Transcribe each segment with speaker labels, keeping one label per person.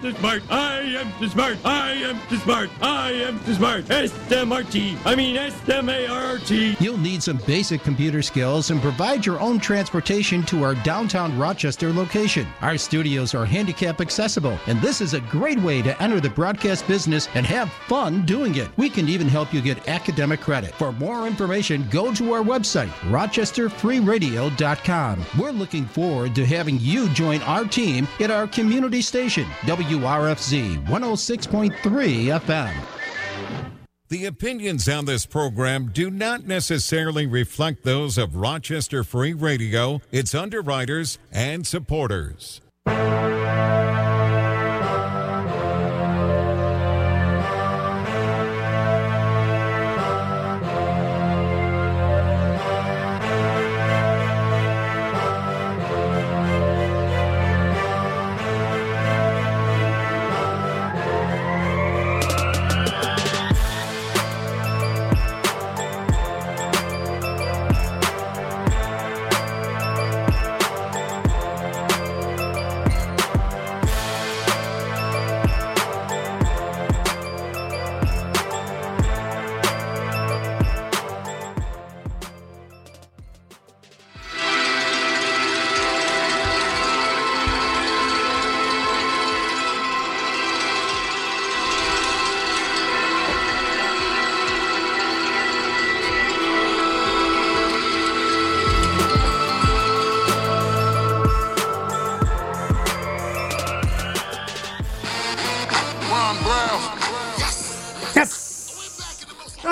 Speaker 1: too smart. I am too smart. I am too smart. I am too smart. S-M-R-T. I mean S-M-A-R-T.
Speaker 2: You'll need some basic computer skills and provide your own transportation to our downtown Rochester location. Our studios are handicap accessible, and this is a great way to enter the broadcast business and have fun doing it. We can even help you get academic credit. For more information, go to our website, rochesterfreeradio.com. We're looking forward to having you join our team at our community station, WRFZ 106.3 FM.
Speaker 3: The opinions on this program do not necessarily reflect those of Rochester Free Radio, its underwriters, and supporters.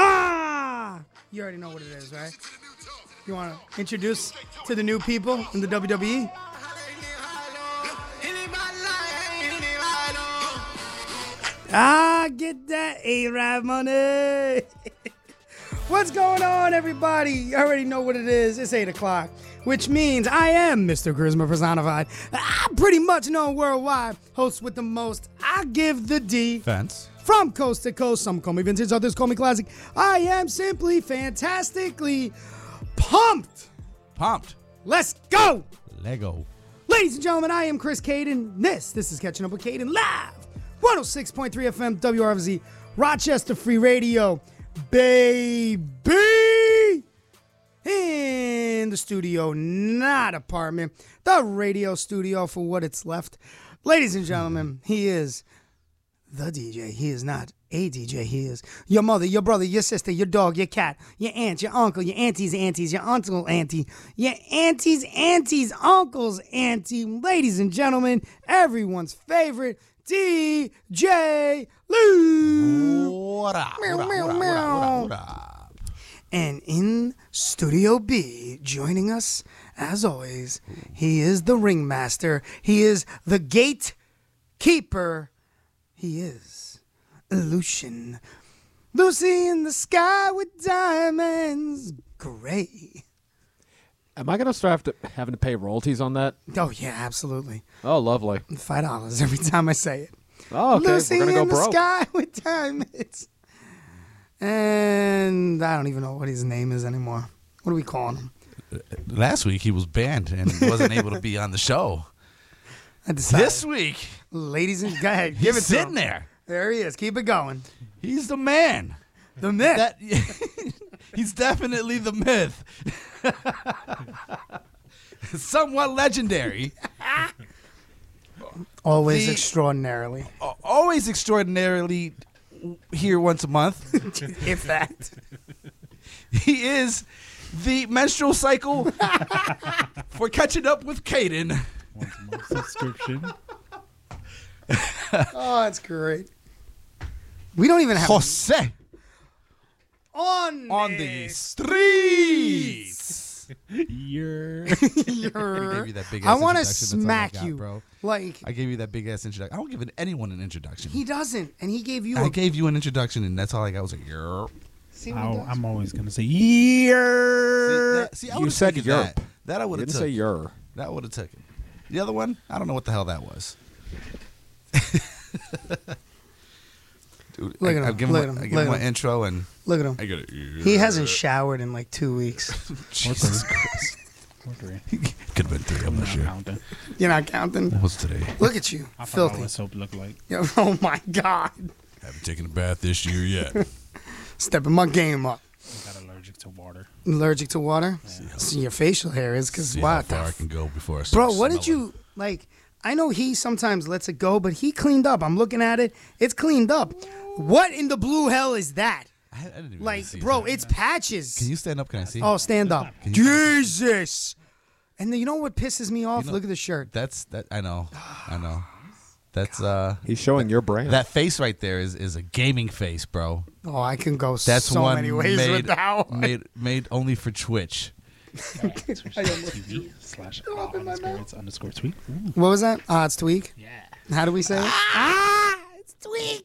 Speaker 4: Ah! You already know what it is, right? You want to introduce to the new people in the E? WWE? Ah, get that A-Rab money. What's going on, everybody? You already know what it is. It's 8 o'clock, which means I am Mr. Charisma personified. I'm pretty much known worldwide. Host with the most. I give the D
Speaker 5: Fence.
Speaker 4: from coast to coast. Some call me vintage, others call me classic. I am simply fantastically pumped.
Speaker 5: Pumped.
Speaker 4: Let's go,
Speaker 5: Lego.
Speaker 4: ladies and gentlemen. I am Chris Caden. This, this is catching up with Caden live, 106.3 FM, WRFZ, Rochester Free Radio, baby. In the studio, not apartment, the radio studio for what it's left. Ladies and gentlemen, he is the DJ. He is not a DJ. He is your mother, your brother, your sister, your dog, your cat, your aunt, your uncle, your auntie's aunties, your uncle auntie, your auntie's auntie's uncle's auntie. Ladies and gentlemen, everyone's favorite DJ Lou.
Speaker 5: What up?
Speaker 4: Meow, meow, meow. And in Studio B, joining us as always, he is the ringmaster. He is the gatekeeper. He is Lucian. Lucy in the sky with diamonds. Gray.
Speaker 6: Am I going to start have to, having to pay royalties on that?
Speaker 4: Oh, yeah, absolutely.
Speaker 6: Oh, lovely.
Speaker 4: $5 every time I say it.
Speaker 6: Oh, okay.
Speaker 4: Lucy
Speaker 6: We're going to go
Speaker 4: in the
Speaker 6: broke.
Speaker 4: sky with diamonds. And I don't even know what his name is anymore. What are we calling him?
Speaker 5: Last week he was banned and wasn't able to be on the show.
Speaker 4: I decided.
Speaker 5: This week
Speaker 4: Ladies and go ahead,
Speaker 5: he's
Speaker 4: give it to
Speaker 5: sitting
Speaker 4: him.
Speaker 5: there.
Speaker 4: There he is. Keep it going.
Speaker 5: He's the man.
Speaker 4: The myth.
Speaker 5: That he's definitely the myth. Somewhat legendary,
Speaker 4: Always
Speaker 5: the-
Speaker 4: extraordinarily.
Speaker 5: a- always extraordinarily here once a month.
Speaker 4: if that.
Speaker 5: He is the menstrual cycle for catching up with Caden.
Speaker 7: subscription.
Speaker 4: Oh, that's great. We don't even have
Speaker 5: Jose
Speaker 4: on
Speaker 5: on the streets.
Speaker 7: You're
Speaker 4: your-
Speaker 5: you that big
Speaker 4: I
Speaker 5: ass
Speaker 4: want
Speaker 5: introduction,
Speaker 4: to
Speaker 5: that's all I
Speaker 4: smack
Speaker 5: got,
Speaker 4: you,
Speaker 5: bro.
Speaker 4: Like
Speaker 5: I gave you that big ass introduction. I don't give anyone an introduction.
Speaker 4: he doesn't, and he gave you.
Speaker 5: I
Speaker 4: a
Speaker 5: gave you an introduction, and that's all I got was a yerp.
Speaker 4: see what he
Speaker 7: I'll,
Speaker 4: does?
Speaker 7: I'm always gonna say year.
Speaker 5: See,
Speaker 6: You
Speaker 5: would've
Speaker 6: said
Speaker 5: taken
Speaker 6: yerp.
Speaker 5: That, that I would
Speaker 6: You
Speaker 5: have
Speaker 6: didn't
Speaker 5: took.
Speaker 6: say your.
Speaker 5: That would have took it. The other one, I don't know what the hell that was. Dude,
Speaker 4: Look
Speaker 5: I,
Speaker 4: at
Speaker 5: I
Speaker 4: him,
Speaker 5: give
Speaker 4: look
Speaker 5: him, a-
Speaker 4: at him,
Speaker 5: I
Speaker 4: look
Speaker 5: give him
Speaker 4: at
Speaker 5: an
Speaker 4: him.
Speaker 5: intro, and
Speaker 4: Look at him.
Speaker 5: I get it.
Speaker 4: He hasn't showered in like two weeks.
Speaker 5: Jesus
Speaker 7: Okay.
Speaker 5: could have been three. I'm not sure.
Speaker 7: Fountain.
Speaker 4: You're not counting.
Speaker 5: What was today?
Speaker 4: Look at you,
Speaker 7: I forgot
Speaker 4: filthy.
Speaker 7: what soap looked like.
Speaker 4: Yeah, Oh my God,
Speaker 5: Haven't taken a bath this year yet.
Speaker 4: stepping my game up.
Speaker 7: I got allergic to water.
Speaker 4: Allergic to water. See your facial hair is because
Speaker 5: See
Speaker 4: wow,
Speaker 5: how far I can go before I
Speaker 4: bro.
Speaker 5: start
Speaker 4: What did
Speaker 5: smelling.
Speaker 4: you like? I know he sometimes lets it go, but he cleaned up. I'm looking at it; it's cleaned up. What in the blue hell is that?
Speaker 8: I, I didn't even
Speaker 4: Like,
Speaker 8: see
Speaker 4: bro,
Speaker 8: that.
Speaker 4: it's patches.
Speaker 8: Can you stand up? Can I see?
Speaker 4: Oh, stand up. Jesus. And then you know what pisses me off?
Speaker 8: You know-
Speaker 4: Look at the shirt.
Speaker 8: that's that. I know. I know. That's uh.
Speaker 6: He's showing your brand.
Speaker 8: That face right there is is a gaming face, bro.
Speaker 4: Oh, I can go
Speaker 8: That's
Speaker 4: so
Speaker 8: one
Speaker 4: many ways
Speaker 8: made,
Speaker 4: with that one.
Speaker 8: made made only for Twitch.
Speaker 7: TV slash ah, underscore it's underscore tweet. Ooh,
Speaker 4: What was that? Ah, it's Tweak.
Speaker 7: yeah.
Speaker 4: How do we say it?
Speaker 8: Ah!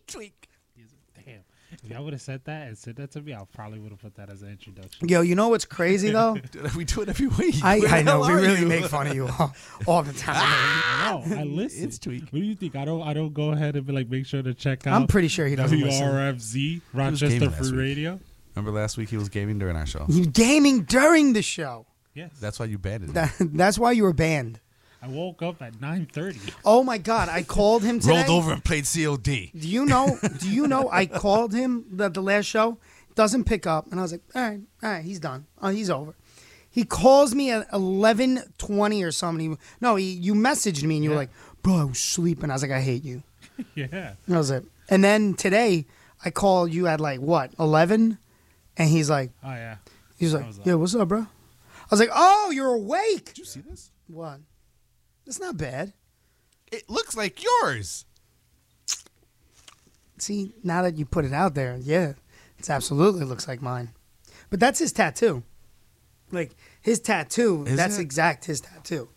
Speaker 7: Damn. If y'all would have said that and said that to me, I probably would have put that as an introduction.
Speaker 4: Yo, you know what's crazy though?
Speaker 5: We do it every week.
Speaker 4: I,
Speaker 5: Where
Speaker 4: I
Speaker 5: the
Speaker 4: know
Speaker 5: hell
Speaker 4: we
Speaker 5: are
Speaker 4: really
Speaker 5: you?
Speaker 4: make fun of you all, all the time.
Speaker 7: No, I listen.
Speaker 8: It's tweak.
Speaker 7: What do you think? I don't. I don't go ahead and be like, make sure to check out.
Speaker 4: I'm pretty sure he doesn't listen.
Speaker 7: WRFZ
Speaker 8: gaming
Speaker 7: Rochester
Speaker 8: last
Speaker 7: Free
Speaker 8: week.
Speaker 7: Radio.
Speaker 8: Remember last week he was gaming during our show.
Speaker 4: You gaming during the show.
Speaker 7: Yes.
Speaker 8: That's why you banned him.
Speaker 4: That, that's why you were banned.
Speaker 7: I woke up at 9:30.
Speaker 4: Oh my God! I called him today.
Speaker 5: Rolled over and played COD.
Speaker 4: Do you know? Do you know? I called him the, the last show, doesn't pick up, and I was like, all right, all right, he's done. Oh, he's over. He calls me at eleven twenty or something. He- No, he, you messaged me and you were like, bro, I was sleeping. I was like, I hate you.
Speaker 7: Yeah.
Speaker 4: And I was like, and then today I called you at like what eleven, and he's like,
Speaker 7: Oh yeah.
Speaker 4: he's like,
Speaker 7: was up.
Speaker 4: yeah, what's up, bro? I was like, oh, you're awake. Did you see this? What? That's not bad.
Speaker 5: It looks like yours.
Speaker 4: See, now that you put it out there, yeah, it absolutely looks like mine. But that's his tattoo. Like his tattoo,
Speaker 8: Is
Speaker 4: that's
Speaker 8: it?
Speaker 4: exact his tattoo.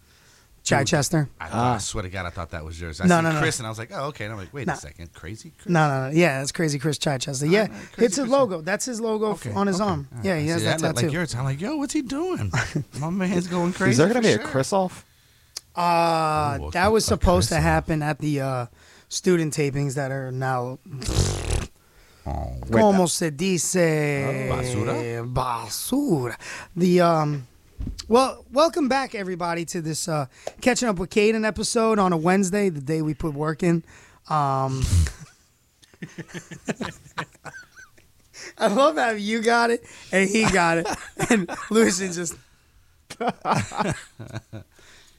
Speaker 4: Chichester.
Speaker 8: I, thought, I swear to God, I thought that was yours. I
Speaker 4: No,
Speaker 8: seen
Speaker 4: no, no.
Speaker 8: Chris, and I was like, oh, okay. And I'm like, wait
Speaker 4: No.
Speaker 8: a second, crazy. Chris?
Speaker 4: No, no, no. Yeah, that's crazy Chris Chichester. Yeah,
Speaker 8: Crazy
Speaker 4: it's his
Speaker 8: Chris-
Speaker 4: logo. That's his logo f-
Speaker 8: Okay,
Speaker 4: on his
Speaker 8: okay.
Speaker 4: arm.
Speaker 8: All right.
Speaker 4: Yeah, he
Speaker 8: I
Speaker 4: has
Speaker 8: see,
Speaker 4: that
Speaker 8: looked
Speaker 4: tattoo.
Speaker 8: Like yours. I'm like, yo, what's he doing? My man's going crazy.
Speaker 6: Is there gonna
Speaker 8: for
Speaker 6: be a
Speaker 8: sure.
Speaker 6: Chris off?
Speaker 4: uh,
Speaker 8: Ooh,
Speaker 4: that was
Speaker 8: okay,
Speaker 4: supposed to
Speaker 8: Chris.
Speaker 4: happen at the uh, student tapings that are now
Speaker 8: Oh, Ah,
Speaker 6: Wait,
Speaker 4: como se dice
Speaker 8: Basura?
Speaker 4: basura. The um well, welcome back everybody to this uh catching up with Caden episode on a Wednesday, the day we put work in. Um I love how you got it and he got it and Lucian just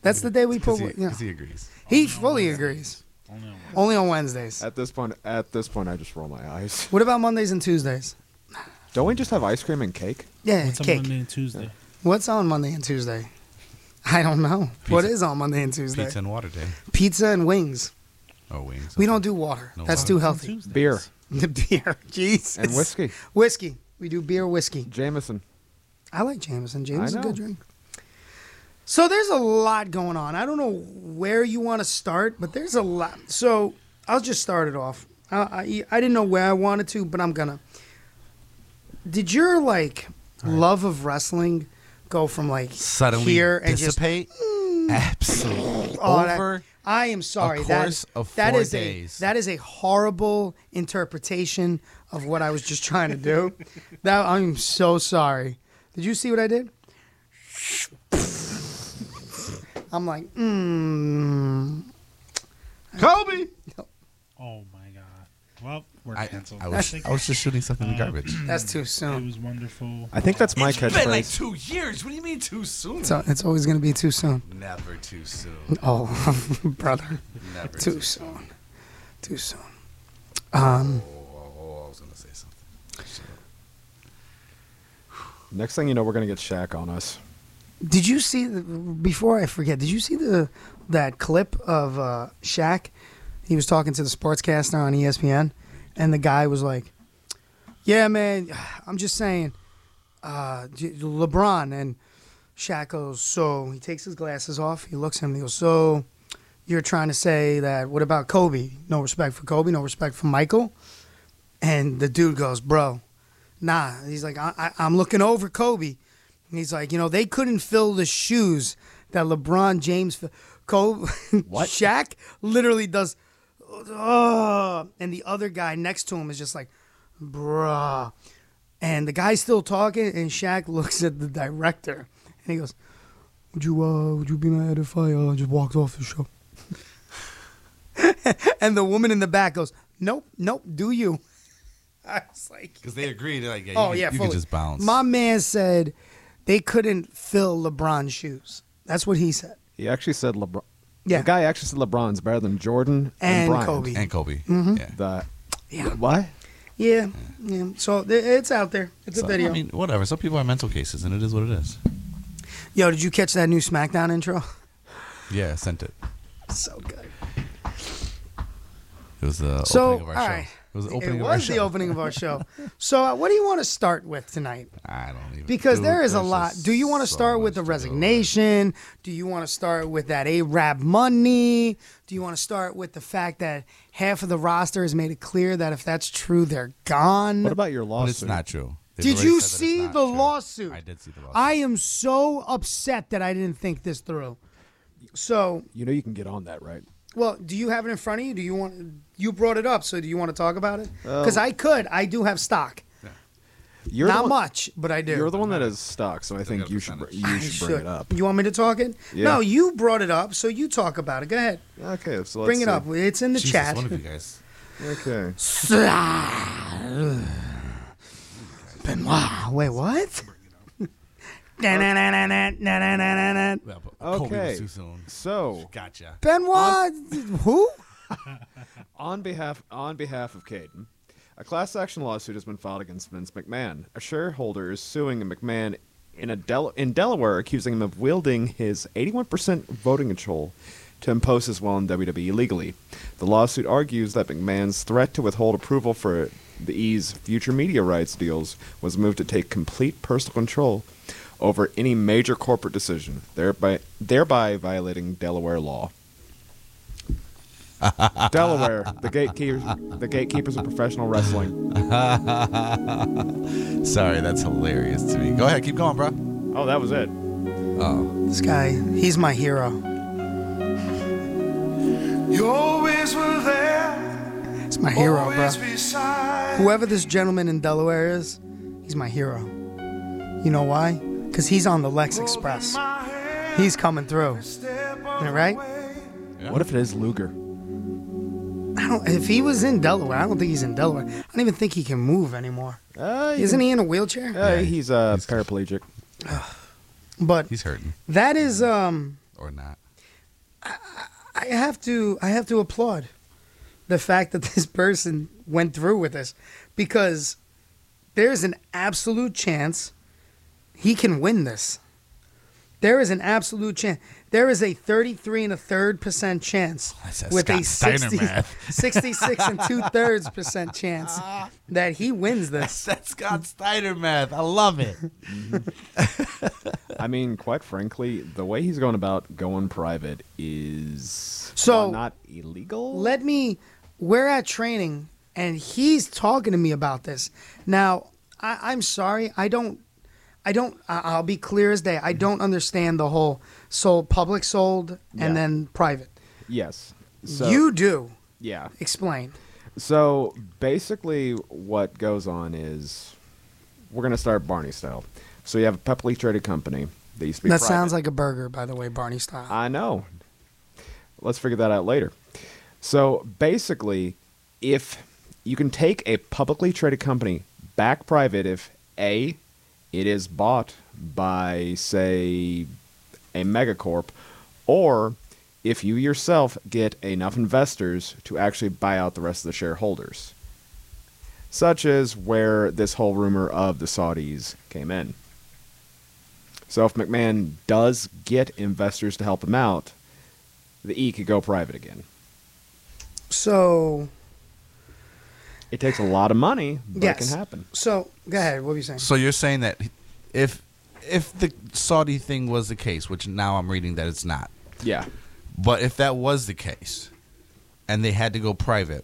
Speaker 4: That's the day we put
Speaker 8: Because he,
Speaker 4: work. Yeah.
Speaker 8: 'cause he agrees.
Speaker 4: He fully agrees.
Speaker 7: Only on
Speaker 4: Only on Wednesdays.
Speaker 6: At this point, at this point, I just roll my eyes.
Speaker 4: What about Mondays and Tuesdays?
Speaker 6: Don't we just have ice cream and cake?
Speaker 4: Yeah,
Speaker 7: What's on
Speaker 4: cake.
Speaker 7: Monday and Tuesday?
Speaker 4: What's on Monday and Tuesday? I don't know. What
Speaker 8: Pizza.
Speaker 4: is on Monday and Tuesday?
Speaker 8: Pizza
Speaker 4: Pizza,
Speaker 8: and water day.
Speaker 4: and wings.
Speaker 8: Oh, wings.
Speaker 4: We don't do water.
Speaker 8: No
Speaker 4: That's
Speaker 8: water.
Speaker 7: What's
Speaker 4: too
Speaker 7: on
Speaker 4: healthy.
Speaker 7: Tuesdays?
Speaker 6: Beer
Speaker 4: The beer, Jesus.
Speaker 6: and whiskey.
Speaker 4: Whiskey. We do beer whiskey.
Speaker 6: Jameson.
Speaker 4: I like Jameson. Jameson's a
Speaker 6: know.
Speaker 4: good drink. So there's a lot going on. I don't know where you want to start, but there's a lot. So I'll just start it off. I, I, I didn't know where I wanted to, but I'm gonna. Did your like love of wrestling go from like
Speaker 8: Suddenly
Speaker 4: here and just
Speaker 8: dissipate. Absolutely.
Speaker 4: Oh, that-
Speaker 8: Over.
Speaker 4: I am sorry.
Speaker 8: a
Speaker 4: That-
Speaker 8: course of
Speaker 4: that
Speaker 8: four
Speaker 4: is
Speaker 8: days.
Speaker 4: a that is a horrible interpretation of what I was just trying to do. that I'm so sorry. Did you see what I did? I'm like, mm.
Speaker 5: Kobe.
Speaker 7: Oh my God. Well, we're
Speaker 8: I,
Speaker 7: canceled. Um,
Speaker 8: I, was, I was just shooting something in the garbage.
Speaker 4: that's too
Speaker 7: It
Speaker 4: soon.
Speaker 7: was wonderful.
Speaker 6: I think that's my catchphrase.
Speaker 8: two years. What do you mean too soon?
Speaker 4: So it's always gonna be too soon.
Speaker 8: Never too soon.
Speaker 4: Oh, brother,
Speaker 8: Never
Speaker 4: too soon, Um, too soon.
Speaker 8: Oh, I was gonna say something.
Speaker 6: Next thing you know, we're gonna get Shaq on us.
Speaker 4: Did you see the, before I forget? Did you see the that clip of uh, Shaq? He was talking to the sportscaster on E ESPN, and the guy was like, "Yeah, man, I'm just saying, uh, J- LeBron." And Shaq goes, "So he takes his glasses off. He looks at him. And he goes, "So you're trying to say that? What about Kobe? No respect for Kobe. No respect for Michael." And the dude goes, "Bro, nah." He's like, I, I, "I'm looking over Kobe." And he's like, you know, they couldn't fill the shoes that LeBron James, fi- Kobe, what? Shaq literally does. "Ugh." and the other guy next to him is just like, bruh. And the guy's still talking, and Shaq looks at the director and he goes, would you uh, would you be mad if I uh, just walked off the show? and the woman in the back goes, nope, nope, do you? I was like,
Speaker 8: Because they agreed. Like, yeah,
Speaker 4: oh
Speaker 8: you, can-
Speaker 4: yeah,
Speaker 8: you
Speaker 4: fully.
Speaker 8: can just bounce.
Speaker 4: My man said they couldn't fill LeBron's shoes. That's what he said.
Speaker 6: He actually said LeBron.
Speaker 4: Yeah.
Speaker 6: The guy actually said LeBron's better than Jordan and,
Speaker 4: And
Speaker 6: Bryant.
Speaker 4: Kobe. Mm-hmm.
Speaker 8: and Kobe. Yeah.
Speaker 6: The
Speaker 4: Yeah.
Speaker 6: what?
Speaker 4: Yeah, yeah. So th- it's out there. It's a
Speaker 8: So,
Speaker 4: video.
Speaker 8: I mean, whatever. Some people are mental cases, and it is what it is.
Speaker 4: Yo, did you catch that new SmackDown intro?
Speaker 8: Yeah, I sent it.
Speaker 4: so good.
Speaker 8: It was the
Speaker 4: So,
Speaker 8: opening of our
Speaker 4: all
Speaker 8: show.
Speaker 4: right.
Speaker 8: It was the opening
Speaker 4: it
Speaker 8: of our
Speaker 4: was
Speaker 8: show.
Speaker 4: the opening of our show. So, uh, what do you want to start with tonight?
Speaker 8: I don't even.
Speaker 4: Because
Speaker 8: dude,
Speaker 4: there is a
Speaker 8: there's
Speaker 4: lot.
Speaker 8: just
Speaker 4: Do you want to
Speaker 8: so
Speaker 4: start
Speaker 8: much
Speaker 4: with the
Speaker 8: to go.
Speaker 4: resignation? Do you want to start with that Arab money? Do you want to start with the fact that half of the roster has made it clear that if that's true, they're gone?
Speaker 6: What about your
Speaker 8: But
Speaker 6: lawsuit?
Speaker 8: it's not true. They've
Speaker 4: did
Speaker 8: already
Speaker 4: you
Speaker 8: said that it's
Speaker 4: see the
Speaker 8: not true.
Speaker 4: lawsuit?
Speaker 8: I did see the lawsuit.
Speaker 4: I am so upset that I didn't think this through. So,
Speaker 6: You know you can get on that, right?
Speaker 4: well, do you have it in front of you? Do you want? You brought it up, so do you want to talk about it?
Speaker 6: Oh.
Speaker 4: Because I could. I do have stock.
Speaker 6: You're
Speaker 4: Not
Speaker 6: the one,
Speaker 4: much, but I do.
Speaker 6: You're the one that is stuck, so I think
Speaker 8: got a
Speaker 6: you should br- you should bring it up.
Speaker 4: You want me to talk it?
Speaker 6: Yeah.
Speaker 4: No, you brought it up, so you talk about it. Go ahead.
Speaker 6: Okay, so let's
Speaker 4: Bring it
Speaker 6: see.
Speaker 4: up. It's in the
Speaker 8: Jesus,
Speaker 4: chat.
Speaker 8: one of you guys.
Speaker 6: Okay,
Speaker 4: Benoit. Wait, what? Na-na-na-na-na-na-na-na-na.
Speaker 8: Yeah, but Kobe was
Speaker 6: okay.
Speaker 8: too soon.
Speaker 6: So
Speaker 8: Gotcha.
Speaker 4: Benoit, who?
Speaker 6: on behalf on behalf of Caden, a class action lawsuit has been filed against Vince McMahon. A shareholder is suing McMahon in a Del- in Delaware, accusing him of wielding his 81% voting control to impose his will on WWE legally. The lawsuit argues that McMahon's threat to withhold approval for the E's future media rights deals was a move to take complete personal control over any major corporate decision, thereby thereby violating Delaware law. Delaware, the gatekeepers, the gatekeepers of professional wrestling.
Speaker 8: Sorry, that's hilarious to me. Go ahead, keep going, bro. Oh.
Speaker 6: Oh, that was it.
Speaker 4: This guy, he's my hero.
Speaker 9: You always were there,
Speaker 4: He's my hero, bro.
Speaker 9: always beside.
Speaker 4: Whoever this gentleman in Delaware is, he's my hero. You know why? Because he's on the Lex Express.
Speaker 9: My hand,
Speaker 4: He's coming through.
Speaker 9: step on
Speaker 4: All right?
Speaker 6: What if it is Luger?
Speaker 4: I don't. If he was in Delaware, I don't think he's in Delaware. I don't even think he can move anymore.
Speaker 6: Uh,
Speaker 4: Isn't he in a wheelchair?
Speaker 6: he's uh, paraplegic.
Speaker 4: But
Speaker 8: He's hurting
Speaker 4: that is um
Speaker 8: or not.
Speaker 4: I have to I have to applaud the fact that this person went through with this because there's an absolute chance he can win this. There is an absolute chance. There is a 33 and a third percent chance
Speaker 8: That's that
Speaker 4: with a
Speaker 8: Scott Steiner
Speaker 4: 60,
Speaker 8: math.
Speaker 4: 66 and two thirds percent chance that he wins this.
Speaker 8: That's Scott Steiner math. I love it.
Speaker 6: I mean, quite frankly, the way he's going about going private is
Speaker 4: So-
Speaker 6: while not illegal.
Speaker 4: let me we're at training and he's talking to me about this now I, i'm sorry i don't i don't I- i'll be clear as day i
Speaker 6: Mm-hmm.
Speaker 4: don't understand the whole sold public sold and
Speaker 6: Yeah.
Speaker 4: then private
Speaker 6: yes. So,
Speaker 4: you do
Speaker 6: Yeah.
Speaker 4: explain
Speaker 6: So basically, what goes on is we're going to start Barney style. So you have a publicly traded company that used to be
Speaker 4: that
Speaker 6: private.
Speaker 4: sounds like a burger by the way barney style
Speaker 6: I know. Let's figure that out later. So basically, if you can take a publicly traded company back private, if A, it is bought by, say, a megacorp, or if you yourself get enough investors to actually buy out the rest of the shareholders, such as where this whole rumor of the Saudis came in. So if McMahon does get investors to help him out, the E could go private again.
Speaker 4: so
Speaker 6: It takes a lot of money, but
Speaker 4: yes
Speaker 6: it can happen.
Speaker 4: so go ahead what were you saying
Speaker 8: So you're saying that if if the Saudi thing was the case, which now I'm reading that it's not,
Speaker 6: Yeah,
Speaker 8: but if that was the case, and they had to go private,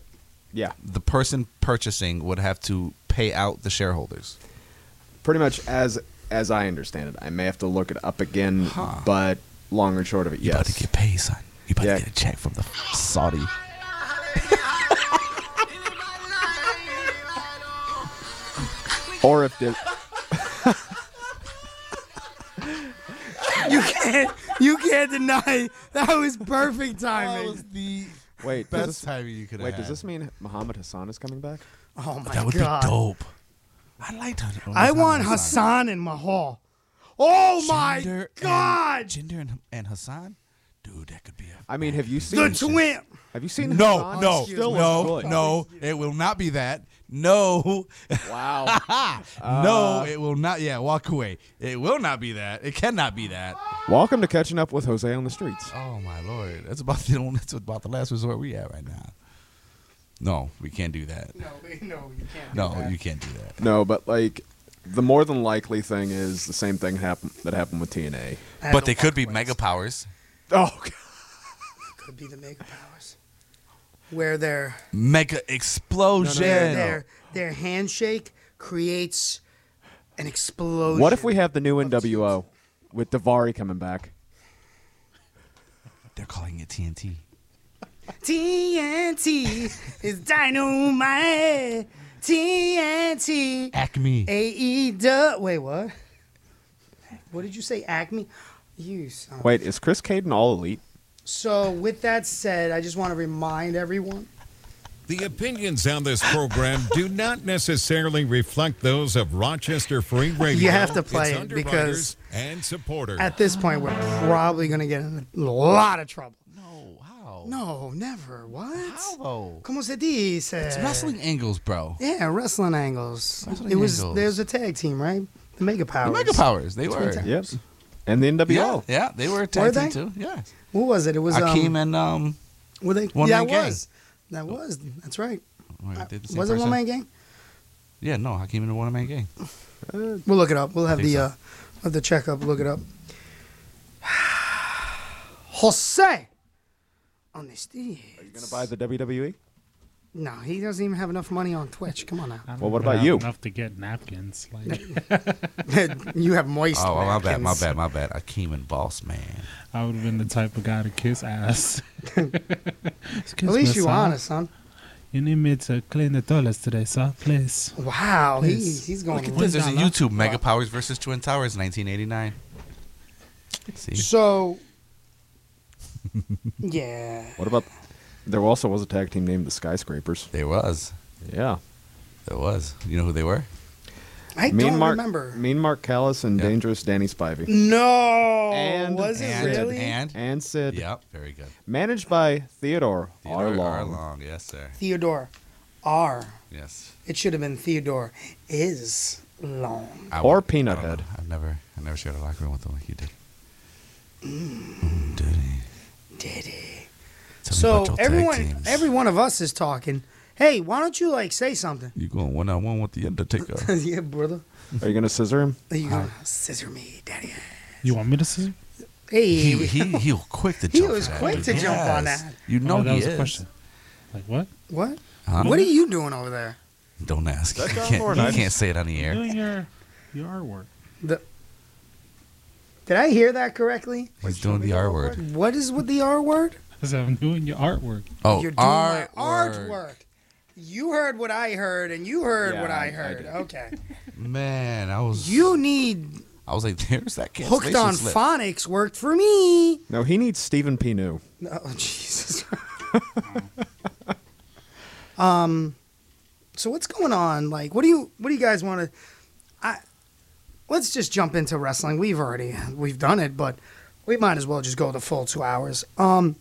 Speaker 6: yeah.
Speaker 8: the person purchasing would have to pay out the shareholders.
Speaker 6: Pretty much as as I understand it. I may have to look it up again, but long and short of it,
Speaker 8: You about to
Speaker 6: yes.
Speaker 8: get paid, son. You about
Speaker 6: Yeah.
Speaker 8: to get a check from the Saudi.
Speaker 6: Or if the
Speaker 4: you can, can't, you can't deny that was perfect
Speaker 5: That
Speaker 4: timing.
Speaker 5: was the
Speaker 6: Wait, does
Speaker 5: best
Speaker 6: this,
Speaker 5: timing you could have.
Speaker 6: wait, does this mean Muhammad Hassan is coming back?
Speaker 4: Oh my
Speaker 5: That would
Speaker 4: god.
Speaker 5: be dope. I liked.
Speaker 4: I want Hassan in Mahal. Oh my god.
Speaker 5: Jinder and, and Hassan, dude, that could be a.
Speaker 6: I mean, have you seen
Speaker 4: The twin.
Speaker 6: Have you seen
Speaker 5: No,
Speaker 6: Hassan?
Speaker 5: no,
Speaker 4: Excuse me.
Speaker 5: no,
Speaker 6: Good.
Speaker 5: no! It will not be that. No,
Speaker 6: Wow. Uh,
Speaker 5: no, it will not. Yeah, walk away. It will not be that. It cannot be that.
Speaker 6: Welcome to catching up with Jose on the streets.
Speaker 5: Oh my lord, that's about the only- that's about the last resort we at right now. No, we can't do that.
Speaker 4: No, wait, no, you can't.
Speaker 5: No, you can't do that.
Speaker 6: No, but like the more than likely thing is the same thing happen that happened with TNA.
Speaker 5: But they could be mega powers.
Speaker 6: Oh, God.
Speaker 4: Could be the mega powers. Where their
Speaker 5: Mega explosion.
Speaker 4: their their, their handshake creates an explosion.
Speaker 6: what if we have the new NWO with Davari coming back?
Speaker 5: They're calling it TNT.
Speaker 4: TNT is dynamite? TNT
Speaker 5: Acme.
Speaker 4: AE duh. E Wait, what? What did you say? Acme. You son.
Speaker 6: Wait, is Chris Caden all elite?
Speaker 4: So with that said, I just want to remind everyone.
Speaker 3: The opinions on this program do not necessarily reflect those of Rochester Free Radio.
Speaker 4: You have to
Speaker 3: its
Speaker 4: play it because
Speaker 3: underwriters and supporters.
Speaker 4: At this point, we're probably gonna get in a lot of trouble.
Speaker 5: No, how?
Speaker 4: No, never. What?
Speaker 5: How though?
Speaker 4: Como se dice?
Speaker 5: It's wrestling angles, bro.
Speaker 4: Yeah, wrestling angles.
Speaker 5: Wrestling
Speaker 4: it was
Speaker 5: angles.
Speaker 4: there's a tag team, right? The Mega
Speaker 5: The
Speaker 4: Powers.
Speaker 5: mega powers. They were.
Speaker 4: fantastic.
Speaker 6: Yep. And the NWO.
Speaker 5: Yeah, yeah, they were a
Speaker 4: Were
Speaker 5: tag
Speaker 4: they?
Speaker 5: team too. Yeah,
Speaker 4: What was it? It was
Speaker 5: Akeem
Speaker 4: um,
Speaker 5: and um,
Speaker 4: were they?
Speaker 5: One
Speaker 4: yeah,
Speaker 5: Man
Speaker 4: it
Speaker 5: Gang.
Speaker 4: was. That was. That's right.
Speaker 5: wait, they the same
Speaker 4: Uh, was it
Speaker 5: person?
Speaker 4: one man gang?
Speaker 5: Yeah, no, Hakeem and the one man gang.
Speaker 4: We'll look it up. We'll have
Speaker 5: Think
Speaker 4: the
Speaker 5: so.
Speaker 4: uh, have the checkup. Look it up. Jose on the stage.
Speaker 6: Are you going to buy the E? WWE?
Speaker 4: No, he doesn't even have enough money on Twitch. Come on now.
Speaker 7: I don't
Speaker 6: Well, what
Speaker 7: even
Speaker 6: about
Speaker 7: have
Speaker 6: you?
Speaker 7: Enough to get napkins. Like,
Speaker 4: uh, you have moist.
Speaker 5: Oh, my bad, my
Speaker 4: napkins.
Speaker 5: bad, my bad. Akeem and Boss Man.
Speaker 7: I would have been the type of guy to kiss ass.
Speaker 4: At least you honest, son.
Speaker 7: You need me to clean the toilets today, sir. Please.
Speaker 4: Wow, he,
Speaker 7: Please.
Speaker 4: he's going.
Speaker 7: at
Speaker 4: right
Speaker 5: There's a
Speaker 4: down low.
Speaker 5: YouTube Mega Powers versus Twin Towers, 1989. See,
Speaker 4: So, yeah,
Speaker 6: What about. There also was a tag team named the Skyscrapers.
Speaker 5: there was,
Speaker 6: Yeah.
Speaker 5: there was. You know who they were?
Speaker 4: I
Speaker 6: Mean
Speaker 4: don't
Speaker 6: Mark,
Speaker 4: remember.
Speaker 6: Mean Mark Callis and
Speaker 5: Yeah.
Speaker 6: Dangerous Danny Spivey.
Speaker 4: no,
Speaker 6: And-
Speaker 4: was it
Speaker 5: and
Speaker 4: really?
Speaker 5: and
Speaker 6: And Sid.
Speaker 5: yep, very good.
Speaker 6: Managed by Theodore,
Speaker 5: Theodore
Speaker 6: Arlong.
Speaker 5: Arlong, yes sir,
Speaker 4: Theodore R.
Speaker 5: yes.
Speaker 4: It should have been Theodore is long.
Speaker 5: I
Speaker 6: Or
Speaker 5: would-
Speaker 6: Peanut
Speaker 5: I don't
Speaker 6: Head.
Speaker 5: know. I've never, I never shared a locker room with him like you did. Mm, did he?
Speaker 4: Did he?
Speaker 5: Tell me about
Speaker 4: So
Speaker 5: your tag
Speaker 4: everyone,
Speaker 5: teams.
Speaker 4: every one of us is talking. Hey, why don't you like say something?
Speaker 5: You going one on one with the Undertaker?
Speaker 4: yeah, brother.
Speaker 6: Are you going to scissor him?
Speaker 4: Are you gonna scissor me, daddy?
Speaker 7: You want me to see?
Speaker 4: Hey,
Speaker 5: he he he was quick to
Speaker 4: He
Speaker 5: jump.
Speaker 4: was
Speaker 5: for that,
Speaker 4: quick
Speaker 5: dude.
Speaker 4: to jump on that.
Speaker 5: You know
Speaker 7: Oh, that
Speaker 5: he
Speaker 7: was
Speaker 5: is.
Speaker 7: a question. Like what?
Speaker 4: what?
Speaker 5: Huh?
Speaker 4: What are you doing over there?
Speaker 5: Don't ask. You
Speaker 6: That's John
Speaker 5: can't, you
Speaker 6: Laurinaitis.
Speaker 5: can't say it on the air.
Speaker 7: Doing your your artwork.
Speaker 4: The, did I hear that correctly?
Speaker 5: He's doing the R word.
Speaker 4: What is with the R word?
Speaker 7: I said I'm doing your artwork.
Speaker 5: Oh,
Speaker 4: You're doing
Speaker 5: R
Speaker 4: my artwork. You heard what I heard, and you heard what I, heard. okay.
Speaker 5: Man, I was
Speaker 4: You need
Speaker 5: I was like, there's that kid.
Speaker 4: hooked on phonics worked for me.
Speaker 6: No, he needs Stephen P. New.
Speaker 4: Oh Jesus. um. Um, So what's going on? Like, what do you what do you guys want to? I let's just jump into wrestling. We've already we've done it, but we might as well just go the full two hours. Um,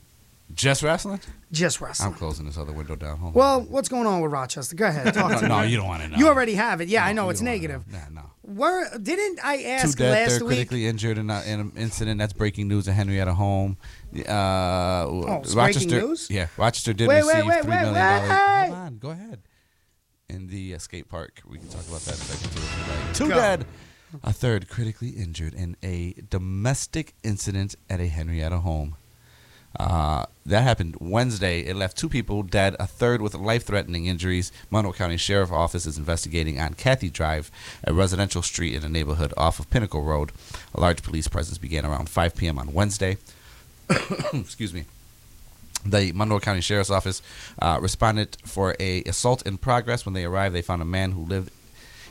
Speaker 5: Just wrestling?
Speaker 4: just
Speaker 5: I'm
Speaker 4: wrestling.
Speaker 5: closing this other window down. Hold
Speaker 4: Well, what's going on with Rochester? Go ahead. Talk
Speaker 5: on.
Speaker 4: to
Speaker 5: no,
Speaker 4: me.
Speaker 5: no, you don't want to know.
Speaker 4: You already have it. Yeah, I
Speaker 5: You
Speaker 4: know it's
Speaker 5: don't wanna
Speaker 4: negative.
Speaker 5: know. Nah, no.
Speaker 4: Where didn't I
Speaker 5: Two
Speaker 4: ask
Speaker 5: dead,
Speaker 4: last
Speaker 5: third
Speaker 4: week?
Speaker 5: critically injured in, a, in an incident. That's breaking news at Henrietta Home. Uh, oh,
Speaker 4: it's breaking
Speaker 5: Rochester,
Speaker 4: news?
Speaker 5: Yeah, Rochester did
Speaker 4: Wait, wait,
Speaker 5: receive
Speaker 4: wait,
Speaker 5: three million
Speaker 4: wait,
Speaker 5: dollars.
Speaker 4: wait!
Speaker 5: Hold on, go ahead. In the uh, skate park, we can talk about that in a second. Too, if you'd like. Two
Speaker 4: Go.
Speaker 5: dead, a third critically injured in a domestic incident at a Henrietta home. Uh, that happened Wednesday. It left two people dead, a third with life-threatening injuries. Monroe County Sheriff Office is investigating on Kathy Drive, a residential street in a neighborhood off of Pinnacle Road. A large police presence began around 5 p.m. on Wednesday. Excuse me. The Monroe County Sheriff's Office uh, responded for a assault in progress. When they arrived, they found a man who lived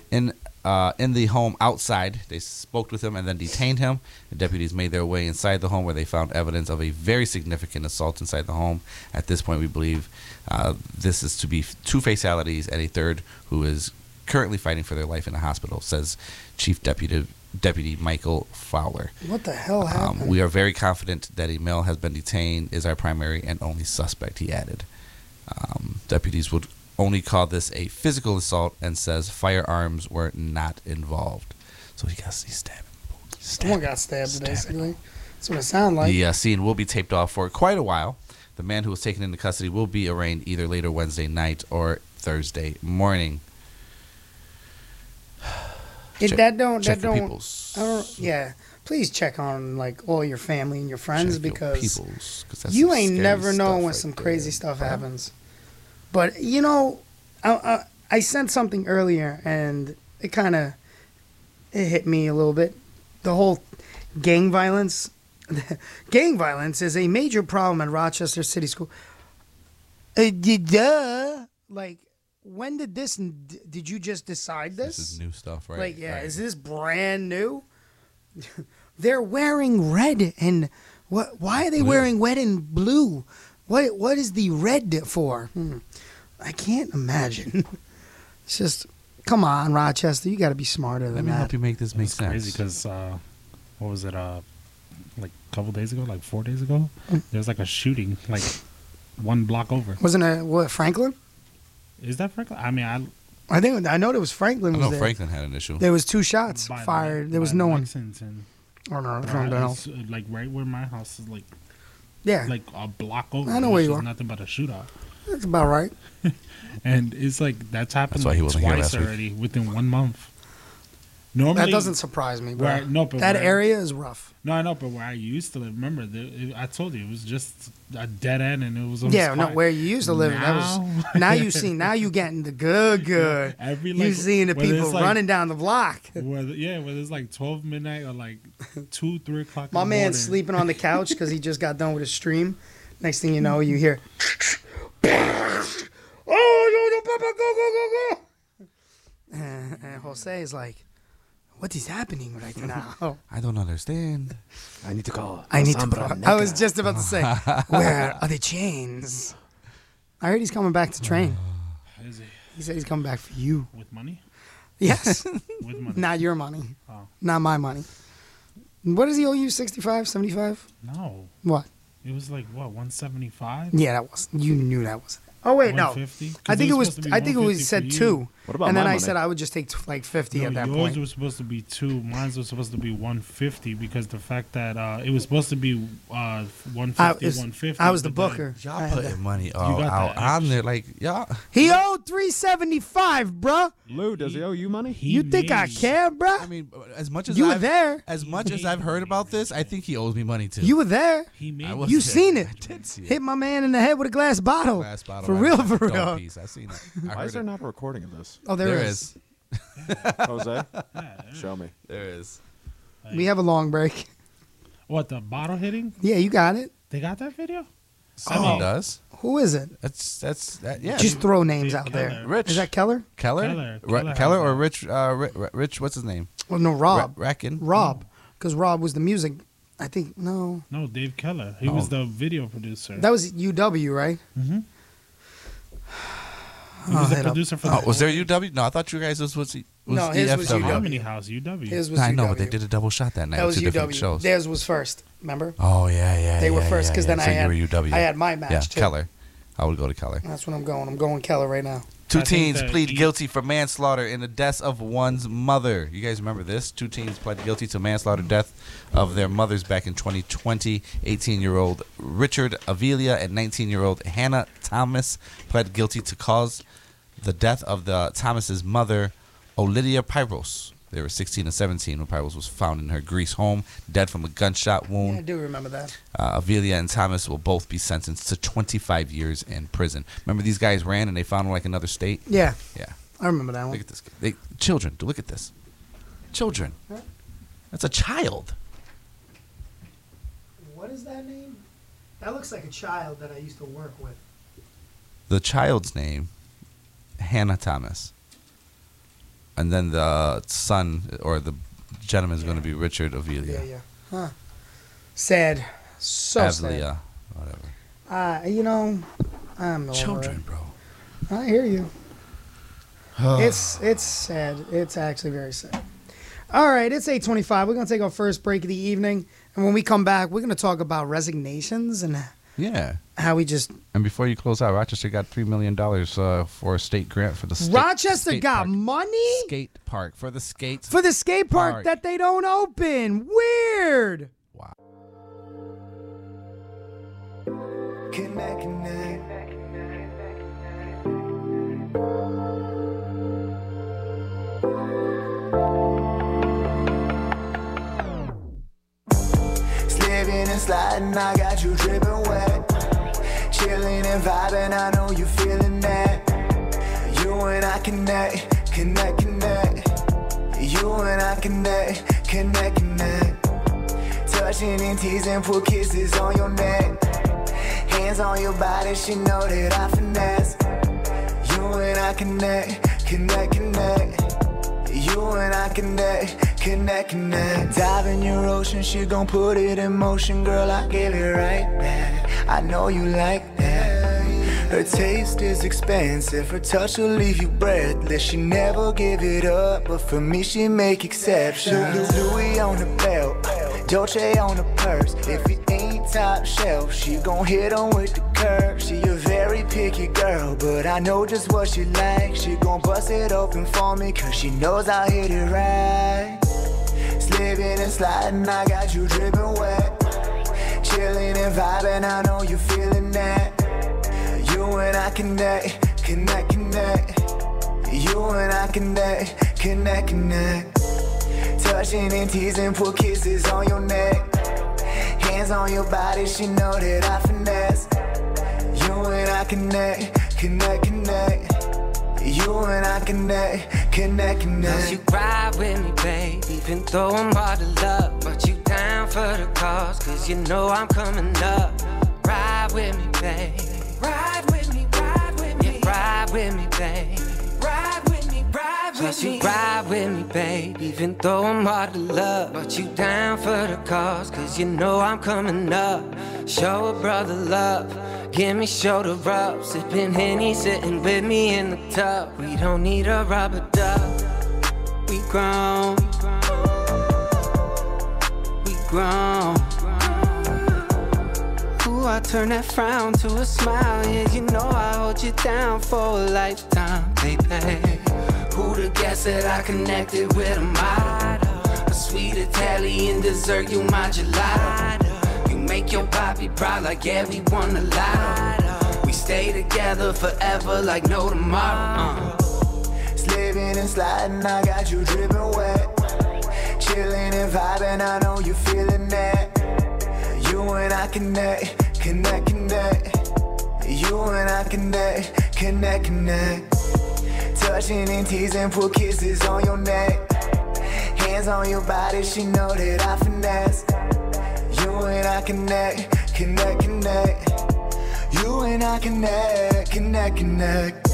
Speaker 5: in uh, in the home outside. They spoke with him and then detained him. The deputies made their way inside the home where they found evidence of a very significant assault inside the home. At this point, we believe uh, this is to be two fatalities and a third who is currently fighting for their life in a hospital, says Chief Deputy. Deputy Michael Fowler.
Speaker 4: What the hell happened?
Speaker 5: Um, we are very confident that a male has been detained, is our primary and only suspect, he added. Um, deputies would only call this a physical assault and says firearms were not involved. So he got he stabbed.
Speaker 4: Someone got stabbed, basically. That's what it sounded like.
Speaker 5: The uh, scene will be taped off for quite a while. The man who was taken into custody will be arraigned either later Wednesday night or Thursday morning.
Speaker 4: It,
Speaker 5: Check-
Speaker 4: that don't.
Speaker 5: check
Speaker 4: that
Speaker 5: your
Speaker 4: don't.
Speaker 5: peoples.
Speaker 4: I don't. Yeah. Please check on like all your family and your friends
Speaker 5: Check your
Speaker 4: because
Speaker 5: peoples, 'cause that's
Speaker 4: you
Speaker 5: some
Speaker 4: ain't
Speaker 5: scary
Speaker 4: never know
Speaker 5: stuff
Speaker 4: when
Speaker 5: right
Speaker 4: some
Speaker 5: there,
Speaker 4: crazy stuff
Speaker 5: bro.
Speaker 4: happens. But you know, I I, I sent something earlier and it kind of it hit me a little bit. The whole gang violence, gang violence is a major problem in Rochester City School. Uh, d- duh. Like, when did this? d- Did you just decide this?
Speaker 5: This is new stuff, right?
Speaker 4: Like, yeah,
Speaker 5: Right.
Speaker 4: is this brand new? They're wearing red and what? Why are they wearing red and blue? What What is the red for? Hmm. I can't imagine. it's just, come on, Rochester, you got to be smarter than
Speaker 5: Let me
Speaker 4: that.
Speaker 5: help you make this make
Speaker 7: It's crazy
Speaker 5: sense.
Speaker 7: because uh, what was it? Uh, like a couple days ago, like four days ago, there was like a shooting, like one block over.
Speaker 4: Wasn't Mm. it what Franklin?
Speaker 7: Is that Franklin? I mean, I
Speaker 4: I think I know it was Franklin.
Speaker 5: I
Speaker 4: Was
Speaker 5: know
Speaker 4: there.
Speaker 5: Franklin had an issue.
Speaker 4: There was two shots
Speaker 7: by the-
Speaker 4: fired.
Speaker 7: by
Speaker 4: there was
Speaker 7: the
Speaker 4: no one.
Speaker 7: Lexington,
Speaker 4: Oh no, it was
Speaker 7: right,
Speaker 4: something else.
Speaker 7: it's, uh, like right where my house is, like
Speaker 4: Yeah,
Speaker 7: like a block over.
Speaker 4: I know
Speaker 7: which
Speaker 4: where you
Speaker 7: was
Speaker 4: are.
Speaker 7: Nothing but a shootout,
Speaker 4: that's about right.
Speaker 7: and it's like that's happened
Speaker 5: That's why he wasn't here
Speaker 7: twice
Speaker 5: last week.
Speaker 7: already within one month. Normally,
Speaker 4: That doesn't surprise me, bro.
Speaker 7: Where- no, but
Speaker 4: that
Speaker 7: where-
Speaker 4: area is rough.
Speaker 7: No, I know, but where I used to live, remember, the, I told you it was just a dead end, and it was on
Speaker 4: Yeah,
Speaker 7: the
Speaker 4: no,
Speaker 7: spot.
Speaker 4: where you used to live, that was. Now you see, now you getting the good, good.
Speaker 7: Every,
Speaker 4: you
Speaker 7: like,
Speaker 4: seeing the
Speaker 7: whether
Speaker 4: people
Speaker 7: it's, like-
Speaker 4: running down the block.
Speaker 7: Whether, yeah, whether it's like 12 midnight or like 2, 3 o'clock.
Speaker 4: My
Speaker 7: in the
Speaker 4: man's
Speaker 7: morning.
Speaker 4: sleeping on the couch because he just got done with his stream. Next thing you know, you hear. Oh, no, no, Papa, go, go, go, go. And, and Jose is like, what is happening right now?
Speaker 5: I don't understand.
Speaker 6: I need to call.
Speaker 4: I need to. I was just about to say, where are the chains? I heard he's coming back to train.
Speaker 7: Is it
Speaker 4: He said he's coming back for you.
Speaker 7: with money?
Speaker 4: Yes.
Speaker 7: With money.
Speaker 4: Not your money.
Speaker 7: Oh.
Speaker 4: Not my money. What does he owe you? 65, 75?
Speaker 7: No.
Speaker 4: What?
Speaker 7: It was like, what, 175?
Speaker 4: Yeah, that was. You knew that wasn't. Oh wait, no.
Speaker 7: 150? 'Cause
Speaker 4: I think
Speaker 7: it was
Speaker 4: it was.
Speaker 7: supposed to be
Speaker 4: I think it
Speaker 7: 150
Speaker 4: was
Speaker 7: for
Speaker 4: said
Speaker 7: you.
Speaker 4: two.
Speaker 6: What about
Speaker 4: And then
Speaker 6: my
Speaker 4: I
Speaker 6: money?
Speaker 4: said I would just take like fifty
Speaker 7: No,
Speaker 4: at that
Speaker 7: yours
Speaker 4: point.
Speaker 7: was supposed to be two. Mine's was supposed to be 150 because the fact that uh, it was supposed to be uh, 150,
Speaker 4: I, it's-
Speaker 7: 150.
Speaker 4: I was the
Speaker 7: but then-
Speaker 4: booker. I
Speaker 5: Y'all
Speaker 4: had
Speaker 5: putting
Speaker 4: that.
Speaker 5: money all
Speaker 7: got
Speaker 5: out
Speaker 7: the
Speaker 5: on there, like y'all.
Speaker 4: He owed three seventy five, bruh.
Speaker 6: Lou, does he owe you money?
Speaker 7: he
Speaker 4: You think I
Speaker 7: made-
Speaker 4: care,
Speaker 5: I
Speaker 4: bruh?
Speaker 5: mean, as much as
Speaker 4: You were
Speaker 5: I've,
Speaker 4: there.
Speaker 5: as much as I've heard about this, I think he owes me money too.
Speaker 4: You were there.
Speaker 7: He made
Speaker 5: I was
Speaker 4: You
Speaker 5: there.
Speaker 4: seen it.
Speaker 5: I did see it.
Speaker 4: Hit my man in the head with a glass bottle.
Speaker 5: Last bottle
Speaker 4: for
Speaker 5: I
Speaker 4: real,
Speaker 5: had,
Speaker 4: for
Speaker 5: dog
Speaker 4: real.
Speaker 5: piece. I seen it. I
Speaker 6: Why
Speaker 5: heard
Speaker 6: is there
Speaker 5: it.
Speaker 6: not a recording of this?
Speaker 4: Oh,
Speaker 5: There
Speaker 4: is.
Speaker 5: is.
Speaker 6: Jose, show me.
Speaker 5: There is.
Speaker 4: We have a long break.
Speaker 7: uh, What, the bottle hitting?
Speaker 4: Yeah, you got it.
Speaker 7: They got that video? Oh.
Speaker 5: Someone does.
Speaker 4: Who is it?
Speaker 5: That's that's that. Yeah.
Speaker 4: Just throw names out
Speaker 7: Keller.
Speaker 4: there.
Speaker 5: Rich.
Speaker 4: Is that Keller?
Speaker 5: Keller.
Speaker 7: Keller.
Speaker 5: Ru-
Speaker 7: Keller has
Speaker 5: Keller or
Speaker 7: that.
Speaker 5: Rich? Uh, Ri- Ri- Rich. What's his name?
Speaker 4: Well, no, Rob.
Speaker 5: Ra- Rackin.
Speaker 4: Rob, because Rob was the music. I think no,
Speaker 7: No, Dave Keller. He
Speaker 5: Oh.
Speaker 7: was the video producer. Mm-hmm.
Speaker 4: that was UW, right?
Speaker 7: he was
Speaker 4: Oh,
Speaker 7: the
Speaker 4: hit up.
Speaker 7: producer for
Speaker 5: Oh,
Speaker 7: the
Speaker 5: was there UW? No, I thought you guys was was, was
Speaker 4: No, his was
Speaker 5: EFW.
Speaker 4: UW.
Speaker 7: Harmony House, UW.
Speaker 4: His was
Speaker 5: I
Speaker 4: UW.
Speaker 5: know, but they did a double shot that night.
Speaker 4: That
Speaker 5: with
Speaker 4: was
Speaker 5: two different
Speaker 4: UW.
Speaker 5: shows.
Speaker 4: Theirs was first. Remember?
Speaker 5: Oh yeah, yeah.
Speaker 4: They were
Speaker 5: yeah,
Speaker 4: first,
Speaker 5: yeah,
Speaker 4: 'cause then
Speaker 5: yeah.
Speaker 4: I
Speaker 5: so
Speaker 4: had-
Speaker 5: you were UW.
Speaker 4: I had my match,
Speaker 5: Yeah,
Speaker 4: too.
Speaker 5: Keller. I would go to Keller.
Speaker 4: That's what I'm going. I'm going Keller right now.
Speaker 5: Two
Speaker 7: I think
Speaker 5: teens
Speaker 7: that
Speaker 5: plead
Speaker 7: he-
Speaker 5: guilty for manslaughter in the death of one's mother. You guys remember this? Two teens pled guilty to manslaughter death of their mothers back in 2020. 18-year-old Richard Avelia and 19-year-old Hannah Thomas pled guilty to cause the death of the Thomas's mother, Olivia Pyros. They were 16 and 17 when Pyros was found in her Greece home, dead from a gunshot wound.
Speaker 4: Yeah, I do remember that.
Speaker 5: Uh, Avelia and Thomas will both be sentenced to 25 years in prison. Remember, these guys ran and they found like another state.
Speaker 4: Yeah,
Speaker 5: Yeah,
Speaker 4: I remember that one.
Speaker 5: look at this. kid. They, children, look at this. Children. That's a child.
Speaker 4: What is that name? That looks like a child that I used to work with.
Speaker 5: The child's name, Hannah Thomas. and then the son or the gentleman is going to be Richard Avelia.
Speaker 4: Yeah, yeah. Huh. Sad. So
Speaker 5: Avelia, whatever.
Speaker 4: sad. Uh, you know, I'm over
Speaker 5: Children, bro.
Speaker 4: it. I hear you. it's it's sad. It's actually very sad. All right, it's 8:25. We're going to take our first break of the evening, and when we come back, we're going to talk about resignations and
Speaker 5: Yeah.
Speaker 4: how we just
Speaker 5: And before you close out, Rochester got three million dollars uh, for a state grant for the state,
Speaker 4: Rochester
Speaker 5: skate
Speaker 4: got
Speaker 5: park.
Speaker 4: money
Speaker 5: skate park for the skates.
Speaker 4: for the skate park,
Speaker 5: Park.
Speaker 4: that they don't open. Weird.
Speaker 9: Came back at night. Slipping and sliding, I got you dripping wet. Chilling and vibing, I know you feeling that. You and I connect, connect, connect. You and I connect, connect, connect. Touching and teasing, put kisses on your neck. Hands on your body, she know that I finesse. You and I connect, connect, connect. You and I connect, connect, connect. Dive in your ocean, she gon' put it in motion, girl. I give it right back. I know you like that. Her taste is expensive, her touch will leave you breathless. She never give it up, but for me, she make exceptions. Louis on the belt, Dolce on the purse. If it ain't top shelf, she gon' hit on with the curve. She a very picky girl, but I know just what she like. She gon' bust it open for me, cause she knows I hit it right. Slipping and sliding, I got you dripping wet. Chilling and vibing, I know you feeling that. You and I connect, connect, connect. You and I connect, connect, connect. Touching and teasing, put kisses on your neck. Hands on your body, she know that I finesse. You and I connect, connect, connect. You and I connect, connect,
Speaker 10: Cause
Speaker 9: connect.
Speaker 10: you ride with me, babe. Even though I'm hard to love, but you down for the cause. Cause you know I'm coming up. Ride with me, babe. Ride with me, ride with me. Yeah, ride with me, babe. Ride with me, ride with Cause me. you ride with me, babe. Even though I'm hard to love, but you down for the cause. Cause you know I'm coming up. Show a brother love. Give me shoulder rub. Sipping Henny, sitting with me in the tub. We don't need a rubber duck we grown. We grown. Ooh, I turn that frown to a smile. Yeah, you know I hold you down for a lifetime, baby. Who'd have guessed that I connected with a model? A sweet Italian dessert, you my gelato. You make your body proud like everyone alive. We stay together forever like no tomorrow. uh.
Speaker 9: Slipping and sliding, I got you dripping wet. Chilling and vibing, I know you feeling that. You and I connect, connect, connect. You and I connect, connect, connect. Touching and teasing, put kisses on your neck. Hands on your body, she know that I finesse. You and I connect, connect, connect. You and I connect, connect, connect.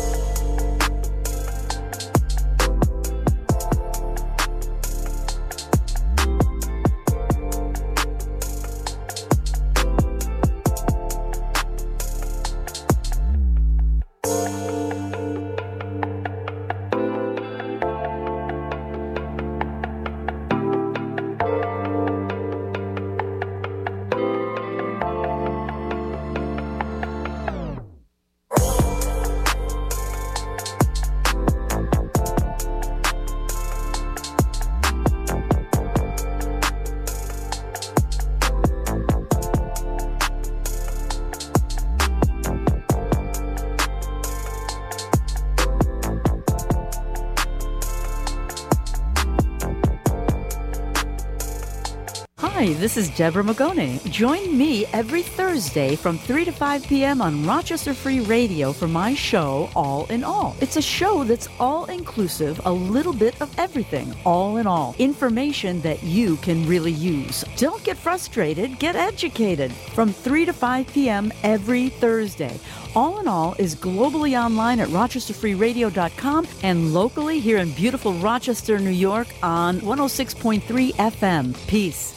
Speaker 11: Hi, this is Deborah Magone. Join me every Thursday from 3 to 5 p.m. on Rochester Free Radio for my show, All in All. It's a show that's all inclusive, a little bit of everything, all in all. Information that you can really use. Don't get frustrated, get educated from 3 to 5 p.m. every Thursday. All in All is globally online at rochesterfreeradio.com and locally here in beautiful Rochester, New York on 106.3 FM. Peace.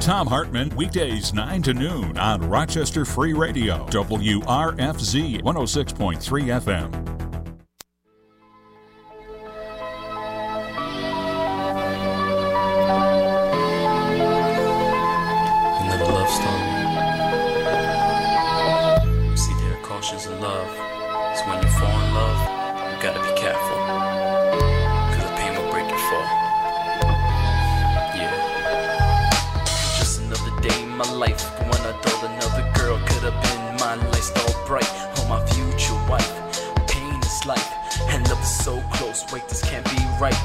Speaker 12: Tom Hartman, weekdays 9 to noon on Rochester Free Radio, WRFZ 106.3 FM.
Speaker 13: Another love story. See, there are cautions in love. So when you fall in love, you gotta be careful. Cause the pain will break your fall. Yeah. Just another day in my life. But when I thought another girl could have been mine, lights all bright on my future wife. Pain is life, and love is so close. Wait, this can't be right.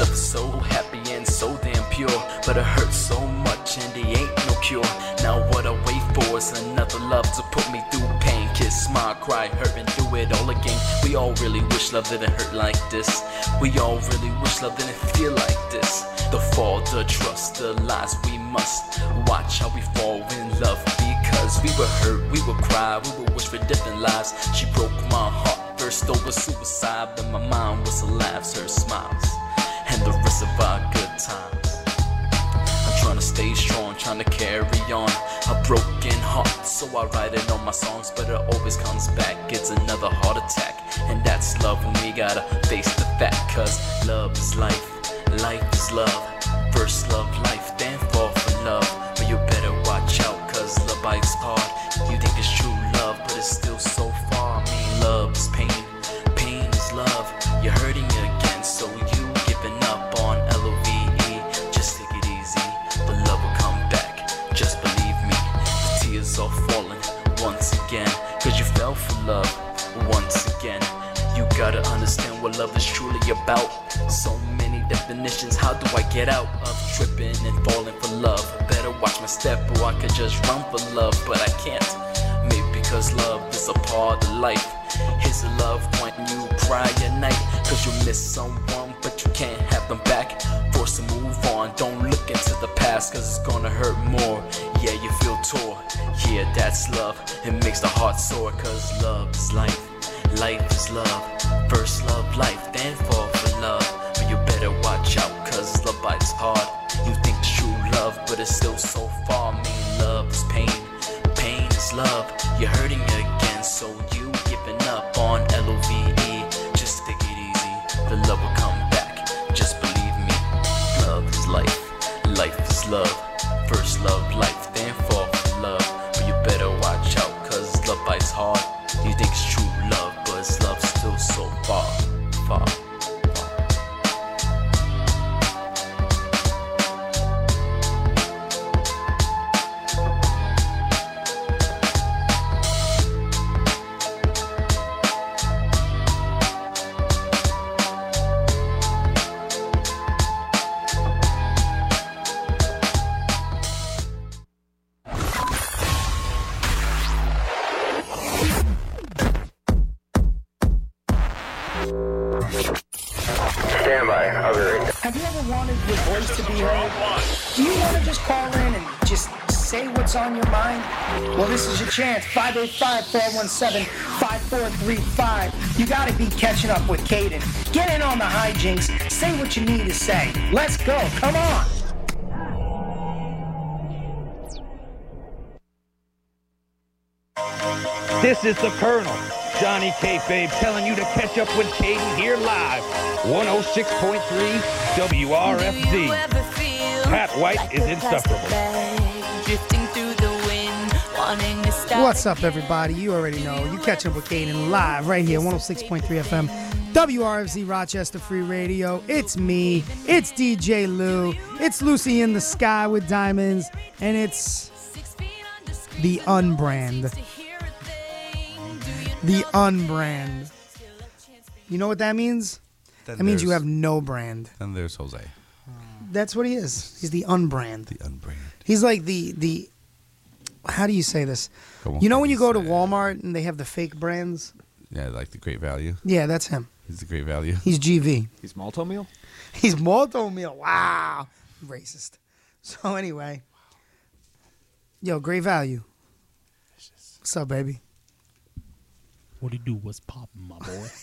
Speaker 13: Love is so happy and so damn pure, but it hurts so much and there ain't no cure. Now what I wait for is another love to put me through pain, kiss, smile, cry, hurt, and do it all again. We all really wish love didn't hurt like this. We all really wish love didn't feel like this. The fall, the trust, the lies we must watch how we fall in love because we were hurt, we would cry, we would wish for different lives. She broke my heart first over suicide, but my mind was alive, her smiles, and the rest of our good times. I'm trying to stay strong, trying to carry on. A broken heart, so I write it on my songs, but it always comes back. It's another heart attack, and that's love when we gotta face the fact. Cause love is life, life is love. First love, life, then fall for love. But you better watch out, cause love bites hard. You think it's true love, but it's still so far. I mean, love is pain, pain is love. You're hurting again, so you giving up on L O V E. Just take it easy, but love will come back. Just believe me, the tears are falling once again. Cause you fell for love once again. You gotta understand what love is truly about. So many definitions, how do I get out of tripping and falling for love? Better watch my step, or I could just run for love, but I can't. Maybe because love is a part of life. Here's a love when you cry at night. Cause you miss someone, but you can't have them back. Force to move on, don't look into the past, cause it's gonna hurt more. Yeah, you feel tore. Yeah, that's love. It makes the heart sore, cause love is life. Life is love. First love, life, then fall for love. But you better watch out, cause love bites hard. You think it's true love, but it's still so far. Mean love is pain pain is love. You're hurting again, so you giving up on L O V E. Just take it easy, the love will come back. Just believe me. Love is life, life is love. First love, life, then fall for love. But you better watch out, cause love bites hard. You think it's true love, but it's love still so far, far.
Speaker 6: Stand by. I'll be right
Speaker 14: Have you ever wanted your voice to be heard? Do you want to just call in and just say what's on your mind? Well, this is your chance. 585-417-5435. You got to be catching up with Caden. Get in on the hijinks. Say what you need to say. Let's go. Come on.
Speaker 15: This is the Colonel, Johnny Kayfabe, telling you to catch up with Caden here live, 106.3 WRFZ. Pat White is insufferable.
Speaker 4: What's up, everybody? You already know. You catch up with Caden live right here, 106.3 FM, WRFZ Rochester Free Radio. It's me, it's DJ Lou, it's Lucy in the Sky with Diamonds, and it's the Unbrand. The Unbrand. You know what that means?
Speaker 5: Then
Speaker 4: that means you
Speaker 5: there's-
Speaker 4: have no brand.
Speaker 5: And there's Jose.
Speaker 4: that's what he is. He's the unbrand. The unbrand. He's like the the. How do you say this?
Speaker 5: Come on,
Speaker 4: you know when you go to Walmart and they have the fake brands.
Speaker 5: Yeah, like the great value.
Speaker 4: Yeah, that's him.
Speaker 5: He's the great value.
Speaker 4: He's GV.
Speaker 6: He's malto meal.
Speaker 4: He's malto meal. Wow, racist. So anyway, yo, great value. What's up, baby?
Speaker 7: What it do? What's poppin', my boy?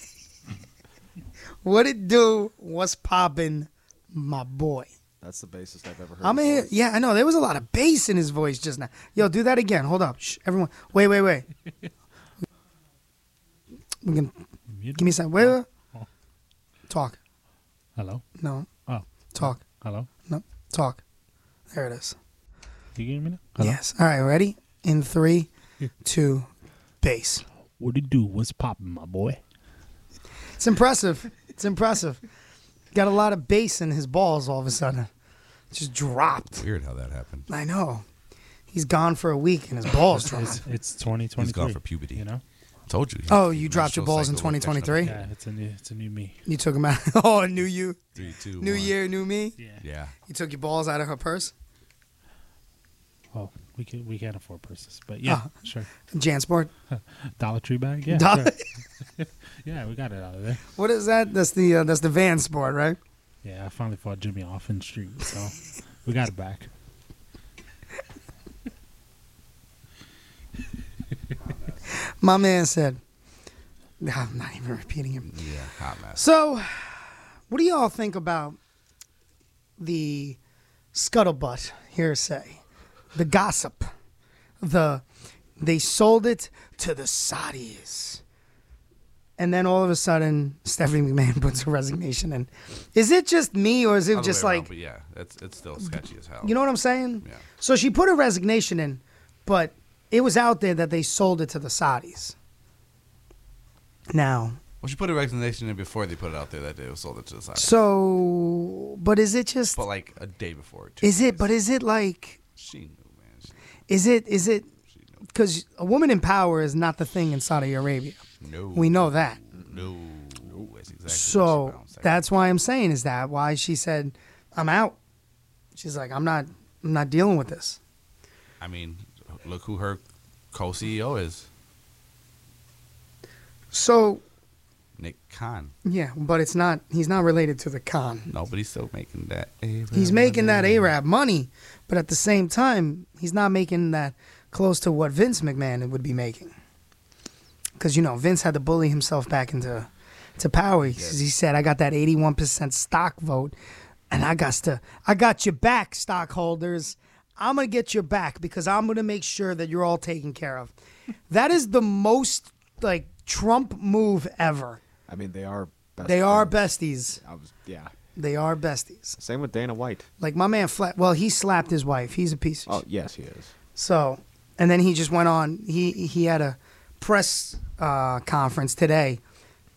Speaker 4: What it do? What's poppin', my boy?
Speaker 6: That's the basest I've ever heard.
Speaker 4: I'm in here. Yeah, I know. There was a lot of bass in his voice just now. Yo, do that again. Hold up. Shh, everyone. Wait, wait, wait. we can, give me some. Wait, wait.
Speaker 7: Oh.
Speaker 4: Talk.
Speaker 7: Hello.
Speaker 4: No.
Speaker 7: Oh.
Speaker 4: Talk.
Speaker 7: Hello.
Speaker 4: No. Talk. There it is.
Speaker 7: Do you hear me now?
Speaker 4: Yes. All right. Ready? In three, two, bass.
Speaker 7: What it do? What's poppin', my boy?
Speaker 4: It's impressive. It's impressive. Got a lot of bass in his balls all of a sudden. Just dropped.
Speaker 5: Weird how that happened.
Speaker 4: I know. He's gone for a week and his balls dropped.
Speaker 7: It's, it's 2023.
Speaker 5: He's gone for puberty.
Speaker 7: You know.
Speaker 5: Told you.
Speaker 4: Oh, you dropped your balls in 2023?
Speaker 7: Yeah, it's a new, it's a new me.
Speaker 4: You took him out. Oh, new you.
Speaker 5: Three, two,
Speaker 4: New
Speaker 5: one.
Speaker 4: year, new me.
Speaker 7: Yeah.
Speaker 5: Yeah.
Speaker 4: You took your balls out of her purse.
Speaker 7: Well, we can we can't afford purses, but yeah,
Speaker 4: Oh.
Speaker 7: sure.
Speaker 4: Jansport.
Speaker 7: Dollar Tree bag. Yeah.
Speaker 4: Dollar-
Speaker 7: sure. yeah, we got it out of there.
Speaker 4: What is that? That's the uh, that's the van sport, right?
Speaker 7: Yeah, I finally fought Jimmy off in the street, so we got it back.
Speaker 4: My man said. I'm not even repeating him.
Speaker 5: Yeah, hot mess.
Speaker 4: So, what do y'all think about the scuttlebutt hearsay, the gossip, the they sold it to the Saudis, and then all of a sudden Stephanie McMahon puts her resignation in. Is it just me, or is it
Speaker 5: Other
Speaker 4: just
Speaker 5: way around,
Speaker 4: like
Speaker 5: but yeah, it's it's still sketchy as hell.
Speaker 4: you know what I'm saying? So she put her resignation in, but it was out there that they sold it to the Saudis. Now,
Speaker 5: Well, she put a resignation in before they put it out there that day. It was sold it to the side.
Speaker 4: so but is it just
Speaker 5: But like a day before. Too.
Speaker 4: Is it? But is it like?
Speaker 5: She knew,
Speaker 4: Is it? Is it? Because a woman in power is not the thing in Saudi Arabia.
Speaker 5: No.
Speaker 4: We know that.
Speaker 5: No. No. That's exactly.
Speaker 4: so that's why I'm saying is that why she said, "I'm out." She's like, "I'm not. I'm not dealing with this."
Speaker 5: I mean, look who her co-CEO is,
Speaker 4: So
Speaker 5: Nick Khan.
Speaker 4: yeah, but it's not. He's not related to the Khan.
Speaker 5: Nobody's still making that. Arab
Speaker 4: He's making that
Speaker 5: money.
Speaker 4: Arab money, but at the same time, he's not making that close to what Vince McMahon would be making. Because you know Vince had to bully himself back into to power. He, he said, "I got that eighty-one percent stock vote, and I got to I got your back, stockholders. I'm gonna get your back because I'm gonna make sure that you're all taken care of." that is the most like Trump move ever.
Speaker 6: I mean, they are. Best
Speaker 4: they are besties.
Speaker 6: I was, yeah.
Speaker 4: They are besties.
Speaker 6: Same with Dana White.
Speaker 4: Like my man Flat. Well, he slapped his wife. He's a piece. Of
Speaker 6: Oh yes, he is.
Speaker 4: So, and then he just went on. He he had a press uh, conference today,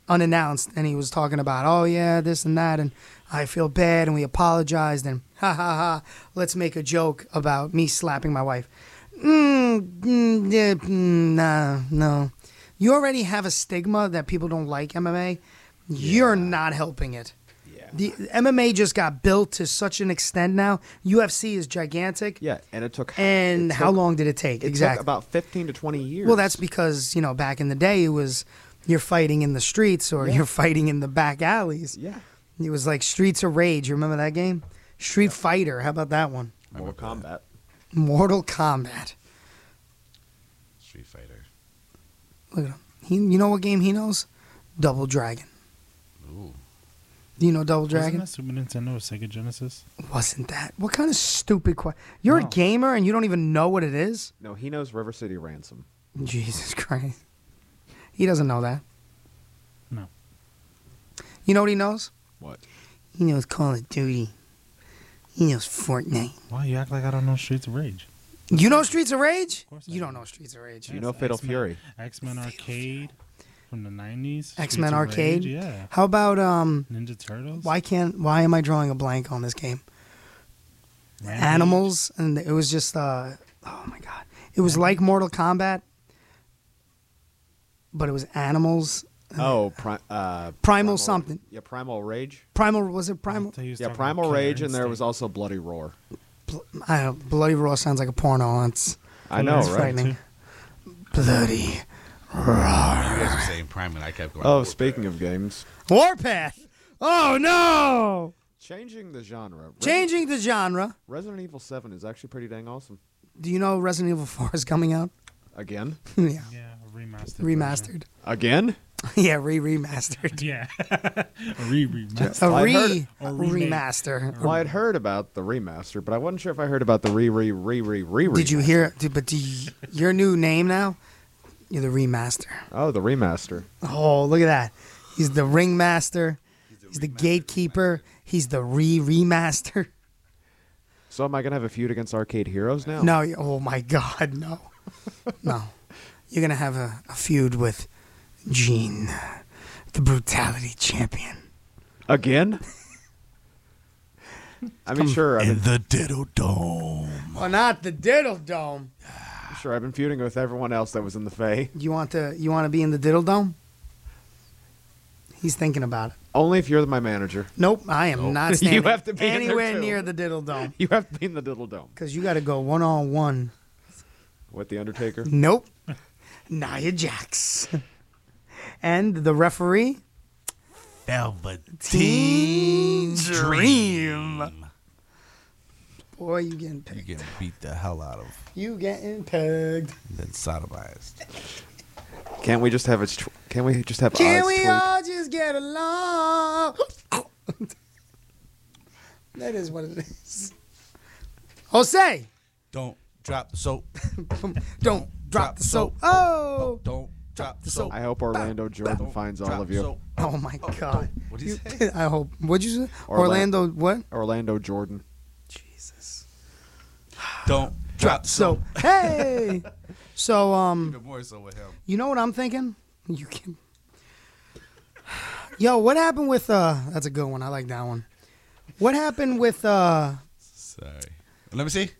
Speaker 4: unannounced, and he was talking about, oh yeah, this and that, and I feel bad, and we apologized, and ha ha ha, let's make a joke about me slapping my wife. Mm, mm, yeah, mm, nah, no. You already have a stigma that people don't like MMA. You're not helping it. The MMA just got built to such an extent now. UFC is gigantic.
Speaker 6: Yeah, and it took.
Speaker 4: And
Speaker 6: it
Speaker 4: how
Speaker 6: took-
Speaker 4: long did it take?
Speaker 6: It
Speaker 4: exactly.
Speaker 6: took about fifteen to twenty years.
Speaker 4: well, that's because you know back in the day it was you're fighting in the streets or
Speaker 6: Yeah.
Speaker 4: you're fighting in the back alleys.
Speaker 6: Yeah.
Speaker 4: It was like Streets of Rage. You remember that game? Street Fighter. How about that one?
Speaker 6: Mortal Kombat.
Speaker 4: Mortal Kombat.
Speaker 5: Street Fighter.
Speaker 4: Look at him. He, you know what game he knows? Double Dragon.
Speaker 5: Ooh.
Speaker 4: Do you know Double Dragon?
Speaker 7: Wasn't that Super Nintendo or Sega Genesis?
Speaker 4: Wasn't that? What kind of stupid question? You're a gamer and you don't even know what it is?
Speaker 6: No, he knows River City Ransom.
Speaker 4: Jesus Christ. He doesn't know that.
Speaker 7: No.
Speaker 4: You know what he knows?
Speaker 6: What?
Speaker 4: He knows Call of Duty. He knows Fortnite.
Speaker 7: Why you act like I don't know Streets of Rage?
Speaker 4: You know Streets of Rage? you don't know Streets of Rage.
Speaker 6: You know Fatal Fury.
Speaker 7: X Men Arcade from the nineties.
Speaker 4: X Men Arcade.
Speaker 7: yeah.
Speaker 4: How about um?
Speaker 7: Ninja Turtles.
Speaker 4: Why can't? Why am I drawing a blank on this game?
Speaker 7: Rampage.
Speaker 4: Animals, and it was just uh. Oh my god! It was like Mortal Kombat, but it was animals,
Speaker 6: Oh, pri- uh,
Speaker 4: Primal something.
Speaker 6: Yeah, Primal Rage.
Speaker 4: Primal was it Primal?
Speaker 6: Yeah, Primal Rage, and there was also Bloody Roar.
Speaker 4: I don't, Bloody Raw sounds like a porno. It's
Speaker 6: I know,
Speaker 4: it's
Speaker 6: right?
Speaker 4: Frightening. Bloody
Speaker 5: You
Speaker 4: Roar.
Speaker 5: guys were saying Prime, and I kept going. uh,
Speaker 6: Oh, speaking of games,
Speaker 4: Warpath. Oh no!
Speaker 6: changing the genre.
Speaker 4: Changing the genre.
Speaker 6: Resident Evil Seven is actually pretty dang awesome.
Speaker 4: Do you know Resident Evil 4 is coming out?
Speaker 6: Again.
Speaker 4: yeah.
Speaker 6: Yeah, remastered.
Speaker 4: Remastered.
Speaker 6: Again.
Speaker 4: Yeah, re remastered.
Speaker 7: yeah. re remastered.
Speaker 4: A
Speaker 6: I'd
Speaker 4: re
Speaker 6: heard-
Speaker 4: a remaster.
Speaker 6: Well, I'd heard about the remaster, but I wasn't sure if I heard about the re re re re re.
Speaker 4: Did you hear? Did, but do you, your new name now? You're the remaster.
Speaker 6: Oh, the remaster.
Speaker 4: Oh, look at that. He's the ringmaster. He's the gatekeeper. He's the re remaster.
Speaker 6: So am I gonna have a feud against Arcade Heroes now?
Speaker 4: No, you- oh my God, no. no. You're going to have a, a feud with Gene, the brutality champion.
Speaker 6: Again. I mean, sure. I've been,
Speaker 5: the Diddle Dome.
Speaker 4: Well, not the Diddle Dome.
Speaker 6: sure, I've been feuding with everyone else that was in the Fey.
Speaker 4: You want to you want to be in the Diddle Dome? He's thinking about it.
Speaker 6: Only if you're my manager.
Speaker 4: Nope, I am
Speaker 6: Nope.
Speaker 4: not
Speaker 6: You
Speaker 4: standing
Speaker 6: have to be in there,
Speaker 4: anywhere
Speaker 6: too.
Speaker 4: near the Diddle Dome
Speaker 6: You have to be in the Diddle Dome
Speaker 4: because you got to go one on one.
Speaker 6: with the Undertaker.
Speaker 4: Nope. Nia Jax. and the referee? Velveteen Dream. Boy, you getting
Speaker 5: You
Speaker 4: pegged.
Speaker 5: get beat the hell out of,
Speaker 4: You getting pegged.
Speaker 5: and then sodomized.
Speaker 6: Can't we just have a? tw- Can't we just have
Speaker 4: Can
Speaker 6: eyes
Speaker 4: we
Speaker 6: tweak?
Speaker 4: all just get along? that is what it is. Jose,
Speaker 5: Don't drop the soap.
Speaker 4: don't drop the soap. Oh,
Speaker 5: Don't drop the soap.
Speaker 6: I hope Orlando Jordan finds all of you.
Speaker 5: soap.
Speaker 4: oh my God.
Speaker 5: What do you say?
Speaker 4: I hope. What'd you say?
Speaker 6: Orla-
Speaker 4: Orlando, what?
Speaker 6: Orlando Jordan.
Speaker 4: Jesus.
Speaker 5: Don't drop the soap.
Speaker 4: So hey, so um,
Speaker 5: Even more so with him.
Speaker 4: you know what I'm thinking? You can. Yo, what happened with uh? That's a good one. I like that one. What happened with uh?
Speaker 5: Sorry. Let me see.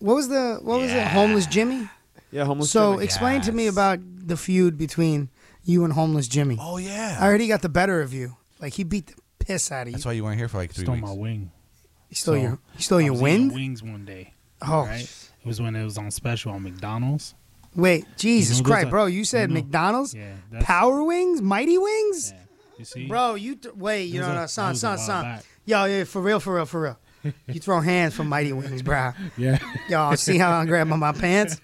Speaker 4: What was the what was it? Homeless Jimmy.
Speaker 6: Yeah, homeless.
Speaker 4: so
Speaker 6: Jimmy.
Speaker 4: explain to me about the feud between you and homeless Jimmy.
Speaker 5: Oh yeah.
Speaker 4: I heard he got the better of you. Like he beat the piss out of you.
Speaker 5: That's why you weren't here for like three
Speaker 7: Stole
Speaker 5: weeks.
Speaker 7: my wing.
Speaker 4: He stole
Speaker 7: so
Speaker 4: your he stole
Speaker 7: I
Speaker 4: your
Speaker 7: was eating
Speaker 4: wind.
Speaker 7: Wings one day.
Speaker 4: Oh
Speaker 7: right? It was when it was on special on McDonald's.
Speaker 4: wait, Jesus
Speaker 7: You know,
Speaker 4: Christ,
Speaker 7: those are-
Speaker 4: bro! You said
Speaker 7: you know,
Speaker 4: McDonald's,
Speaker 7: yeah, that's-
Speaker 4: Power Wings, Mighty Wings.
Speaker 7: You see,
Speaker 4: Bro, you th- wait, you
Speaker 7: Those
Speaker 4: know,
Speaker 7: are-
Speaker 4: no, son,
Speaker 7: those
Speaker 4: son,
Speaker 7: are wild
Speaker 4: son.
Speaker 7: back.
Speaker 4: Yo, yeah, for real, for real, for real. You throw hands from Mighty Wings, bro.
Speaker 7: Yeah.
Speaker 4: Y'all see how I'm grabbing my pants?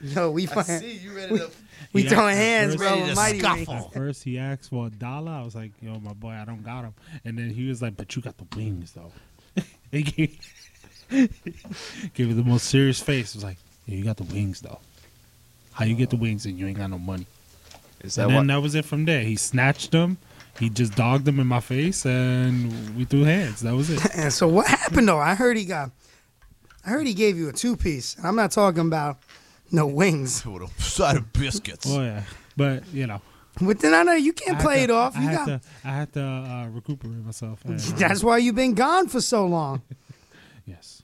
Speaker 4: Yo, we fucking,
Speaker 5: you ready to
Speaker 4: we
Speaker 7: Yeah,
Speaker 4: throwing
Speaker 7: at
Speaker 4: hands,
Speaker 7: first-
Speaker 4: bro.
Speaker 5: Ready
Speaker 4: With
Speaker 5: to
Speaker 4: Mighty
Speaker 5: scuffle.
Speaker 4: Wings.
Speaker 7: At first, he asked for a dollar. I was like, "Yo, my boy, I don't got him." And then he was like, "But you got the wings, though." he gave, gave it the most serious face. He was like, yeah, "You got the wings, though. How you get the wings and you ain't got no money?"
Speaker 6: Is
Speaker 7: And
Speaker 6: that
Speaker 7: then
Speaker 6: what?
Speaker 7: that was it from there. He snatched them. He just dogged them in my face, and we threw hands. That was it.
Speaker 4: And so what happened though? I heard he got, I heard he gave you a two piece. I'm not talking about no wings.
Speaker 5: with a side of biscuits?
Speaker 7: oh yeah, but you know,
Speaker 4: But then I know you
Speaker 7: I
Speaker 4: can't
Speaker 7: had
Speaker 4: play
Speaker 7: to-
Speaker 4: it off.
Speaker 7: I
Speaker 4: You
Speaker 7: had
Speaker 4: got,
Speaker 7: to, I had to uh, recuperate myself. And,
Speaker 4: that's why you've been gone for so long.
Speaker 7: yes.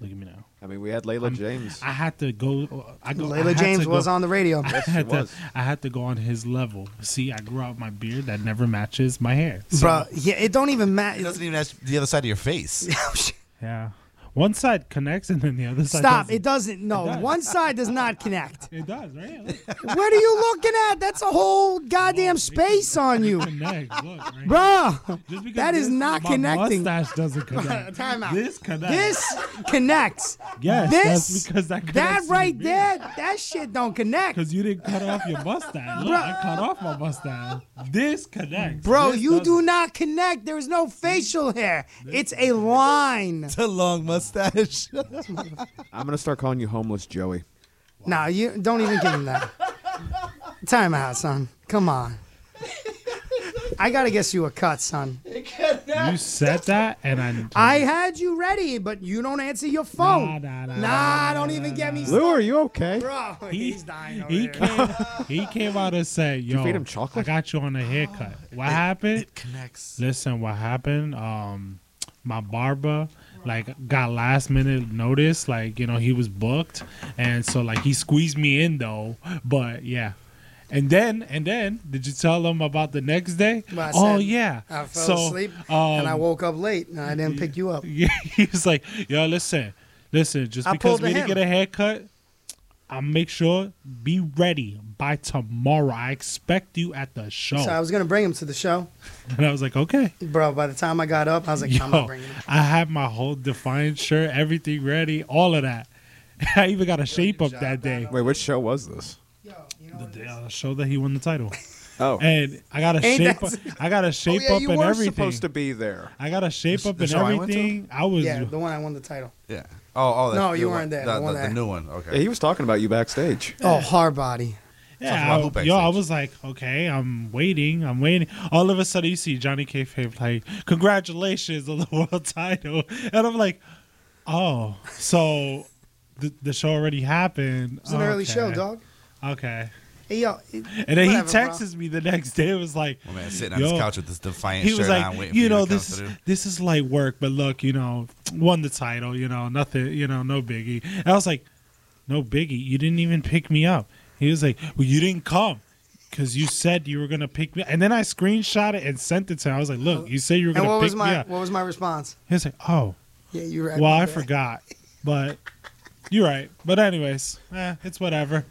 Speaker 7: Look at me now.
Speaker 6: I mean, we had Layla James.
Speaker 7: I had to go. I go. I
Speaker 4: Layla
Speaker 7: had
Speaker 4: James
Speaker 7: to
Speaker 4: was
Speaker 7: go-
Speaker 4: on the radio.
Speaker 7: I had, to,
Speaker 6: was.
Speaker 7: I had to go on his level. See, I grew out my beard that never matches my hair. So,
Speaker 4: Bro, yeah, it don't even Oh,
Speaker 5: It
Speaker 4: matter.
Speaker 5: doesn't even ask the other side of your face.
Speaker 7: yeah, one side connects and then the other side.
Speaker 4: Stop.
Speaker 7: doesn't.
Speaker 4: It doesn't. No,
Speaker 7: does.
Speaker 4: one side does not connect.
Speaker 7: It does, right? Look,
Speaker 4: What are you looking at? That's a whole goddamn space on you.
Speaker 7: connects, look, right?
Speaker 4: Bro,
Speaker 7: Just because
Speaker 4: that is
Speaker 7: this-
Speaker 4: not
Speaker 7: my
Speaker 4: connecting.
Speaker 7: Mustache doesn't connect.
Speaker 4: Time out.
Speaker 7: This connects.
Speaker 4: This connects.
Speaker 7: Yes, that's
Speaker 4: This.
Speaker 7: because that
Speaker 4: That
Speaker 7: connects to
Speaker 4: right
Speaker 7: me.
Speaker 4: there, that shit don't connect.
Speaker 7: Because you didn't cut off your mustache. Look, I cut off my mustache. This connects.
Speaker 4: Bro,
Speaker 7: This
Speaker 4: you do
Speaker 7: doesn't.
Speaker 4: not connect. There is no facial hair. It's a line.
Speaker 5: the long mustache.
Speaker 6: I'm gonna start calling you homeless Joey.
Speaker 4: Nah, you don't even give him that. Time out, son. Come on. I gotta guess you a cut, son.
Speaker 7: You said that, and I.
Speaker 4: I had you ready, but you don't answer your phone.
Speaker 7: Nah, nah, nah,
Speaker 4: Nah, don't even get me
Speaker 6: Lou, are you okay?
Speaker 4: Bro,
Speaker 7: He-
Speaker 4: he's dying over
Speaker 7: He
Speaker 4: here.
Speaker 7: came, he came out and said, "Yo,
Speaker 6: feed him chocolate?
Speaker 7: I got you on a haircut. What happened?
Speaker 5: Connects.
Speaker 7: Listen, what happened? Um, my barber like got last minute notice. Like you know he was booked, and so like he squeezed me in though. But yeah, And then, and then, did you tell them about the next day?
Speaker 4: Well, I
Speaker 7: oh
Speaker 4: said
Speaker 7: yeah.
Speaker 4: I fell
Speaker 7: so,
Speaker 4: asleep
Speaker 7: um,
Speaker 4: and I woke up late and I didn't pick you up.
Speaker 7: Yeah, he was like, "Yo, listen, listen. Just
Speaker 4: I
Speaker 7: because
Speaker 4: pulled
Speaker 7: we
Speaker 4: a
Speaker 7: didn't
Speaker 4: him.
Speaker 7: get a haircut, I'll make sure be ready by tomorrow. I expect you at the show."
Speaker 4: So I was gonna bring him to the show,
Speaker 7: and I was like, "Okay,
Speaker 4: bro." By the time I got up, I was like,
Speaker 7: Yo,
Speaker 4: "I'm not bringing him."
Speaker 7: I had my whole Defiant shirt, everything ready, all of that. I even got a shape up that day.
Speaker 6: Wait, which show was this?
Speaker 7: The day- uh, show that he won the title.
Speaker 6: Oh,
Speaker 7: and I got a
Speaker 6: Ain't
Speaker 7: shape. Up,
Speaker 6: that-
Speaker 7: I
Speaker 4: Oh,
Speaker 7: got a shape
Speaker 6: yeah,
Speaker 7: up
Speaker 6: you
Speaker 7: and
Speaker 6: were
Speaker 7: everything.
Speaker 6: supposed to be there.
Speaker 7: I got a shape up
Speaker 6: the
Speaker 7: and
Speaker 6: show I went to?
Speaker 7: everything. I was.
Speaker 4: yeah, the one I won the title.
Speaker 5: Yeah. Oh, oh.
Speaker 4: No,
Speaker 5: the
Speaker 4: you
Speaker 5: one-
Speaker 4: weren't there.
Speaker 5: The,
Speaker 4: The one
Speaker 5: the-
Speaker 4: that-
Speaker 5: the new one. Okay.
Speaker 6: Yeah, he was talking about you backstage.
Speaker 4: Oh, hard body.
Speaker 7: Yeah, I- yo, I was like, okay, I'm waiting, I'm waiting. All of a sudden, you see Johnny Kayfabe like, congratulations on the world title, and I'm like, oh, so the, the show already happened.
Speaker 4: It's an early
Speaker 7: Okay.
Speaker 4: show, dog.
Speaker 7: Okay.
Speaker 4: Hey, yo,
Speaker 7: And then
Speaker 4: whatever,
Speaker 7: he
Speaker 4: bro.
Speaker 7: texts me the next day. It was like,
Speaker 5: My man sitting on his
Speaker 7: yo,
Speaker 5: couch with this defiant
Speaker 7: he was
Speaker 5: shirt
Speaker 7: like,
Speaker 5: on, waiting for
Speaker 7: you
Speaker 5: you
Speaker 7: know,
Speaker 5: to come
Speaker 7: this
Speaker 5: through.
Speaker 7: this is light work, but look, you know, won the title, you know, nothing, you know, no biggie. And I was like, no biggie, you didn't even pick me up. He was like, well, you didn't come because you said you were gonna pick me. And then I screenshot it and sent it to him. I was like, look, you said you were
Speaker 4: Uh, And
Speaker 7: gonna
Speaker 4: what
Speaker 7: pick
Speaker 4: was
Speaker 7: me
Speaker 4: my
Speaker 7: up.
Speaker 4: what was my response?
Speaker 7: He was like, oh,
Speaker 4: Yeah, you were.
Speaker 7: well, I forgot, but you're right. But anyways, eh, it's whatever.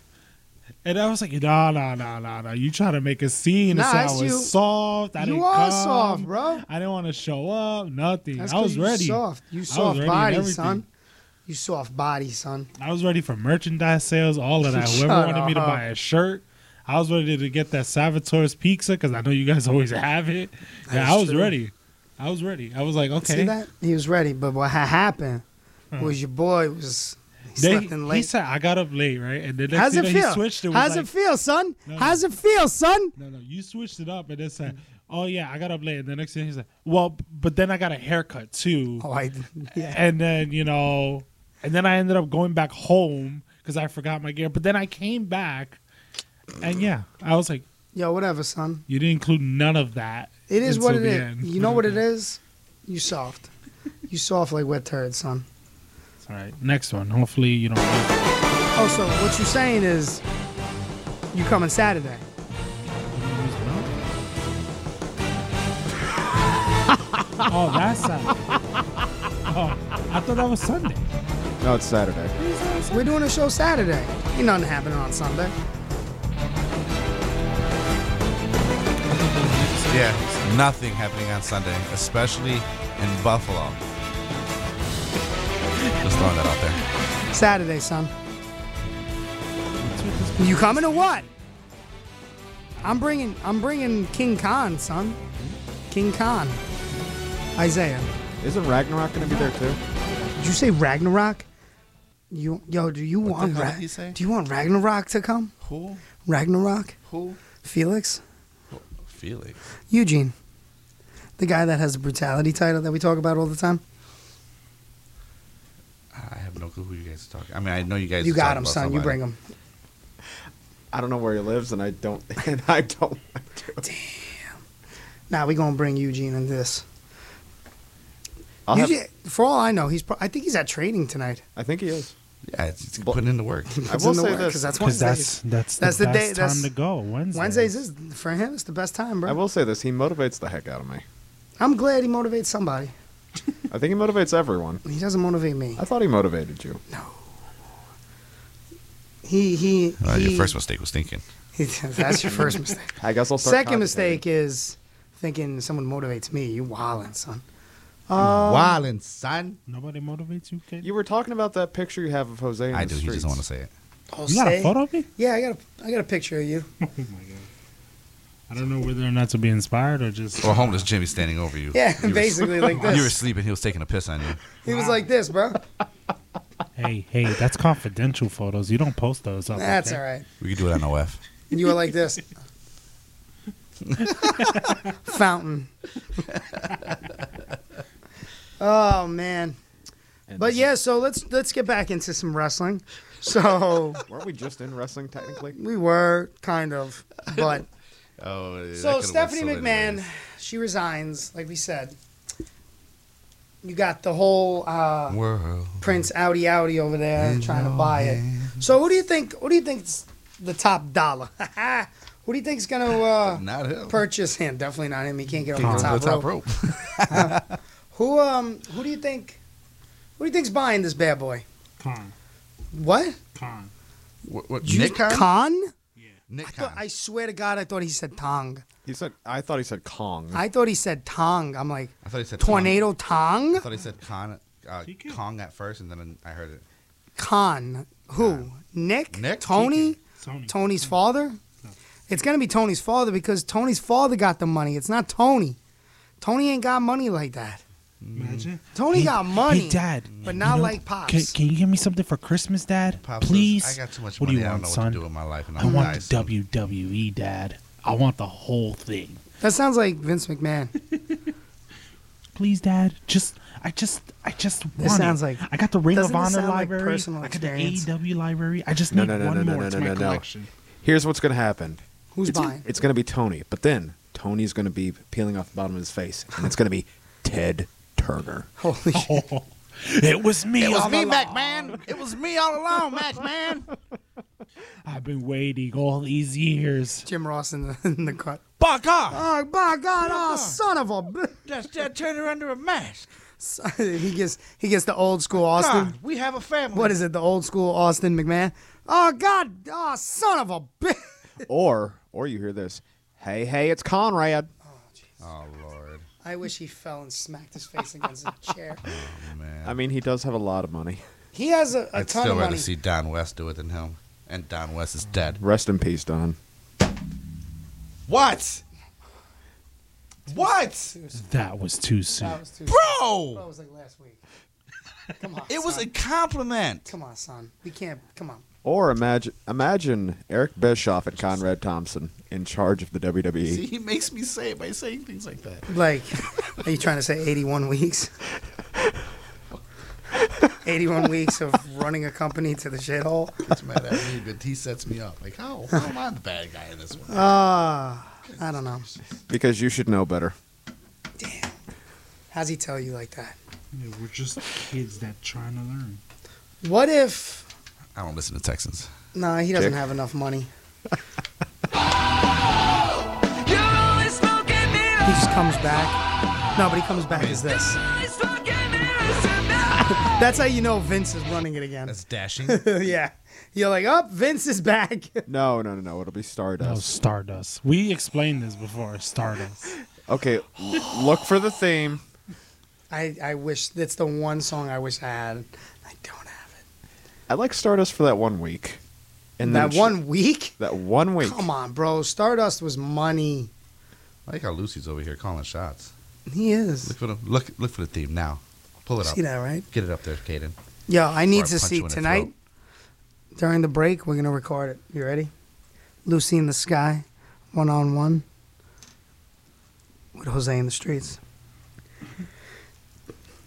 Speaker 7: And I was like, no, no, no, no, no. You trying to make a scene?
Speaker 4: Nah,
Speaker 7: so I
Speaker 4: it's
Speaker 7: was
Speaker 4: you.
Speaker 7: soft. I
Speaker 4: You
Speaker 7: didn't
Speaker 4: are
Speaker 7: come.
Speaker 4: soft, bro.
Speaker 7: I didn't want to show up. Nothing.
Speaker 4: That's
Speaker 7: I
Speaker 4: 'cause
Speaker 7: was
Speaker 4: you
Speaker 7: ready.
Speaker 4: Soft.
Speaker 7: I
Speaker 4: You
Speaker 7: was
Speaker 4: soft
Speaker 7: ready and
Speaker 4: body,
Speaker 7: everything.
Speaker 4: son. You soft body, son.
Speaker 7: I was ready for merchandise sales, all of that. Whoever
Speaker 4: Shut
Speaker 7: wanted me to
Speaker 4: up.
Speaker 7: buy a shirt, I was ready to get that Salvatore's Pizza because I know you guys always have it.
Speaker 4: That's
Speaker 7: Yeah, I was
Speaker 4: true.
Speaker 7: ready. I was ready. I was like, okay.
Speaker 4: See that? He was ready, but what ha- happened was your boy was he
Speaker 7: Then
Speaker 4: slept in
Speaker 7: He
Speaker 4: late.
Speaker 7: said, I got up late, right? And then next
Speaker 4: How's
Speaker 7: thing
Speaker 4: it
Speaker 7: that he
Speaker 4: feel?
Speaker 7: switched it. was
Speaker 4: How's
Speaker 7: like,
Speaker 4: it feel, son?
Speaker 7: No, no.
Speaker 4: How's it feel, son?
Speaker 7: No, no, you switched it up and then said, "Oh yeah, I got up late." And the next thing he's like, "Well, b- but then I got a haircut too."
Speaker 4: Oh, I, yeah.
Speaker 7: And then you know, and then I ended up going back home because I forgot my gear. But then I came back, and yeah, I was like,
Speaker 4: Yo, whatever, son.
Speaker 7: "You didn't include none of that."
Speaker 4: It is what it
Speaker 7: until
Speaker 4: is.
Speaker 7: the end."
Speaker 4: You know what it is? You soft. You soft like wet turd, son.
Speaker 7: All right, next one. Hopefully you don't.
Speaker 4: Oh, so what you're saying is you coming Saturday?
Speaker 7: oh, that's sad. Oh, I thought that was Sunday.
Speaker 6: No, it's Saturday.
Speaker 4: We're doing a show Saturday. Ain't nothing happening on Sunday.
Speaker 5: Yeah, nothing happening on Sunday, especially in Buffalo. Just throwing that out there.
Speaker 4: Saturday, son. You coming or what? I'm bringing. I'm bringing King Khan, son. King Khan. Isaiah.
Speaker 6: Isn't Ragnarok going to be there too?
Speaker 4: Did you say Ragnarok? You yo, do you want
Speaker 5: hell
Speaker 4: Ra-
Speaker 5: did he say?
Speaker 4: Do you want Ragnarok to come?
Speaker 5: Who?
Speaker 4: Ragnarok?
Speaker 5: Who?
Speaker 4: Felix?
Speaker 5: Felix.
Speaker 4: Eugene. The guy that has the brutality title that we talk about all the time.
Speaker 5: I have no clue who you guys are talking. I mean, I know you guys.
Speaker 4: you
Speaker 5: are
Speaker 4: got
Speaker 5: talking
Speaker 4: him,
Speaker 5: about
Speaker 4: son. You
Speaker 5: somebody.
Speaker 4: bring him.
Speaker 6: I don't know where he lives, and I don't. And I don't.
Speaker 4: Nah, we gonna bring Eugene in this.
Speaker 6: I'll have-
Speaker 4: Eugene, for all I know, he's. Pro- I think he's at training tonight.
Speaker 6: I think he is.
Speaker 5: Yeah, it's, it's putting in the work.
Speaker 6: I will say this.
Speaker 4: because that's
Speaker 7: 'Cause
Speaker 4: Wednesday.
Speaker 7: that's- that's the best time to go, Wednesdays.
Speaker 4: Wednesdays is for him. It's the best time, bro.
Speaker 6: I will say this. He motivates the heck out of me.
Speaker 4: I'm glad he motivates somebody.
Speaker 6: I think he motivates everyone.
Speaker 4: He doesn't motivate me.
Speaker 6: I thought he motivated you.
Speaker 4: He he.
Speaker 5: Uh,
Speaker 4: he
Speaker 5: your first mistake was thinking.
Speaker 4: that's your first mistake.
Speaker 6: I guess I'll start.
Speaker 4: Second
Speaker 6: commentating.
Speaker 4: mistake is thinking someone motivates me. You wildin', son. Um,
Speaker 5: Wildin', son.
Speaker 7: Nobody motivates you, kid.
Speaker 6: You were talking about that picture you have of Jose. In
Speaker 5: I
Speaker 6: the
Speaker 5: do. He
Speaker 6: Streets.
Speaker 5: just want to say it.
Speaker 4: Don't
Speaker 7: You got a
Speaker 4: say-
Speaker 7: photo of me? Oh
Speaker 4: Yeah, I got a I got a picture of you.
Speaker 7: I don't know whether or not to be inspired or just.
Speaker 5: Or homeless Jimmy standing over you.
Speaker 4: Yeah,
Speaker 5: You were-
Speaker 4: basically like
Speaker 5: You were
Speaker 4: this.
Speaker 5: sleeping. He was taking a piss on you.
Speaker 4: He was like this, bro.
Speaker 7: Hey, hey, that's confidential photos. You don't post those up.
Speaker 4: That's
Speaker 7: okay?
Speaker 4: all right.
Speaker 5: We could do it on OF.
Speaker 4: You were like this. Fountain. oh man. But yeah, so let's let's get back into some wrestling. So
Speaker 6: Weren't we just in wrestling technically?
Speaker 4: we were kind of, but
Speaker 5: Oh, yeah, that
Speaker 4: so
Speaker 5: could've
Speaker 4: Stephanie
Speaker 5: went so
Speaker 4: McMahon,
Speaker 5: many ways.
Speaker 4: she resigns, like we said. You got the whole uh,
Speaker 5: World.
Speaker 4: Prince Audi Audi over there trying to buy it. So who do you think? Who do you think's the top dollar. Who do you think's gonna uh,
Speaker 5: Not him.
Speaker 4: purchase him? Definitely not him. He can't get
Speaker 5: Can't
Speaker 4: on
Speaker 5: get
Speaker 4: the
Speaker 5: over
Speaker 4: top,
Speaker 5: the top
Speaker 4: rope. who um who do you think who do you think's buying this bad boy?
Speaker 7: Con.
Speaker 4: What?
Speaker 7: Con.
Speaker 5: What, what,
Speaker 4: You-
Speaker 5: Nick Khan?
Speaker 4: Yeah. I, thought, I swear to God, I thought he said Tong.
Speaker 6: He said, I thought he said Kong.
Speaker 4: I thought he said Tong. I'm like,
Speaker 5: I thought he said
Speaker 4: tornado Tong.
Speaker 5: I thought he said Con, uh, Kong at first, and then I heard it.
Speaker 4: Con. Who? Nick?
Speaker 5: Nick?
Speaker 4: Tony? Tony's father? It's going to be Tony's father because Tony's father got the money. It's not Tony. Tony ain't got money like that.
Speaker 7: Imagine.
Speaker 4: Tony
Speaker 7: Hey-
Speaker 4: got money.
Speaker 7: Hey, Dad.
Speaker 4: But
Speaker 7: you
Speaker 4: not
Speaker 7: know,
Speaker 4: like Pops.
Speaker 7: Can, can you give me something for Christmas, Dad?
Speaker 5: Pops says,
Speaker 7: Please.
Speaker 5: "I got too much
Speaker 7: what
Speaker 5: money.
Speaker 7: do you
Speaker 5: I don't
Speaker 7: want,
Speaker 5: know what to
Speaker 7: son?
Speaker 5: do with my life, and
Speaker 7: I
Speaker 5: I'm
Speaker 7: want
Speaker 5: gonna
Speaker 7: the
Speaker 5: die soon."
Speaker 7: WWE, Dad. I want the whole thing.
Speaker 4: That sounds like Vince McMahon.
Speaker 7: Please, Dad. Just, I just, I just want.
Speaker 4: This sounds
Speaker 7: it.
Speaker 4: like-
Speaker 7: I got the Ring
Speaker 4: doesn't
Speaker 7: of
Speaker 4: it
Speaker 7: Honor
Speaker 4: sound like
Speaker 7: library.
Speaker 4: personal
Speaker 7: I got the E
Speaker 4: experience?
Speaker 7: AEW library. I just
Speaker 6: no,
Speaker 7: need
Speaker 6: no, no,
Speaker 7: one
Speaker 6: no, no,
Speaker 7: more
Speaker 6: no,
Speaker 7: to
Speaker 6: no,
Speaker 7: my
Speaker 6: no, no.
Speaker 7: collection.
Speaker 6: Here's what's going to happen.
Speaker 4: Who's
Speaker 6: it's,
Speaker 4: buying?
Speaker 6: It's going to be Tony, but then Tony's going to be peeling off the bottom of his face, and it's going to be Ted Turner.
Speaker 4: Holy
Speaker 7: shit. It was me.
Speaker 5: It was
Speaker 7: E. all
Speaker 5: me,
Speaker 7: along.
Speaker 5: Mac Man. It was me all along, Mac Man.
Speaker 7: I've been waiting all these years.
Speaker 4: Jim Ross in the, in the cut.
Speaker 5: By God.
Speaker 4: Oh, by God. Oh, son of a. b-
Speaker 5: That's Ted Turner under a mask.
Speaker 4: he gets he gets the old school Austin.
Speaker 5: God, we have a family.
Speaker 4: What is it? The old school Austin McMahon. Oh God! Oh son of a bitch!
Speaker 6: or, or you hear this, hey, hey, it's Conrad.
Speaker 5: Oh Lord.
Speaker 4: I wish he fell and smacked his face against a chair.
Speaker 6: I mean, he does have a lot of money.
Speaker 4: He has a, a
Speaker 5: I'd
Speaker 4: ton
Speaker 5: still
Speaker 4: of
Speaker 5: rather
Speaker 4: money.
Speaker 5: see Don West do it than him. And Don West is dead.
Speaker 6: Rest in peace, Don.
Speaker 5: What? What?
Speaker 7: That was too soon.
Speaker 5: Oh.
Speaker 4: That was too
Speaker 5: Bro!
Speaker 4: That was like last week. Come on.
Speaker 5: It was
Speaker 4: son.
Speaker 5: a compliment.
Speaker 4: Come on, son. We can't. Come on.
Speaker 6: Or imagine, imagine Eric Bischoff and Conrad Thompson in charge of the E, WWE.
Speaker 5: See, he makes me say it by saying things like that.
Speaker 4: Like, are you trying to say 81 weeks? 81 weeks of running a company to the shithole.
Speaker 5: It's mad at me, but he sets me up. Like, how, how am I the bad guy in this one?
Speaker 4: Ah, I don't know.
Speaker 6: Because you should know better.
Speaker 4: How's he tell you like that?
Speaker 7: Yeah, we're just kids that trying to learn.
Speaker 4: What if?
Speaker 5: I don't listen to Texans.
Speaker 4: Nah, he doesn't
Speaker 5: Chick.
Speaker 4: have enough money. he just comes back. No, but he comes back as this. That's how you know Vince is running it again. That's
Speaker 5: dashing.
Speaker 4: yeah. You're like, oh, Vince is back.
Speaker 6: No, no, no, no. It'll be Stardust.
Speaker 7: No, Stardust. We explained this before. Stardust.
Speaker 6: Okay, l- look for the theme.
Speaker 4: I, I wish that's the one song I wish I had.
Speaker 6: I like Stardust for that one week. then
Speaker 4: that
Speaker 6: it sh-
Speaker 4: one week?
Speaker 6: That one week.
Speaker 4: Come on, bro. Stardust was money.
Speaker 5: I like how Lucy's over here calling shots.
Speaker 4: He is.
Speaker 5: Look for the look look for the theme now. Pull it up.
Speaker 4: See that, right?
Speaker 5: Get it up there, Caden.
Speaker 4: Yeah, I need
Speaker 5: Or
Speaker 4: to
Speaker 5: punch
Speaker 4: see
Speaker 5: you in the
Speaker 4: tonight.
Speaker 5: throat.
Speaker 4: During the break, we're gonna record it. You ready? Lucy in the sky, one on one, with Jose in the streets.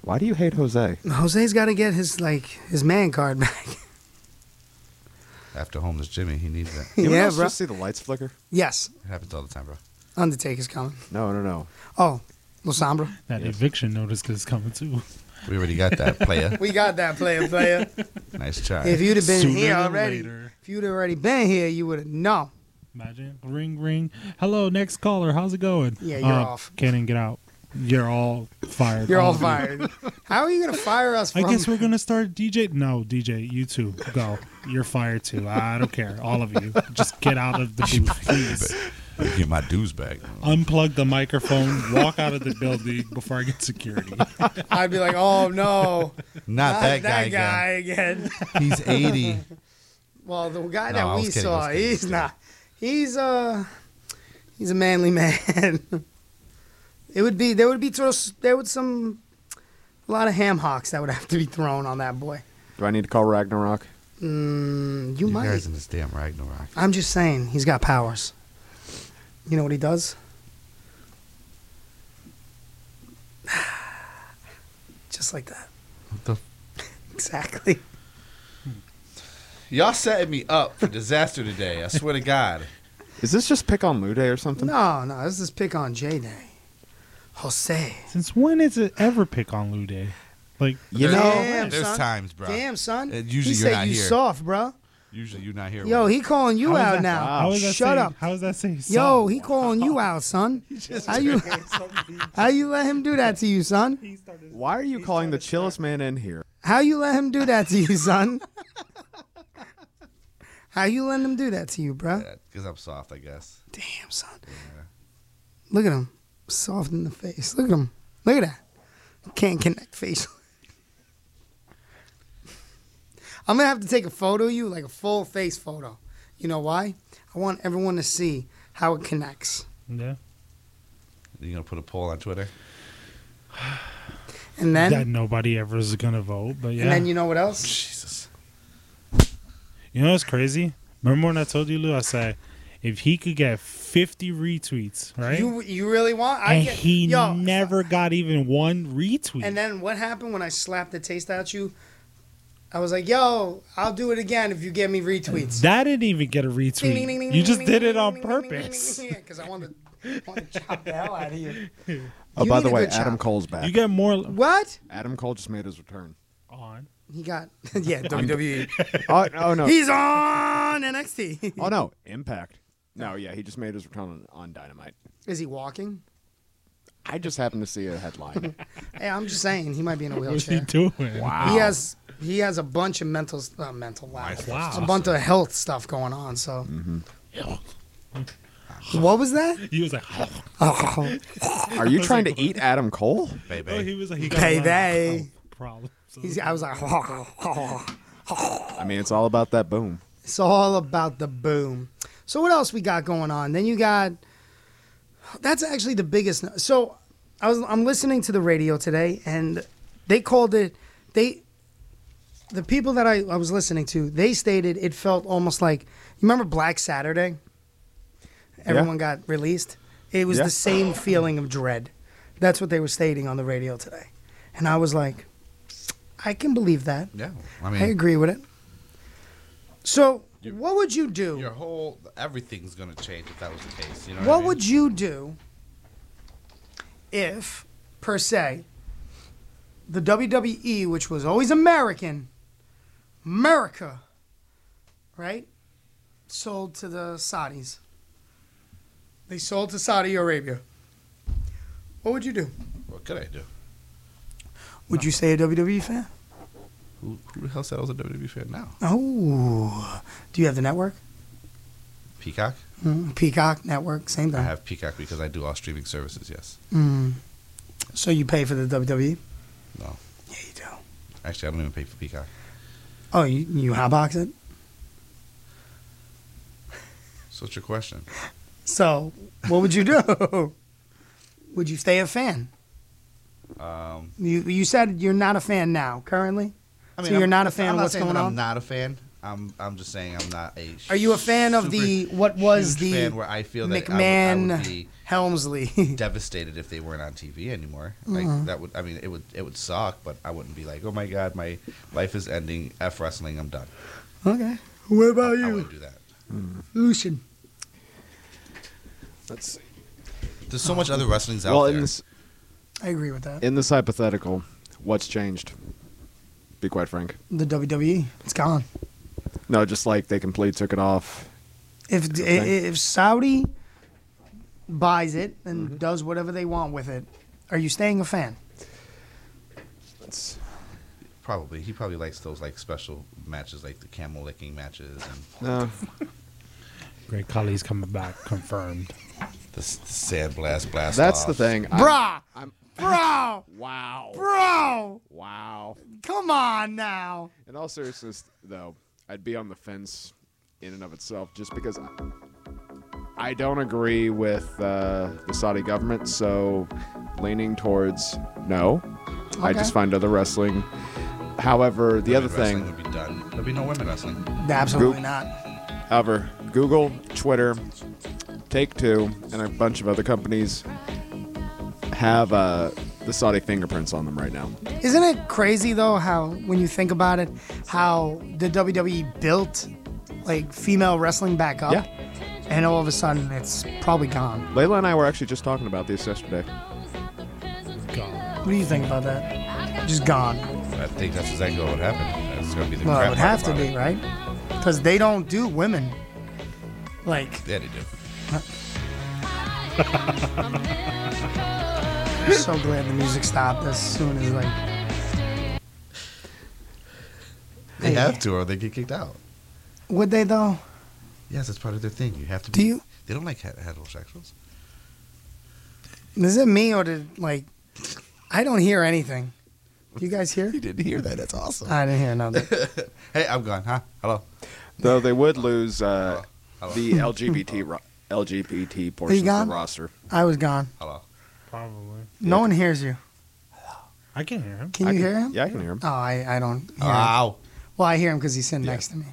Speaker 6: Why do you hate Jose?
Speaker 4: Jose's got to get his like his man card back.
Speaker 5: After homeless Jimmy, he needs that.
Speaker 6: You
Speaker 4: Yeah,
Speaker 6: yeah,
Speaker 4: bro.
Speaker 6: just see the lights flicker?
Speaker 4: yes,
Speaker 5: It happens all the time, bro.
Speaker 4: Undertaker's coming.
Speaker 6: No, no, no.
Speaker 4: Oh, Losambra.
Speaker 7: That eviction notice is coming too.
Speaker 5: We already got that player.
Speaker 4: We got that player, player.
Speaker 5: nice try.
Speaker 4: If you'd have been
Speaker 7: Sooner
Speaker 4: here
Speaker 7: than
Speaker 4: already,
Speaker 7: later.
Speaker 4: if you'd already been here, you would have known.
Speaker 7: Imagine. Ring, ring. Hello, next caller. How's it going?
Speaker 4: Yeah, you're off.
Speaker 7: Cannon, get out. You're all fired.
Speaker 4: You're all
Speaker 7: of you.
Speaker 4: fired. How are you gonna fire us? From
Speaker 7: I guess we're gonna start DJ. No, DJ, you too. Go. You're fired too. I don't care. All of you, just get out of the booth, please.
Speaker 5: Get my dues back.
Speaker 7: Unplug the microphone. Walk out of the building before I get security.
Speaker 4: I'd be like, oh no,
Speaker 5: Not that guy
Speaker 4: that
Speaker 5: again.
Speaker 4: guy again.
Speaker 5: He's 80.
Speaker 4: Well, the guy
Speaker 5: No, I
Speaker 4: that we
Speaker 5: was kidding, I was
Speaker 4: saw,
Speaker 5: kidding, I was
Speaker 4: he's not. He's uh he's a manly man. it would be there would be throw, there would some a lot of ham hocks that would have to be thrown on that boy.
Speaker 6: Do I need to call Ragnarok?
Speaker 4: Mm, you,
Speaker 5: You
Speaker 4: might.
Speaker 5: guys in this damn Ragnarok.
Speaker 4: I'm just saying, he's got powers. You know what he does? just like that.
Speaker 5: What the?
Speaker 4: Exactly.
Speaker 5: Y'all setting me up for disaster today. I swear to God.
Speaker 6: Is this just pick on Lou Day or something?
Speaker 4: No, no, this is pick on J Day. Jose.
Speaker 7: Since when is it ever pick on Lou Day? Like
Speaker 6: You know,
Speaker 4: Damn,
Speaker 5: There's
Speaker 4: son.
Speaker 5: times, bro.
Speaker 4: Damn, son.
Speaker 5: And
Speaker 4: he
Speaker 5: usually you're
Speaker 4: said
Speaker 5: not
Speaker 4: you
Speaker 5: here.
Speaker 4: soft, bro.
Speaker 5: Usually you're not here.
Speaker 4: Yo,
Speaker 5: with
Speaker 4: he
Speaker 5: us.
Speaker 4: calling you out now. Shut
Speaker 7: say-
Speaker 4: up.
Speaker 7: how is that say
Speaker 4: Yo,
Speaker 7: son?
Speaker 4: he calling you out, son.
Speaker 7: just
Speaker 4: how you
Speaker 7: said
Speaker 4: how you let him do that to you, son?
Speaker 6: Why are you calling the chillest man in here?
Speaker 4: How you let him do that to you, son? How you let him do that to you, bruh?
Speaker 5: Because I'm soft, I guess.
Speaker 4: Damn, son. Look at him. Soft in the face. Look at him. Look at that. Can't connect facial. I'm going to have to take a photo of you, like a full face photo. You know why? I want everyone to see how it connects.
Speaker 7: Yeah.
Speaker 5: You're gonna put a poll on Twitter.
Speaker 4: And then,
Speaker 7: that nobody ever is gonna vote. But yeah,
Speaker 4: and then you know what else?
Speaker 7: You know what's crazy? Remember when I told you, Lou? I said if he could get 50 retweets, right?
Speaker 4: You you really want? I
Speaker 7: and
Speaker 4: get,
Speaker 7: he
Speaker 4: yo.
Speaker 7: never got even one retweet.
Speaker 4: And then what happened when I slapped the taste out you? I was like, yo, I'll do it again if you get me retweets.
Speaker 7: that didn't even get a
Speaker 4: Ding, ding,
Speaker 7: retweet.
Speaker 4: ding, ding,
Speaker 7: You
Speaker 4: ding,
Speaker 7: just
Speaker 4: ding,
Speaker 7: did
Speaker 4: ding,
Speaker 7: it on
Speaker 4: ding, ding, ding, ding,
Speaker 7: purpose.
Speaker 4: ding, Yeah, because I wanted to, wanted to chop the hell out of you.
Speaker 6: Oh,
Speaker 4: You
Speaker 6: by
Speaker 4: need
Speaker 6: the
Speaker 4: a
Speaker 6: way,
Speaker 4: good
Speaker 6: Adam
Speaker 4: chop.
Speaker 6: Cole's back.
Speaker 7: You get more.
Speaker 4: What?
Speaker 6: Adam Cole just made his return.
Speaker 7: On.
Speaker 4: He got yeah WWE.
Speaker 6: oh, oh, no.
Speaker 4: He's on NXT.
Speaker 6: Oh no, Impact. No, yeah, he just made his return on, on Dynamite.
Speaker 4: Is he walking?
Speaker 6: I just happened to see a headline.
Speaker 4: Hey, I'm just saying he might be in a wheelchair.
Speaker 7: What's he doing?
Speaker 6: Wow.
Speaker 4: He has he has a bunch of mental not mental wow,
Speaker 7: Wow.
Speaker 4: a bunch of health stuff going on. So
Speaker 6: Mm-hmm.
Speaker 4: what was that?
Speaker 7: He was like,
Speaker 6: Are you trying to eat Adam Cole?
Speaker 5: Baby.
Speaker 7: he was like, he got
Speaker 4: Hey,
Speaker 7: one
Speaker 4: they.
Speaker 7: problem.
Speaker 4: He's, I was like,
Speaker 6: I mean, it's all about that boom.
Speaker 4: It's all about the boom. So what else we got going on? Then you got that's actually the biggest. no- So I was I'm listening to the radio today, and they called it they the people that I, I was listening to they stated it felt almost like you remember Black Saturday. Everyone got released. It was
Speaker 6: Yeah.
Speaker 4: the same feeling of dread. That's what they were stating on the radio today, and I was like, I can believe that.
Speaker 5: Yeah, I
Speaker 4: I,
Speaker 5: mean,
Speaker 4: agree with it. So, what would you do?
Speaker 5: your whole everything's gonna change if that was the case. You know
Speaker 4: what would you do if, per se, the WWE, which was always American, America, right, sold to the Saudis? They sold to Saudi Arabia. What would you do?
Speaker 5: What could I do?
Speaker 4: Would you say a WWE fan?
Speaker 5: Who, who the hell said I was a WWE fan E now?
Speaker 4: Oh, do you have the network?
Speaker 5: Peacock.
Speaker 4: Mm, Peacock Network, same
Speaker 5: I
Speaker 4: thing.
Speaker 5: have Peacock because I do all streaming services. Yes.
Speaker 4: Mm. So you pay for the E? WWE?
Speaker 5: No.
Speaker 4: Yeah, you do.
Speaker 5: Actually, I don't even pay for Peacock.
Speaker 4: Oh, you you hotbox it?
Speaker 5: So what's your question?
Speaker 4: So what would you do? would you stay a fan?
Speaker 5: Um,
Speaker 4: You you said you're not a fan now, currently. so you're
Speaker 5: I'm-
Speaker 4: not a fan
Speaker 5: I'm
Speaker 4: of
Speaker 5: not
Speaker 4: what's
Speaker 5: saying
Speaker 4: going
Speaker 5: that
Speaker 4: on.
Speaker 5: I'm not a fan. I'm I'm just saying I'm not a.
Speaker 4: Are you a fan of
Speaker 5: super
Speaker 4: the what was
Speaker 5: huge
Speaker 4: the
Speaker 5: fan where I feel that I would- I
Speaker 4: McMahon
Speaker 5: would be-
Speaker 4: Helmsley?
Speaker 5: devastated if they weren't on TV anymore. Like
Speaker 4: Mhm.
Speaker 5: that would I mean it would it would suck, but I wouldn't be like, oh my god, my life is ending. F wrestling, I'm done.
Speaker 4: okay. What about
Speaker 5: I
Speaker 4: you, Mm.
Speaker 5: wouldn't do that.
Speaker 4: Lucian?
Speaker 6: Let's see.
Speaker 5: There's so much other wrestling's out
Speaker 6: Well,
Speaker 5: there.
Speaker 6: in this
Speaker 4: I agree with that.
Speaker 6: in this hypothetical, what's changed? Be quite frank.
Speaker 4: The WWE, it's gone.
Speaker 6: No, just like they completely took it off.
Speaker 4: If
Speaker 6: Okay.
Speaker 4: i- if Saudi buys it and
Speaker 5: Mm-hmm.
Speaker 4: does whatever they want with it, are you staying a fan?
Speaker 6: It's,
Speaker 5: Probably he probably likes those like special matches, like the camel licking matches and
Speaker 6: no,
Speaker 7: Great Khali's coming back, confirmed.
Speaker 5: the, s- the sand blast blast.
Speaker 6: that's the
Speaker 5: offs.
Speaker 6: thing. I'm-
Speaker 4: Bruh,
Speaker 6: I'm-
Speaker 4: bro,
Speaker 6: wow.
Speaker 4: bro,
Speaker 6: Wow.
Speaker 4: come on now.
Speaker 6: In all seriousness, though, I'd be on the fence in and of itself just because I, I don't agree with uh, the Saudi government, so leaning towards no. I
Speaker 4: Okay.
Speaker 6: just find other wrestling. However, the
Speaker 5: Women
Speaker 6: other
Speaker 5: wrestling
Speaker 6: thing,
Speaker 5: would be done. There'd be no women wrestling.
Speaker 4: Absolutely
Speaker 6: Group-
Speaker 4: not.
Speaker 6: however, Google, Twitter, Take Two, and a bunch of other companies have uh, the Saudi fingerprints on them right now.
Speaker 4: Isn't it crazy though how when you think about it, how the WWE built like female wrestling back up,
Speaker 6: Yeah.
Speaker 4: and all of a sudden it's probably gone.
Speaker 6: Layla and I were actually just talking about this yesterday.
Speaker 7: Gone.
Speaker 4: What do you think about that? Just gone.
Speaker 5: I think that's exactly what would happen. That's gonna be the
Speaker 4: Well,
Speaker 5: crap
Speaker 4: it would
Speaker 5: part
Speaker 4: have to
Speaker 5: about
Speaker 4: be
Speaker 5: it.
Speaker 4: right. Because they don't do women. Like,
Speaker 5: Yeah, they do.
Speaker 4: I'm so glad the music stopped as soon as, like,
Speaker 8: They have to, or they get kicked out.
Speaker 4: would they though?
Speaker 8: Yes, that's part of their thing. You have to.
Speaker 4: Do
Speaker 8: be,
Speaker 4: you-
Speaker 8: They don't like he- heterosexuals.
Speaker 4: Is it me or did, like, I don't hear anything. You guys hear? You
Speaker 8: didn't hear that. That's awesome.
Speaker 4: I didn't hear nothing.
Speaker 8: hey, I'm gone. Huh? Hello.
Speaker 6: Though they would lose uh,
Speaker 8: Hello.
Speaker 6: the LGBT ro- LGBT
Speaker 4: Are you
Speaker 6: portion of
Speaker 4: gone?
Speaker 6: the roster.
Speaker 4: I was gone.
Speaker 8: Hello.
Speaker 7: Probably.
Speaker 4: No one hears you.
Speaker 7: I can hear him.
Speaker 4: Can you hear him?
Speaker 6: Yeah, I can hear him. Uh,
Speaker 4: Oh, I, I don't hear him.
Speaker 6: Ow.
Speaker 4: Well, I hear him because he's sitting next to me.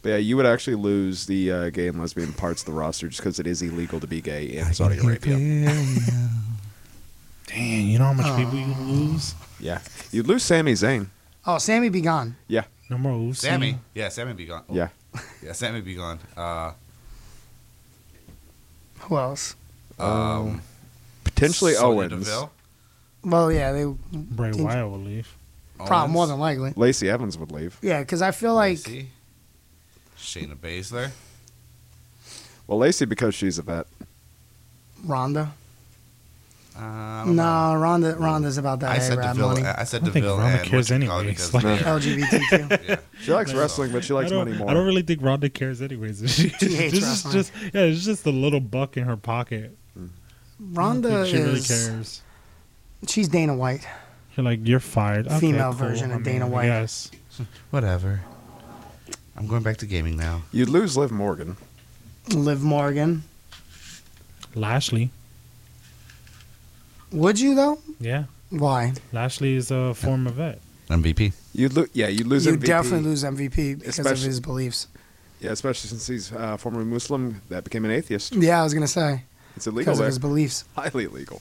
Speaker 6: But yeah, you would actually lose the uh, gay and lesbian parts of the roster just because it is illegal to be gay in Saudi Arabia.
Speaker 7: Damn, you know how much people you lose?
Speaker 6: yeah, you'd lose Sami Zayn.
Speaker 4: Oh, Sammy be gone.
Speaker 6: Yeah.
Speaker 7: No more Uzi.
Speaker 5: Sammy. Yeah, Sammy be gone.
Speaker 6: Yeah.
Speaker 5: Yeah, Sammy be gone. Uh,
Speaker 4: Who else?
Speaker 5: um,
Speaker 6: potentially
Speaker 5: Sonya
Speaker 6: Owens.
Speaker 5: Deville.
Speaker 4: Well, yeah, they.
Speaker 7: Bray Wyatt will leave.
Speaker 4: Probably more than likely.
Speaker 6: Lacey Evans would leave.
Speaker 4: Yeah, because I feel like
Speaker 5: Shayna Baszler.
Speaker 6: Well, Lacey because she's a vet.
Speaker 4: Ronda.
Speaker 5: Uh,
Speaker 4: No, Ronda. Ronda's about that.
Speaker 5: I said
Speaker 4: rap
Speaker 5: Deville.
Speaker 4: money.
Speaker 5: I said
Speaker 7: I don't think
Speaker 5: Deville.
Speaker 7: Ronda
Speaker 5: and
Speaker 7: cares
Speaker 5: what you call it,
Speaker 7: anyway.
Speaker 5: because
Speaker 7: Like-
Speaker 5: they're-
Speaker 4: LGBTQ.
Speaker 6: She likes wrestling, but she likes
Speaker 7: I don't-
Speaker 6: money more.
Speaker 7: I don't really think Ronda cares anyways. She,
Speaker 4: hates
Speaker 7: this is
Speaker 4: wrestling.
Speaker 7: just yeah, it's just a little buck in her pocket. I
Speaker 4: Ronda
Speaker 7: don't think she really
Speaker 4: is-
Speaker 7: cares.
Speaker 4: She's Dana White.
Speaker 7: You're like you're fired. Okay,
Speaker 4: Female
Speaker 7: cool.
Speaker 4: version
Speaker 7: I
Speaker 4: of Dana
Speaker 7: mean,
Speaker 4: White.
Speaker 7: Yes.
Speaker 5: Whatever. I'm going back to gaming now.
Speaker 6: You'd lose Liv Morgan.
Speaker 4: Liv Morgan.
Speaker 7: Lashley.
Speaker 4: Would you though?
Speaker 7: Yeah.
Speaker 4: Why?
Speaker 7: Lashley is a former vet.
Speaker 5: MVP.
Speaker 6: You'd lo- yeah, you'd lose
Speaker 4: you
Speaker 6: MVP.
Speaker 4: definitely lose MVP because of
Speaker 6: Especially-
Speaker 4: his beliefs.
Speaker 6: Yeah, especially since he's uh, former Muslim that became an atheist.
Speaker 4: Yeah, I was gonna say
Speaker 6: It's illegal
Speaker 4: because of
Speaker 6: there.
Speaker 4: his beliefs.
Speaker 6: Highly illegal.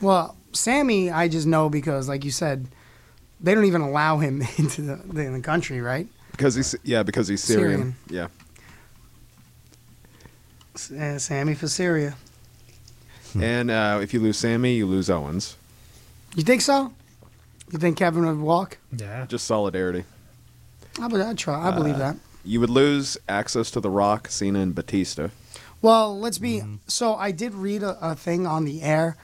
Speaker 4: Well, Sammy, I just know because, like you said, they don't even allow him into the, in the country, right?
Speaker 6: Because he's yeah, because he's Syrian.
Speaker 4: S- uh, Sammy for Syria. Hmm.
Speaker 6: Yeah. and uh, if you lose Sammy, you lose Owens.
Speaker 4: You think so? You think Kevin would walk?
Speaker 7: Yeah.
Speaker 6: Just solidarity.
Speaker 4: I would. I'd try. I believe
Speaker 6: Uh,
Speaker 4: that.
Speaker 6: You would lose access to The Rock, Cena, and Batista.
Speaker 4: Well, let's be. So I did read a, a thing on the air.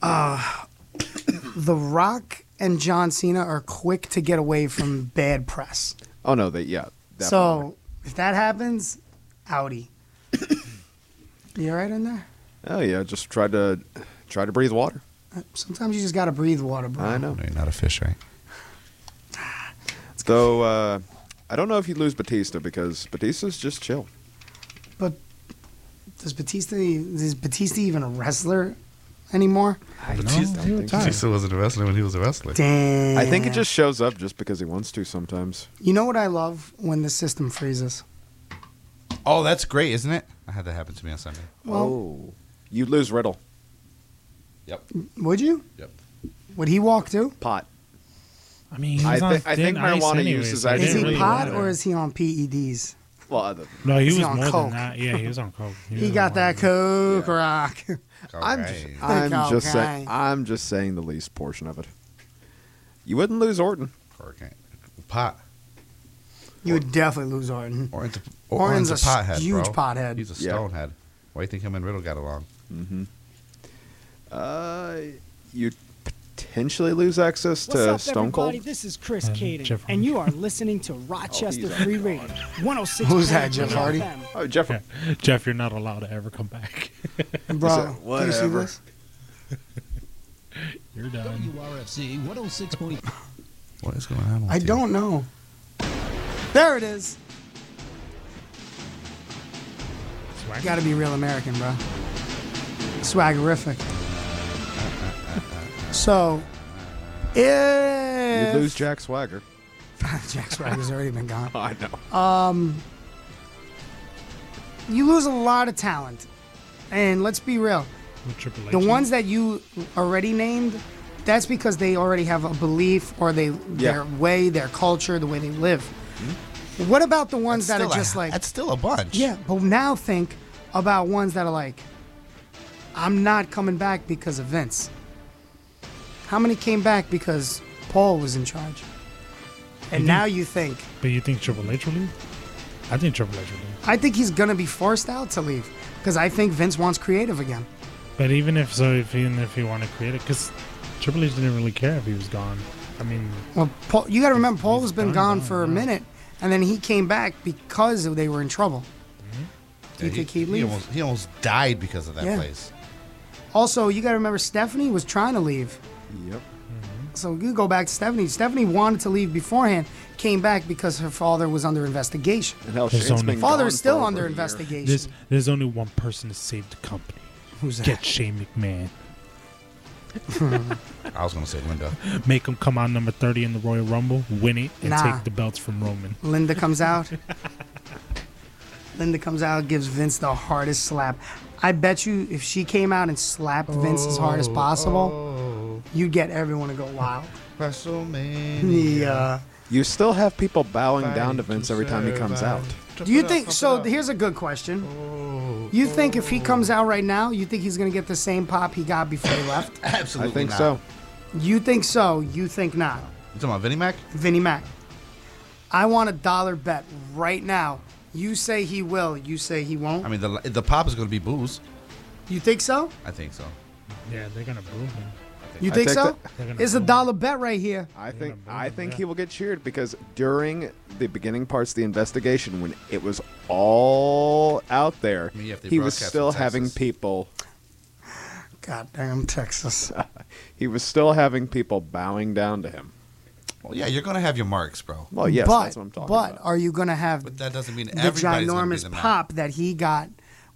Speaker 4: Uh, the Rock and John Cena are quick to get away from bad press.
Speaker 6: Oh no, they yeah. definitely.
Speaker 4: So if that happens, outie. you all right in there?
Speaker 6: Oh yeah, just try to try to breathe water.
Speaker 4: Uh, Sometimes you just gotta breathe water, bro.
Speaker 6: I know.
Speaker 5: you're not a fish, right?
Speaker 6: Though uh, I don't know if you lose Batista because Batista's just chill.
Speaker 4: But does Batista is Batista even a wrestler anymore?
Speaker 8: Batista,
Speaker 4: he retired.
Speaker 8: Batista wasn't a wrestler when he was a wrestler.
Speaker 4: Damn.
Speaker 6: I think it just shows up just because he wants to sometimes.
Speaker 4: You know what I love when the system freezes.
Speaker 5: Oh, that's great, isn't it? I had that happen to me on Sunday.
Speaker 4: Well-
Speaker 6: oh, you lose Riddle.
Speaker 5: Yep.
Speaker 4: Would you?
Speaker 5: Yep.
Speaker 4: Would he walk too?
Speaker 6: Pot.
Speaker 7: I mean, he's
Speaker 6: I
Speaker 7: on
Speaker 6: thi- I
Speaker 7: thin
Speaker 6: think
Speaker 7: ice
Speaker 6: marijuana
Speaker 7: anyways,
Speaker 6: use is
Speaker 7: so it
Speaker 6: actually
Speaker 4: Is
Speaker 7: didn't
Speaker 4: he
Speaker 7: really
Speaker 4: pot
Speaker 7: matter.
Speaker 4: or is he on PEDs?
Speaker 6: Well, other-
Speaker 7: No, he
Speaker 4: is
Speaker 7: was
Speaker 4: he on
Speaker 7: more
Speaker 4: coke?
Speaker 7: than that. Yeah, he was on coke.
Speaker 4: He
Speaker 7: was
Speaker 4: got
Speaker 7: on-
Speaker 4: that coke rock.
Speaker 6: I'm just, I'm
Speaker 4: Okay.
Speaker 6: just saying. I'm just saying the least portion of it. You wouldn't lose Orton.
Speaker 5: Hurricane. Pot.
Speaker 4: You would definitely lose Orton.
Speaker 5: Orton's a, Orton's
Speaker 4: Orton's a
Speaker 5: a
Speaker 4: s-
Speaker 5: pothead. bro.
Speaker 4: huge pothead.
Speaker 5: He's a
Speaker 6: Yeah.
Speaker 5: stonehead. Why do you think him and Riddle got along?
Speaker 6: Mm-hmm. Uh, you potentially lose access to Stone Cold.
Speaker 16: This is Chris
Speaker 6: Uh,
Speaker 16: Caden,
Speaker 6: Jeff Hardy.
Speaker 16: and you are listening to Rochester
Speaker 6: on
Speaker 16: Free Radio 106.
Speaker 4: Who's that, Jeff Hardy?
Speaker 6: Oh, Jeff.
Speaker 7: Jeff, you're not allowed to ever come back.
Speaker 4: Bro, do you see
Speaker 6: whatever.
Speaker 4: this?
Speaker 7: You're done.
Speaker 2: WRFC 106.
Speaker 5: What is going on?
Speaker 4: I don't know. There it is.
Speaker 7: Swag.
Speaker 4: Gotta be real American, bro. Swaggerific. So, if
Speaker 6: You lose Jack Swagger.
Speaker 4: Jack Swagger's already been gone.
Speaker 6: I know.
Speaker 4: Um, you lose a lot of talent, and let's be real.
Speaker 7: With Triple H.
Speaker 4: The ones that you already named, that's because they already have a belief or they their way, their culture, the way they live. What about the ones that
Speaker 5: Still
Speaker 4: are
Speaker 5: a-
Speaker 4: just like
Speaker 5: that's still a bunch.
Speaker 4: yeah, but now think about ones that are like, I'm not coming back because of Vince. How many came back because Paul was in charge? And
Speaker 5: Mm-hmm.
Speaker 4: now you think.
Speaker 7: But you think Triple H will leave? I think Triple H will leave.
Speaker 4: I think he's gonna be forced out to leave because I think Vince wants creative again.
Speaker 7: But even if so, if even if he wanted to create it, because Triple H didn't really care if he was gone. I mean,
Speaker 4: Well, Paul, you got to remember Paul has been gone for a minute, and then he came back because they were in trouble. Do you think he'd leave?
Speaker 5: almost, he almost died because of that
Speaker 4: Yeah.
Speaker 5: place.
Speaker 4: Also, you got to remember Stephanie was trying to leave. Mm-hmm.
Speaker 5: Yep.
Speaker 4: So you go back to Stephanie. Stephanie wanted to leave beforehand, came back because her father was under investigation.
Speaker 6: And hell,
Speaker 7: There's
Speaker 6: Shane's
Speaker 7: only-
Speaker 6: been
Speaker 4: father
Speaker 6: gone
Speaker 4: is still
Speaker 6: for over
Speaker 4: under
Speaker 6: a year.
Speaker 4: investigation.
Speaker 7: there's there's only one person to save the company.
Speaker 4: Who's that?
Speaker 7: Get Shane McMahon.
Speaker 5: I was gonna say Linda.
Speaker 7: Make him come out number thirty in the Royal Rumble, win it, and
Speaker 4: Nah.
Speaker 7: take the belts from Roman.
Speaker 4: Linda comes out. Linda comes out, gives Vince the hardest slap. I bet you if she came out and slapped Vince as hard as
Speaker 5: Oh,
Speaker 4: possible, you'd get everyone to go wild.
Speaker 5: WrestleMania.
Speaker 4: Yeah.
Speaker 6: You still have people bowing down to Vince every time he comes out.
Speaker 4: Do you think so? Here's a good question. You think if he comes out right now, you think he's gonna get the same pop he got before he left?
Speaker 5: Absolutely.
Speaker 6: I think
Speaker 5: not.
Speaker 6: so.
Speaker 4: You think so? You think not?
Speaker 5: You talking about Vinnie Mac?
Speaker 4: Vinnie Mac. I want a dollar bet right now. You say he will. You say he won't.
Speaker 5: I mean, the the pop is gonna be booze.
Speaker 4: You think so?
Speaker 5: I think so.
Speaker 7: Yeah, they're gonna boo him.
Speaker 4: You
Speaker 6: I
Speaker 4: think,
Speaker 6: think
Speaker 4: so?
Speaker 6: that-
Speaker 7: They're gonna
Speaker 4: It's a
Speaker 7: boo him.
Speaker 4: dollar bet right here.
Speaker 6: I think I think he will get cheered because during the beginning parts of the investigation, when it was all out there,
Speaker 5: mean, if they
Speaker 6: he was
Speaker 5: broadcast
Speaker 6: still
Speaker 5: from
Speaker 6: having
Speaker 5: Texas.
Speaker 6: people.
Speaker 4: Goddamn Texas.
Speaker 6: He was still having people bowing down to him.
Speaker 5: Well, yeah, you're gonna have your marks, bro.
Speaker 6: Well, yes,
Speaker 4: but,
Speaker 6: that's what I'm talking
Speaker 4: but
Speaker 6: about.
Speaker 4: are you gonna have
Speaker 5: But that doesn't mean
Speaker 4: the
Speaker 5: everybody's gonna be
Speaker 4: ginormous
Speaker 5: the
Speaker 4: pop that he got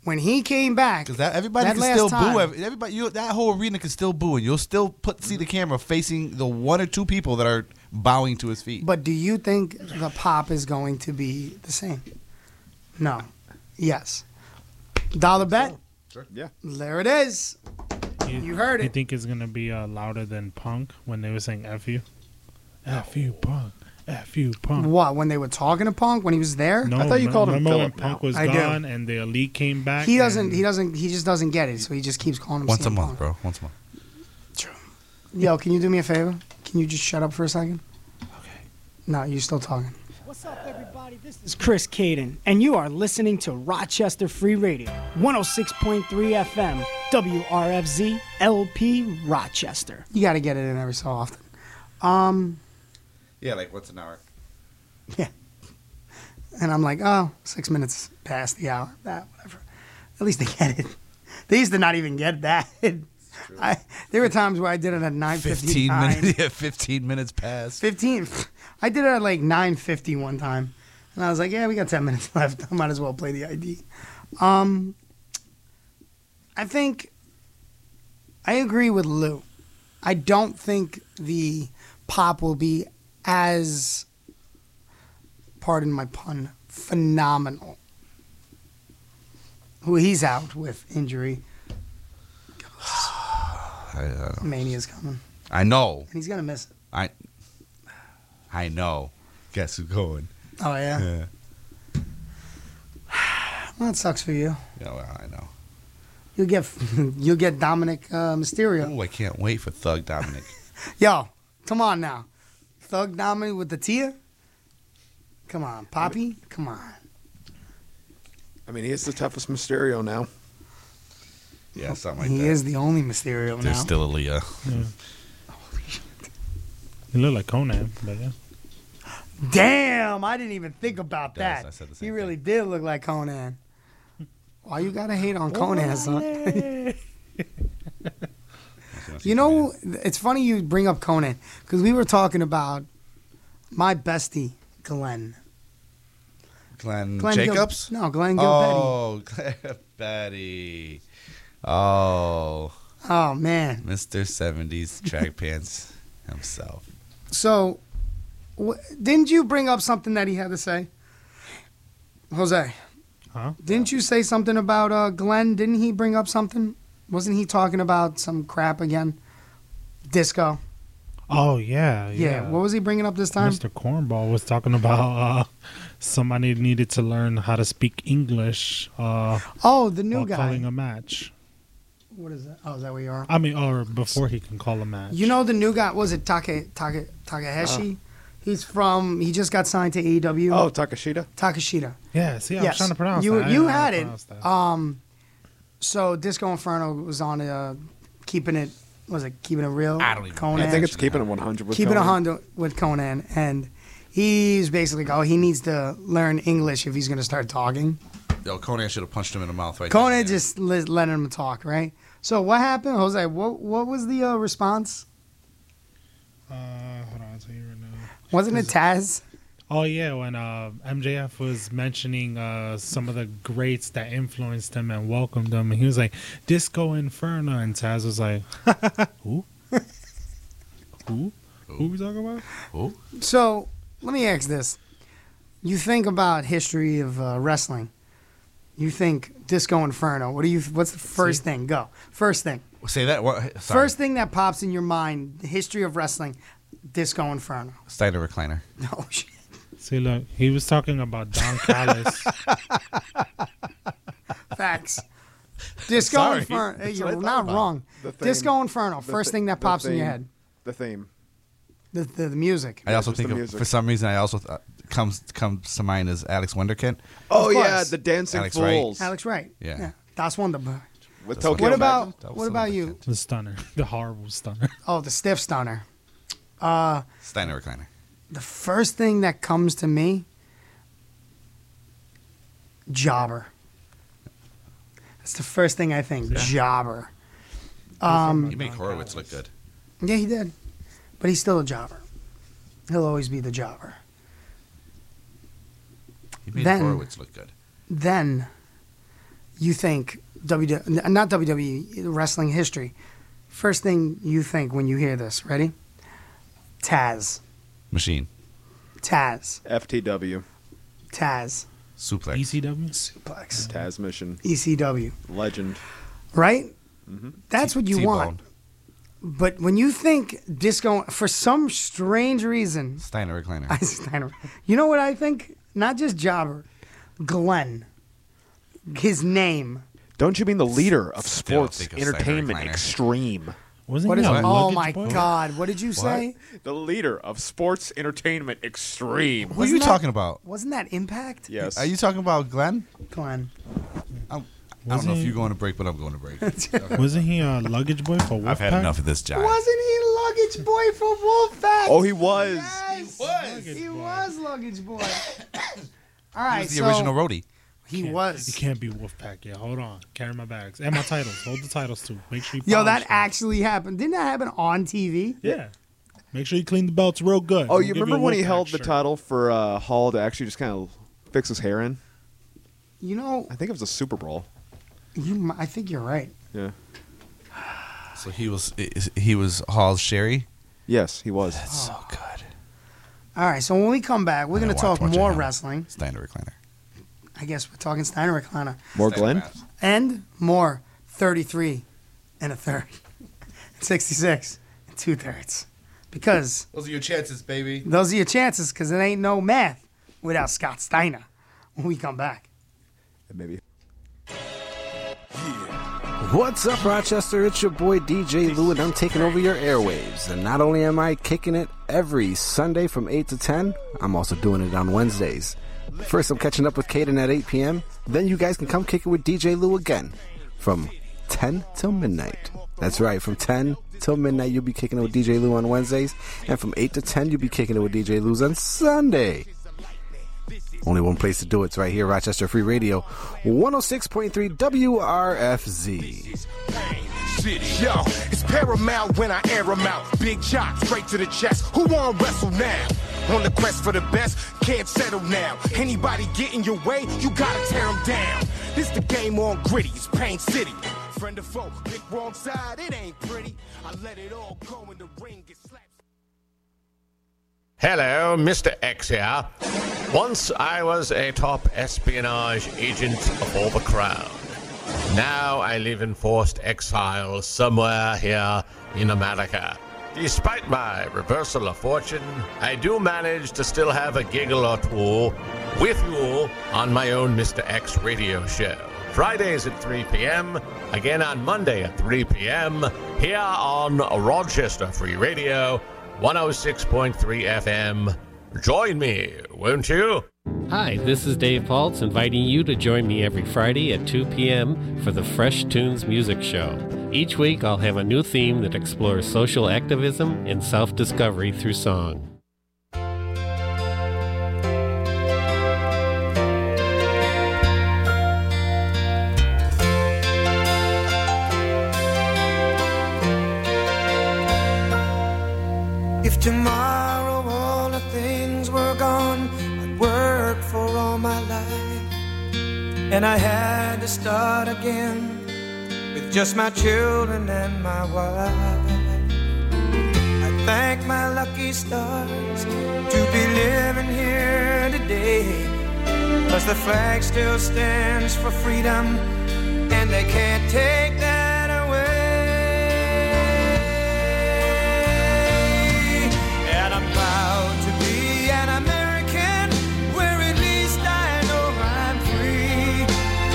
Speaker 4: when he came back?
Speaker 5: Because that everybody
Speaker 4: That
Speaker 5: can
Speaker 4: last
Speaker 5: still
Speaker 4: time.
Speaker 5: boo. ev- Everybody, you, that whole arena can still boo, and you'll still put see the
Speaker 4: Mm-hmm.
Speaker 5: camera facing the one or two people that are bowing to his feet.
Speaker 4: But do you think the pop is going to be the same? No. Yes. Dollar bet.
Speaker 6: Yeah.
Speaker 4: There it is. You heard
Speaker 7: You
Speaker 4: it.
Speaker 7: think it's gonna be uh, louder than Punk when they were saying "F you, F you, Punk, F you, Punk."
Speaker 4: What? When they were talking to Punk when he was there?
Speaker 7: No,
Speaker 6: I thought you
Speaker 7: me-
Speaker 6: called him
Speaker 7: remember when
Speaker 6: Philip now.
Speaker 7: Punk was
Speaker 4: I do.
Speaker 7: gone and the Elite came back.
Speaker 4: He doesn't.
Speaker 7: and-
Speaker 4: He doesn't. He just doesn't get it. So he just keeps calling him.
Speaker 5: Once a
Speaker 4: CM
Speaker 5: month,
Speaker 4: Punk.
Speaker 5: bro. Once a month.
Speaker 4: Yo, can you do me a favor? Can you just shut up for a second?
Speaker 7: Okay.
Speaker 4: No, you're still talking.
Speaker 16: What's up, everybody? This is Chris Caden, and you are listening to Rochester Free Radio, 106.3 FM, WRFZ LP Rochester.
Speaker 4: You got to get it in every so often. Um,
Speaker 5: Yeah, like what's an hour?
Speaker 4: and I'm like, oh, six minutes past the hour. That whatever. At least they get it. They used to not even get that. I, there were times where I did it at nine
Speaker 5: Fifteen minutes. Yeah, fifteen minutes past.
Speaker 4: 15. I did it at like 9.50 one time. And I was like, yeah, we got 10 minutes left. I might as well play the ID. Um, I think I agree with Lou. I don't think the pop will be as, pardon my pun, phenomenal. Who he's out with injury.
Speaker 5: I, uh, I, don't-
Speaker 4: Mania's coming.
Speaker 5: I know.
Speaker 4: And he's going to miss it.
Speaker 5: I. I know. Guess who's going?
Speaker 4: Oh, yeah?
Speaker 5: Yeah.
Speaker 4: Well, that sucks for you.
Speaker 5: Yeah, well, I know.
Speaker 4: You'll get you'll get Dominic uh, Mysterio.
Speaker 5: Oh, I can't wait for Thug Dominic.
Speaker 4: Yo, come on now, Thug Dominic with the Tia. Come on, Poppy. Come on.
Speaker 6: I mean, he is the toughest Mysterio now.
Speaker 5: yeah, something like
Speaker 4: he
Speaker 5: that.
Speaker 4: is the only Mysterio now.
Speaker 5: There's still a Leah.
Speaker 7: He looked like Conan, but yeah.
Speaker 4: Damn, I didn't even think about
Speaker 5: does.
Speaker 4: that.
Speaker 5: I said the
Speaker 4: he
Speaker 5: same
Speaker 4: really did look like Conan. Why you gotta hate on Conan, son? you know, it's funny you bring up Conan because we were talking about my bestie Glenn.
Speaker 5: Glenn,
Speaker 4: Glenn Gil-
Speaker 5: Jacobs.
Speaker 4: no, Glenn Gilbetti.
Speaker 5: oh, Glenn Betty. Oh,
Speaker 4: Oh man.
Speaker 5: Mr. 70s track pants himself.
Speaker 4: So, wh- didn't you bring up something that he had to say, Jose?
Speaker 7: Huh?
Speaker 4: Didn't you say something about uh, Glenn? Didn't he bring up something? Wasn't he talking about some crap again? Disco.
Speaker 7: Oh yeah,
Speaker 4: Yeah.
Speaker 7: yeah.
Speaker 4: What was he bringing up this time?
Speaker 7: Mr. Cornball was talking about uh, somebody needed to learn how to speak English uh,
Speaker 4: Oh, the new
Speaker 7: while
Speaker 4: guy.
Speaker 7: calling a match.
Speaker 4: What is that? Oh, is that where you are?
Speaker 7: I mean, or before he can call a match. Uh.
Speaker 4: You know the new guy. Was it Take Take Takahashi? He's from. He just got signed to E AEW.
Speaker 6: Oh, Takashita.
Speaker 4: Takashita.
Speaker 7: Yeah, see, I was
Speaker 4: Yes.
Speaker 7: trying to pronounce
Speaker 4: you.
Speaker 7: that. I
Speaker 4: You
Speaker 7: didn't know how
Speaker 4: had
Speaker 7: to
Speaker 4: it.
Speaker 7: pronounce that.
Speaker 4: Um, so Disco Inferno was on uh, keeping it. Was it keeping it real? I don't even. Conan.
Speaker 6: I think it's keeping it 100. With
Speaker 4: keeping
Speaker 6: Conan.
Speaker 4: a Honda with Conan, and he's basically go. He needs to learn English if he's going to start talking.
Speaker 5: Yo, Conan should have punched him in the mouth right
Speaker 4: Conan just li- letting him talk, right? So what happened, Jose? What what was the uh, response?
Speaker 7: Uh, hold on, I'll tell you right now.
Speaker 4: Wasn't it Taz?
Speaker 7: Oh yeah, when uh, MJF was mentioning uh, some of the greats that influenced him and welcomed him, and he was like Disco Inferno, and Taz was like, "Who? Who? Who we talking about?
Speaker 5: Who?
Speaker 4: So let me ask this: You think about history of uh, wrestling. You think Disco Inferno. What do you? What's the first thing? Go first thing.
Speaker 5: now. Say that. What? Sorry.
Speaker 4: First thing that pops in your mind: history of wrestling, Disco Inferno.
Speaker 5: Steiner recliner.
Speaker 4: No shit.
Speaker 7: See, look, he was talking about Don Callis.
Speaker 4: Facts. Disco
Speaker 6: Sorry.
Speaker 4: Inferno.
Speaker 6: That's what I
Speaker 4: You're
Speaker 6: thought
Speaker 4: not
Speaker 6: about.
Speaker 4: wrong.
Speaker 6: The theme.
Speaker 4: Disco Inferno.
Speaker 6: The
Speaker 4: First
Speaker 6: thi-
Speaker 4: thing that
Speaker 6: the
Speaker 4: pops in your
Speaker 6: theme.
Speaker 4: head.
Speaker 6: The theme.
Speaker 4: The, the, the music.
Speaker 5: I also
Speaker 6: just the
Speaker 5: think, of,
Speaker 6: music.
Speaker 5: for some reason, I also th- comes comes to mind is Alex Wonderkind.
Speaker 6: Oh
Speaker 4: Of course.
Speaker 6: yeah, the dancing
Speaker 5: Alex Wright.
Speaker 6: fools.
Speaker 4: Alex Wright.
Speaker 5: Yeah.
Speaker 4: That's one of the.
Speaker 6: With
Speaker 5: That's
Speaker 6: Tokyo
Speaker 4: What
Speaker 6: Magic.
Speaker 4: about what about you?
Speaker 7: the stunner, the horrible stunner.
Speaker 4: Oh, the stiff stunner. Uh,
Speaker 5: Steiner recliner.
Speaker 4: the first thing that comes to me, jobber. That's the first thing I think. Jobber.
Speaker 5: you
Speaker 4: Um,
Speaker 5: make Horowitz look good.
Speaker 4: yeah, he did, but he's still a jobber. He'll always be the jobber.
Speaker 5: You made
Speaker 4: Then-
Speaker 5: Horowitz look good.
Speaker 4: Then, you think W n- not WWE wrestling history. First thing you think when you hear this, ready? Taz,
Speaker 5: Machine
Speaker 4: Taz,
Speaker 6: FTW.
Speaker 4: Taz,
Speaker 5: suplex.
Speaker 7: ECW
Speaker 4: suplex.
Speaker 6: Taz Mission.
Speaker 4: E ECW,
Speaker 6: Legend.
Speaker 4: right?
Speaker 6: Mm-hmm.
Speaker 4: That's what you want. But when you think disco, for some strange reason,
Speaker 5: Steiner recliner.
Speaker 4: Eisenstein, you know what I think? Not just Jobber, Glenn. His name.
Speaker 6: Don't you mean the leader of
Speaker 5: Still
Speaker 6: sports
Speaker 5: think of Steiner
Speaker 6: entertainment
Speaker 5: recliner.
Speaker 6: extreme?
Speaker 7: Wasn't
Speaker 4: What
Speaker 7: he
Speaker 4: is?
Speaker 7: a
Speaker 4: Oh
Speaker 7: luggage
Speaker 4: my
Speaker 7: boy?
Speaker 4: God! What did you say?
Speaker 6: The leader of sports entertainment extreme.
Speaker 5: Who are you
Speaker 4: Wasn't that-
Speaker 5: talking about?
Speaker 4: Wasn't that Impact?
Speaker 6: Yes.
Speaker 5: Are you talking about Glenn?
Speaker 4: Glenn.
Speaker 5: I don't know if
Speaker 7: Wasn't-
Speaker 5: you're going to break, but I'm going to break.
Speaker 7: Wasn't he a luggage boy for Wolfpack?
Speaker 5: I've had enough of this job.
Speaker 4: Wasn't he luggage boy for Wolfpack?
Speaker 6: Oh, he was.
Speaker 4: Yes, he was. He was luggage boy. All
Speaker 5: He
Speaker 4: right,
Speaker 5: was the
Speaker 4: so
Speaker 5: original roadie.
Speaker 4: he
Speaker 7: You
Speaker 4: was.
Speaker 7: can't be Wolfpack yet. Hold on, carry my bags and my titles. Hold the titles too. Make sure you.
Speaker 4: Yo, that
Speaker 7: polish them.
Speaker 4: actually happened. Didn't that happen on TV?
Speaker 7: Yeah. Make sure you clean the belts real good.
Speaker 6: Oh,
Speaker 7: We'll
Speaker 6: you
Speaker 7: give a
Speaker 6: remember when he
Speaker 7: Wolfpack
Speaker 6: held the
Speaker 7: shirt.
Speaker 6: title for uh, Hall to actually just kind of fix his hair in?
Speaker 4: You know,
Speaker 6: I think it was a Super Bowl.
Speaker 4: you. mi- I think you're right.
Speaker 6: Yeah.
Speaker 5: So he was is- he was Hall's Sherry.
Speaker 6: Yes, he was.
Speaker 5: So
Speaker 4: Oh.
Speaker 5: good.
Speaker 4: All right, so when we come back, we're
Speaker 5: I
Speaker 4: going to
Speaker 5: know,
Speaker 4: talk
Speaker 5: watch- watch it
Speaker 4: more
Speaker 5: happen.
Speaker 4: wrestling.
Speaker 5: Steiner recliner.
Speaker 4: I guess we're talking Steiner Recliner
Speaker 6: More
Speaker 5: Steiner
Speaker 6: Glenn.
Speaker 5: raps.
Speaker 4: and more 33 and a third, 66 and two thirds. Because
Speaker 5: Those are your chances, baby.
Speaker 4: those are your chances, because it ain't no math without Scott Steiner when we come back.
Speaker 6: Maybe.
Speaker 17: What's up, Rochester? It's your boy DJ Lou, and I'm taking over your airwaves. And not only am I kicking it every Sunday from 8 to 10, I'm also doing it on Wednesdays. First, I'm catching up with Caden at 8 p.m. Then you guys can come kick it with DJ Lou again from 10 till midnight. That's right, from 10 till midnight, you'll be kicking it with DJ Lou on Wednesdays. And from 8 to 10, you'll be kicking it with DJ Lou's on Sunday. Only one place to do it. It's right here, Rochester Free Radio, 106.3 WRFZ.
Speaker 18: Shit, yo, it's paramount when I air 'em out. Big shot, straight to the chest. Who wanna wrestle now? On the quest for the best, can't settle now. Anybody get in your way, you gotta tear 'em down. This the game on gritty, it's Pain City. Friend or foe, pick wrong side, it ain't pretty. I let it all go in the ring, get slapped.
Speaker 19: Hello, Mr. X here. Once I was a top espionage agent for the Crown. Now I live in forced exile somewhere here in America. Despite my reversal of fortune, I do manage to still have a giggle or two with you on my own Mr. X radio show. Fridays at 3 p.m., again on Monday at 3 p.m., oh here on Rochester Free Radio 106.3 FM Join me, won't you?
Speaker 20: Hi, this is Dave Paltz inviting you to join me every Friday at 2 p.m. for the Fresh Tunes Music Show. Each week, I'll have a new theme that explores social activism and self discovery through song.
Speaker 21: If tomorrow all the things were gone, I'd work for all my life. And I had to start again with just my children and my wife. I thank my lucky stars to be living here today. Cause the flag still stands for freedom, and they can't take that away. And I'm proud to be an American, where at least I know I'm free.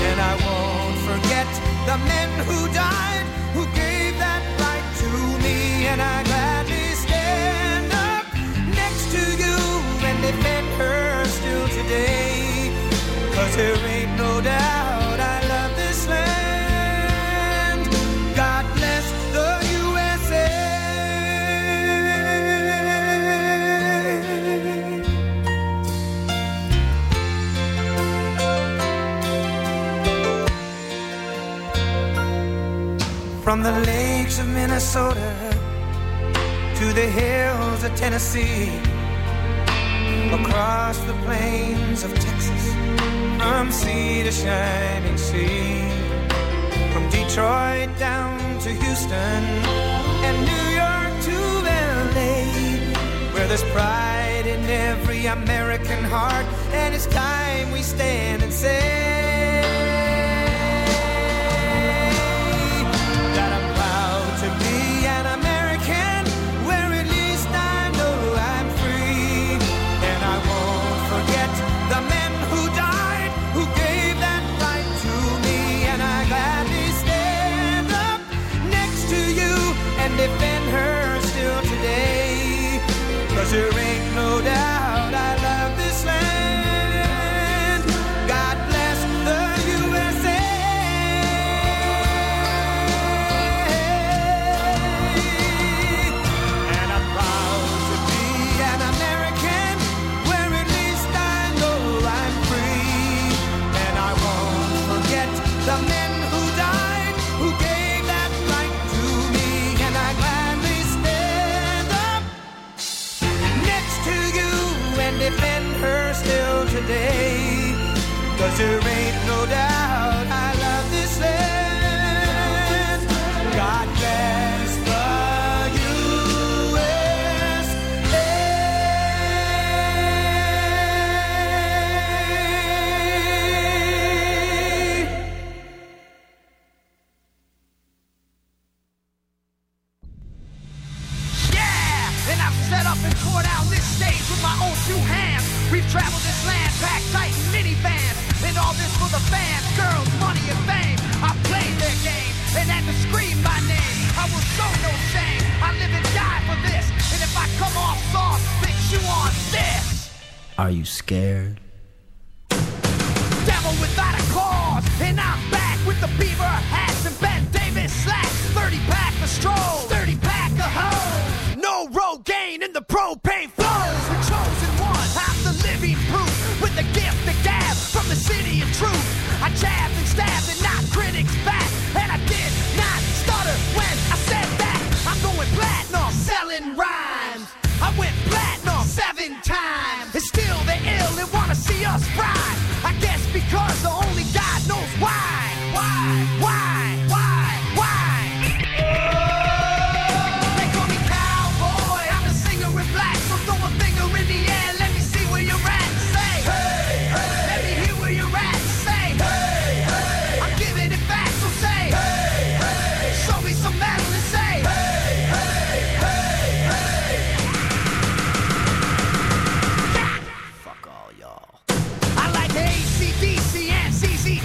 Speaker 21: And I won't forget the men who died, who gave that right to me. And I gladly stand up next to you and defend her still today. Cause there ain't no doubt I love this land. God bless the USA. From the lakes of Minnesota to the hills of Tennessee, across the plains of Texas, from sea to shining sea, from Detroit down to Houston and New York to LA, where there's pride in every American heart, and it's time we stand and say that I'm proud to be an American, where at least I know I'm free. And I won't forget the men who died, who gave that right to me. And I gladly stand up next to you and defend her still today. Cause there ain't no doubt I love this land. God bless the USA. And I'm proud to be an American, where at least I know I'm free. And I won't forget the men who died, who gave that right to me. And I gladly stand up next to you and defend her still today. Cause there ain't no doubt I love this land. God bless the USA.
Speaker 14: Yeah! And I've set up and poured out this stage with my own two hands. We've traveled this land, packed tight in minivans. And all this for the fans, girls, money, and fame. I played their game and had to scream my name. I will show no shame. I live and die for this. And if I come off soft, bitch, you on this.
Speaker 13: Are you scared?
Speaker 14: devil without a cause. And I'm back with the beaver hats and Ben Davis slacks. 30 pack of strolls, 30 pack of hoes. No Rogaine in the propane flows. The chosen one, I'm the living proof. With the gift that gab from the city of truth. I jab and stab and knock critics back. And I did not stutter when I said that. I'm going platinum, selling rhymes. I went platinum seven times. And still they ill and wanna see us ride. I guess because the only God knows why. Why? Why? Why? Why? They call me cowboy. I'm the singer in black. So throw a finger in the air. Let me see where you're at. Say, hey, hey. Let me hear where you're at. Say, hey, hey. I'm giving it back. So say, hey, hey. Show me some metal and say, hey, hey, hey, hey. I like ACDC and ZZ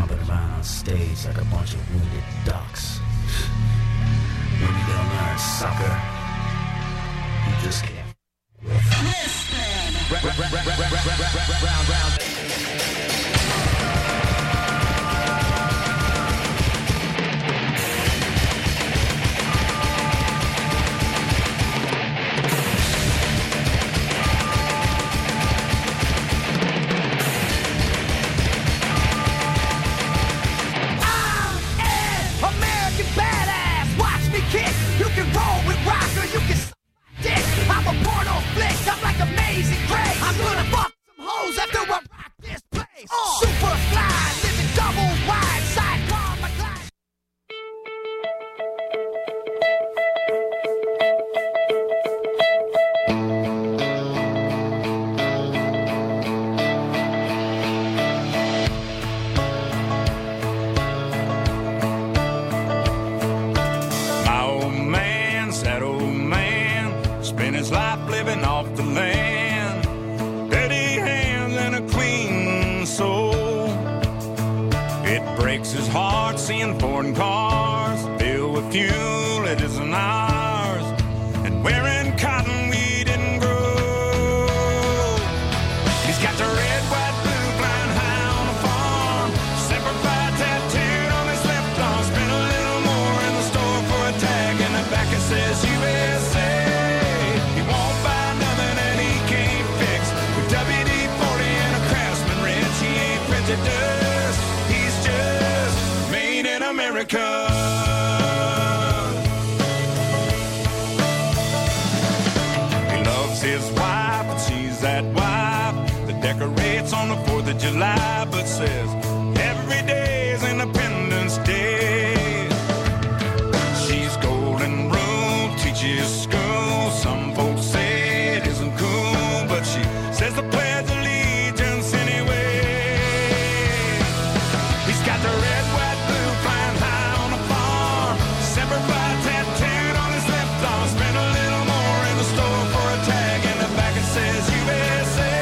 Speaker 13: us like a bunch of wounded ducks. When you don't learn, sucker, you just can't.
Speaker 14: American badass, watch me kick. You can roll with rock or you can suck my dick. I'm a porno flick, I'm like amazing grace. I'm gonna fuck some hoes after I rock this place. Uh. Super fly, living double wide, sidecar my glide.
Speaker 1: My old man's that old "Oh, man, spent his life living off the land. Dirty hands and a clean soul. It breaks his heart seeing foreign cars filled with fuel that isn't ours, and wearing cotton we didn't grow. He's got the red, white, blue, blind high on the farm. Separate by a tattooed on his left arm. Spent a little more in the store for a tag, and the back it says USA. He won't buy nothing and he can't fix. With WD 40 and a craftsman wrench, he ain't prejudiced. He's just made in America. He loves his wife, and she's that wife that decorates on the 4th of July, but says every day is Independence Day. She's golden rule, teaches school. Some folks say it isn't cool, but she says the Pledge of Allegiance anyway. He's got the red, white, blue flying high on a farm. Separate by a tattooed on his left arm. Spent a little more in the store for a tag, and the back it says USA.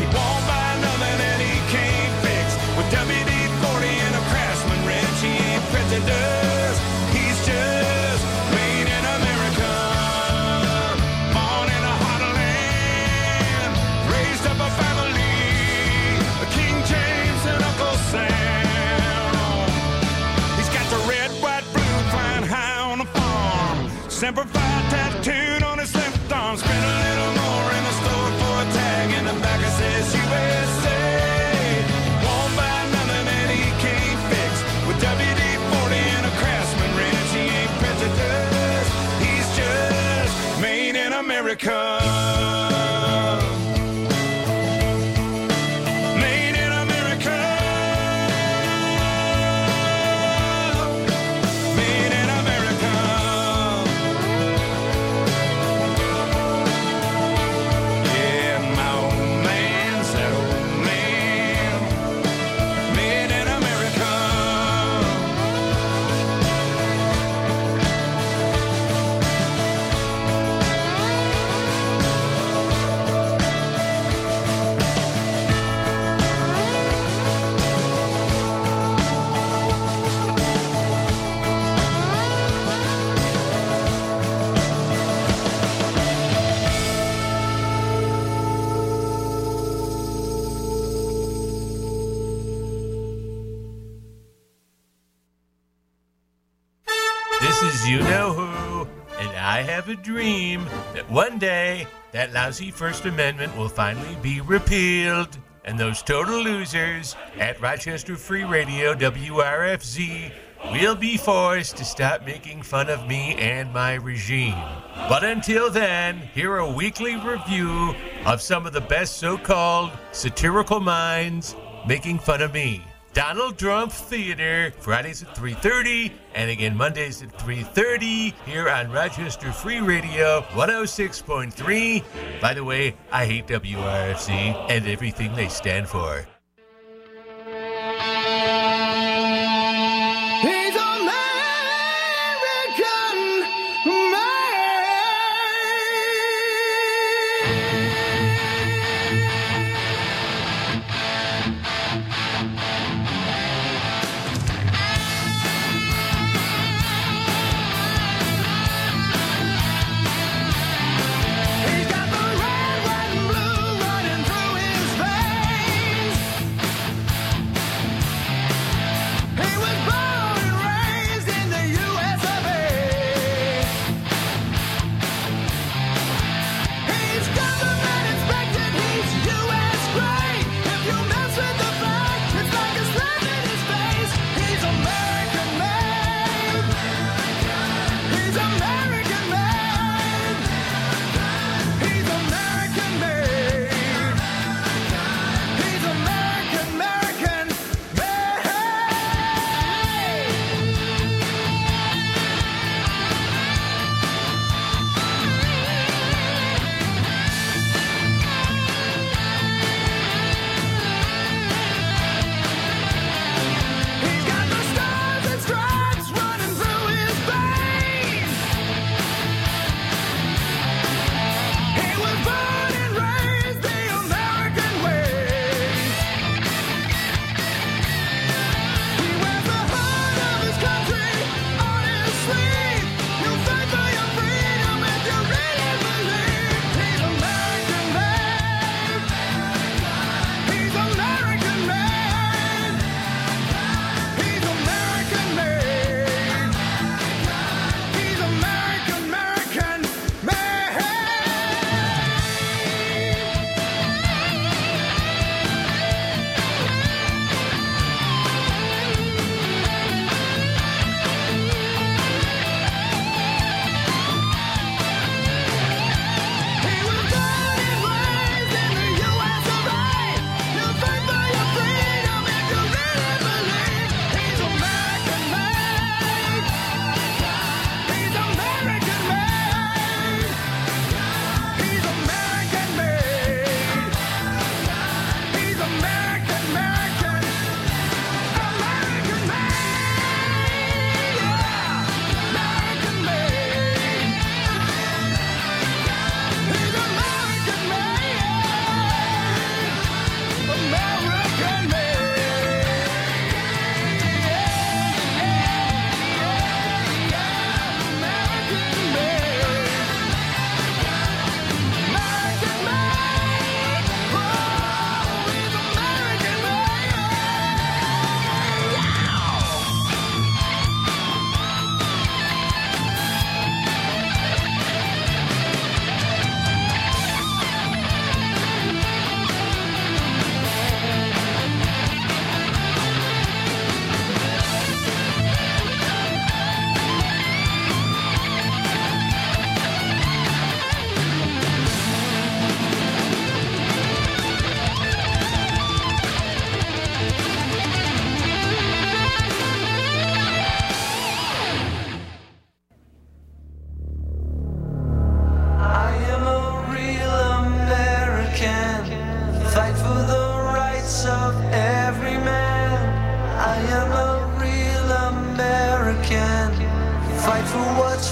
Speaker 1: He won't buy nothing that he can't fix. With WD 40 and a craftsman wrench, he ain't prejudiced. He's just made in America. Born in a hot land, raised up a family. King James and Uncle Sam. He's got the red, white, blue flying high on the farm. Semper Fi tattooed on his left arm. Spent a little more in the store for a tag in the back. It says USA. Won't buy nothing that he can't fix. With WD 40 and a craftsman wrench, he ain't prejudiced. He's just made in America. Made in America. Made in America. Yeah, my old man's that old man. Made in America.
Speaker 3: This is You Know Who, and I have a dream that one day that lousy First Amendment will finally be repealed, and those total losers at Rochester Free Radio WRFZ will be forced to stop making fun of me and my regime. But until then, here a weekly review of some of the best so called satirical minds making fun of me. Donald Trump Theater, Fridays at 3.30, and again Mondays at 3.30 here on Rochester Free Radio 106.3. By the way, I hate WRFC and everything they stand for.
Speaker 14: He's American made.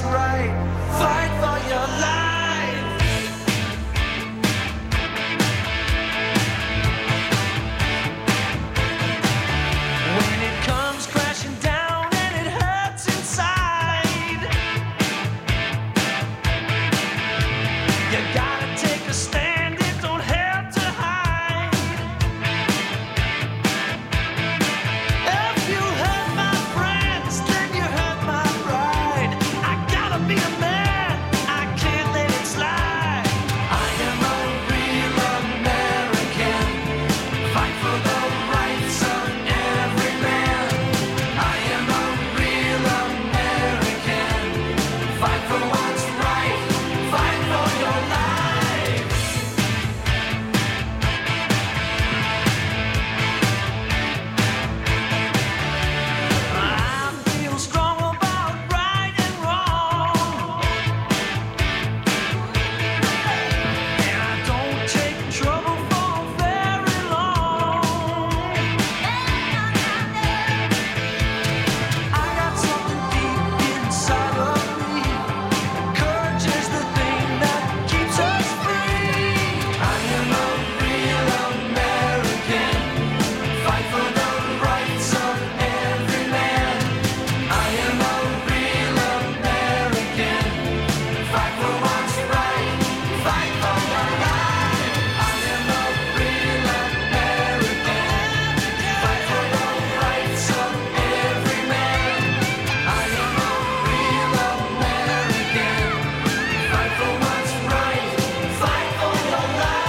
Speaker 8: right. Fight for your life. When it comes crashing down and it hurts inside, you gotta take a stand. It don't help to hide. If you hurt my friends, then you hurt my pride. I gotta be a man. I can't let it slide. I am a real American. Fight for the rights of every man. I am a real American. Fight for what's right. Fight for your life. I feel strong about right and wrong. And I don't take trouble for very long. I got something deep inside of me. Courage is the thing that keeps us free. I am a real American. Fight for the rights of every man. I am a real American. Fight for what's right. Fight for your life. I am a real American. Fight for the rights of every man. I am a real American. Fight for what's right. Fight for your life.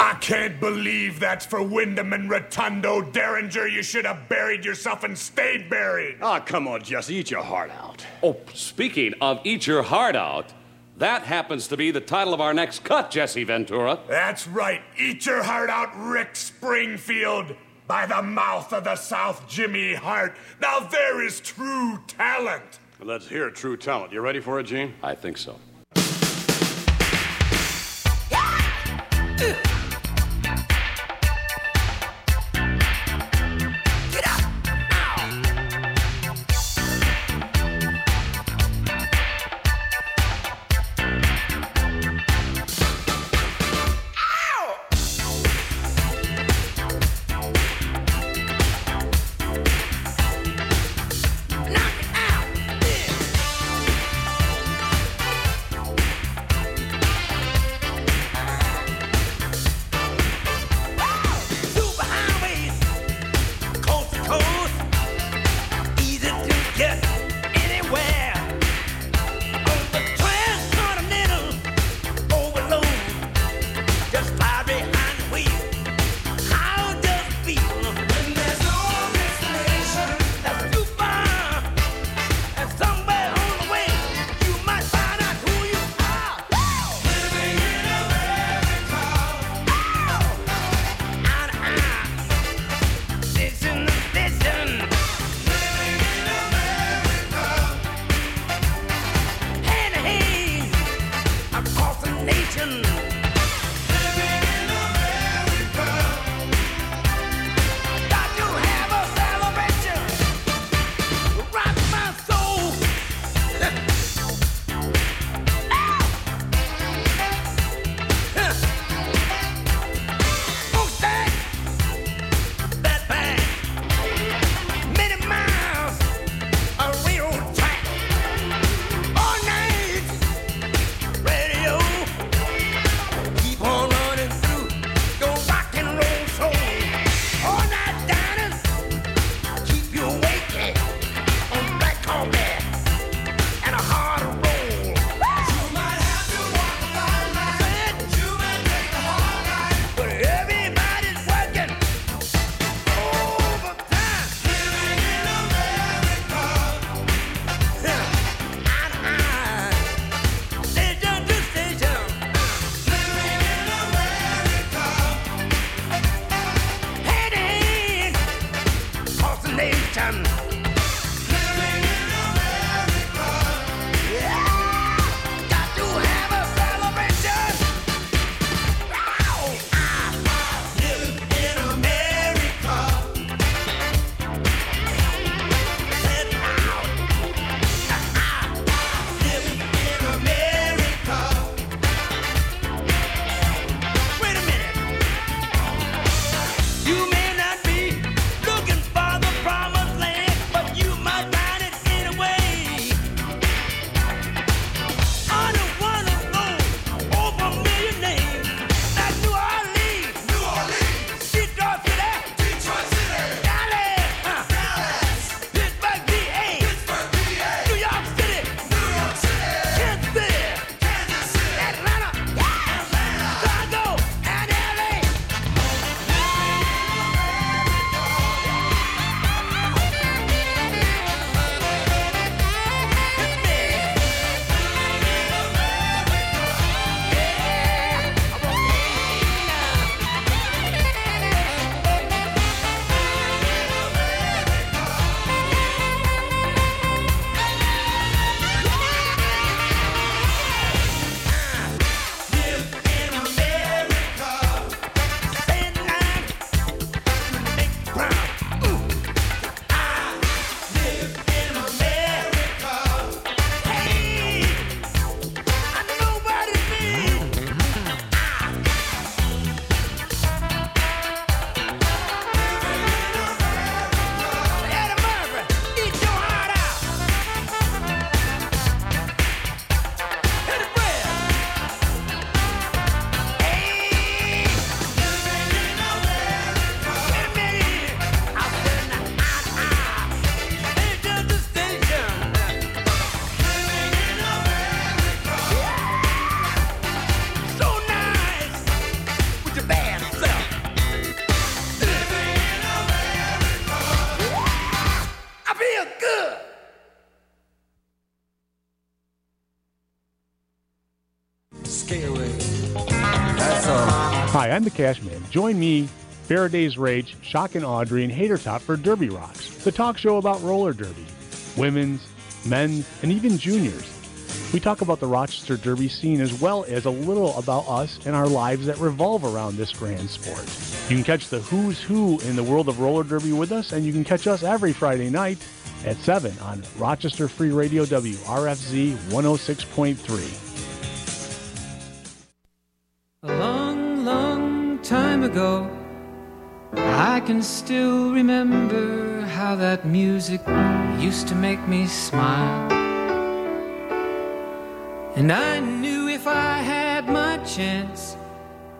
Speaker 15: I can't believe that's for Wyndham and Rotundo. Derringer, you should have buried yourself and stayed buried.
Speaker 19: Ah, come on, Jesse, eat your heart out. Oh, speaking of eat your heart out, that happens to be the title of our next cut, Jesse Ventura.
Speaker 15: That's right. Eat your heart out, Rick Springfield. By the mouth of the South, Jimmy Hart. Now there is true talent.
Speaker 19: Let's hear true talent. You ready for it, Gene? I think so.
Speaker 17: Gatorade. That's all.
Speaker 22: Hi, I'm the Cashman. Join me, Faraday's Rage, Shock and Audrey, and Hater Top for Derby Rocks, the talk show about roller derby, women's, men's, and even juniors. We talk about the Rochester Derby scene as well as a little about us and our lives that revolve around this grand sport. You can catch the who's who in the world of roller derby with us, and you can catch us every Friday night at 7 on Rochester Free Radio WRFZ 106.3.
Speaker 10: A long, long time ago, I can still remember how that music used to make me smile. And I knew if I had my chance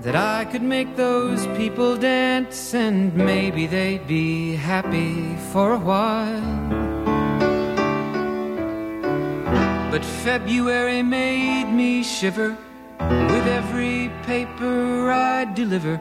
Speaker 10: that I could make those people dance and maybe they'd be happy for a while. But February made me shiver with every paper I deliver.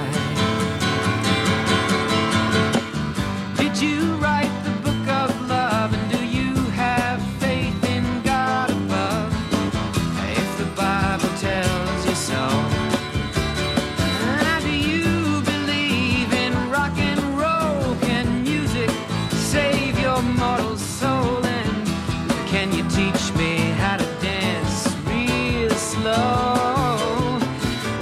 Speaker 10: Did you write the book of love? And do you have faith in God above? If the Bible tells you so. And do you believe in rock and roll? Can music save your mortal soul? And can you teach me how to dance real slow?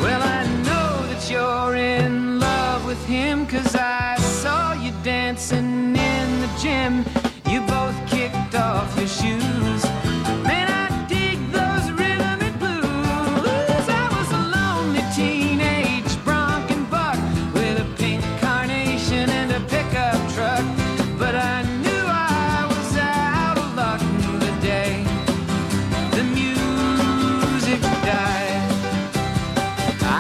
Speaker 10: Well, I know that you're in love with him, cause I saw you dancing in the gym. You both kicked off your shoes. Man, I dig those rhythm and blues. I was a lonely teenage bronc and buck with a pink carnation and a pickup truck. But I knew I was out of luck the day the music died.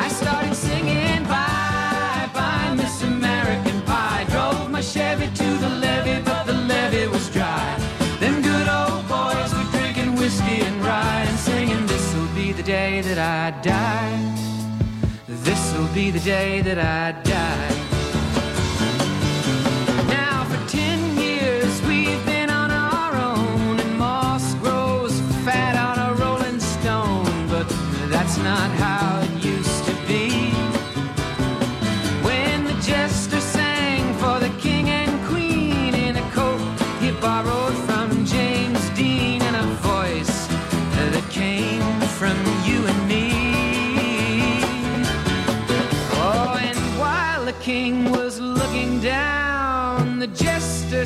Speaker 10: I started singing bye bye Miss American Pie. Drove my Chevy to the levee, but the levee was dry. Them good old boys were drinking whiskey and rye and singing, This'll be the day that I die. This'll be the day that I die. Now for ten years we've been on our own, and moss grows fat on a rolling stone. But that's not how it used to be. When the jester sang for the king and queen in a coat he borrowed from James Dean, and a voice that came from you and me. Oh, and while the king was looking down, the jester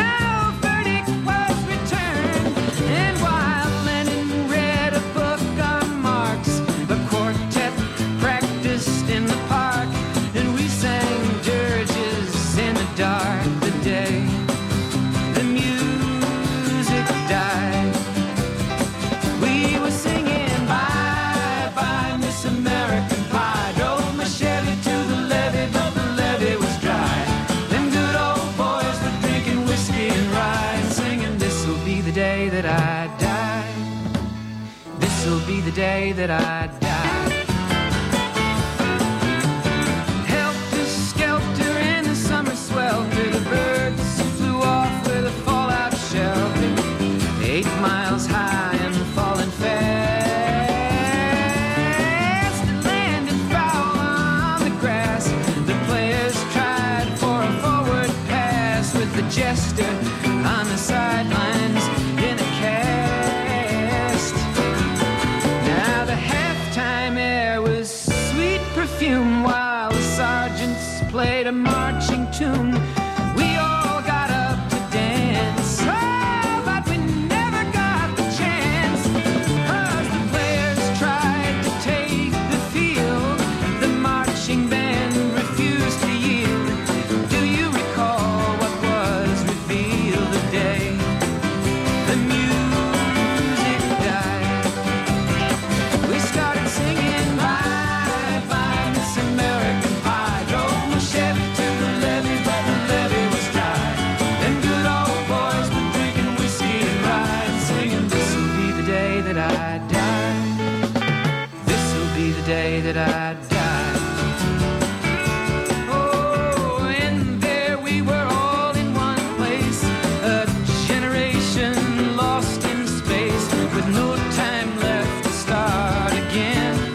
Speaker 10: No verdict was returned. And while Lennon read a book on Marx, the quartet practiced in the park, and we sang dirges in the dark the day the music died. We were singing bye bye Miss American Pie. Drove my Chevy to the levee, but the levee was dry. Them good old boys were drinking whiskey and rye and singing, This'll be the day that I die. This'll be the day that I die. Helter skelter in the summer swelter, the birds flew off with a fallout shelter. Eight miles high and falling fast. It landed foul on the grass. The players tried for a forward pass with the jester on the sidelines in a cast. Now the halftime air played a marching tune. We all got up to dance. Oh, but we never got the chance. 'Cause the players tried to take the field. The marching band refused to yield. Do you recall what was revealed the day the music died? We started singing Bye Bye Miss American Pie. Drove my Chevy to the levee, but the levee was dry. Them good old boys were drinking whiskey and rye, singing This'll be the day that I die. This'll be the day that I die. Oh, and there we were all in one place, a generation lost in space with no time left to start again.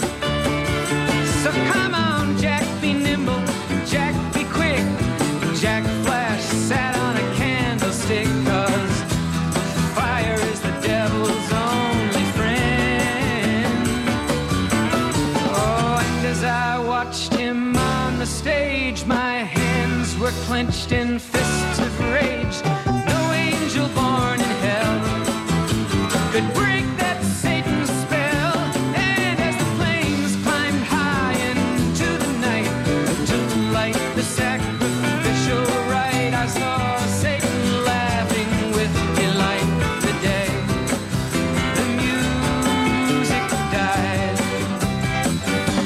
Speaker 10: So come on, Jack, be nimble, Jack, be quick. Jack Flash sat on a candlestick, cause fire is the devil's only friend. Oh, and as I watched him on the stage, my hands were clenched in fists of rage. No angel born in hell could break that Satan's spell. And as the flames climbed high into the night, to the light, the sacrificial rite, I saw Satan laughing with delight the day the music died.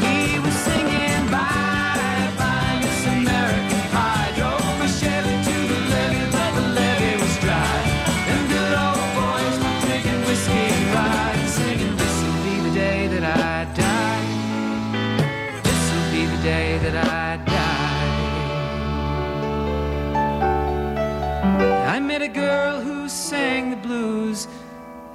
Speaker 10: He was singing bye bye Miss American Pie. Drove my Chevy to the levee, but the levee was dry. Them good old boys were drinking whiskey and rye, and singing this'll be the day that I die. This'll be the day that I die. I met a girl who sang the blues,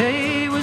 Speaker 10: They were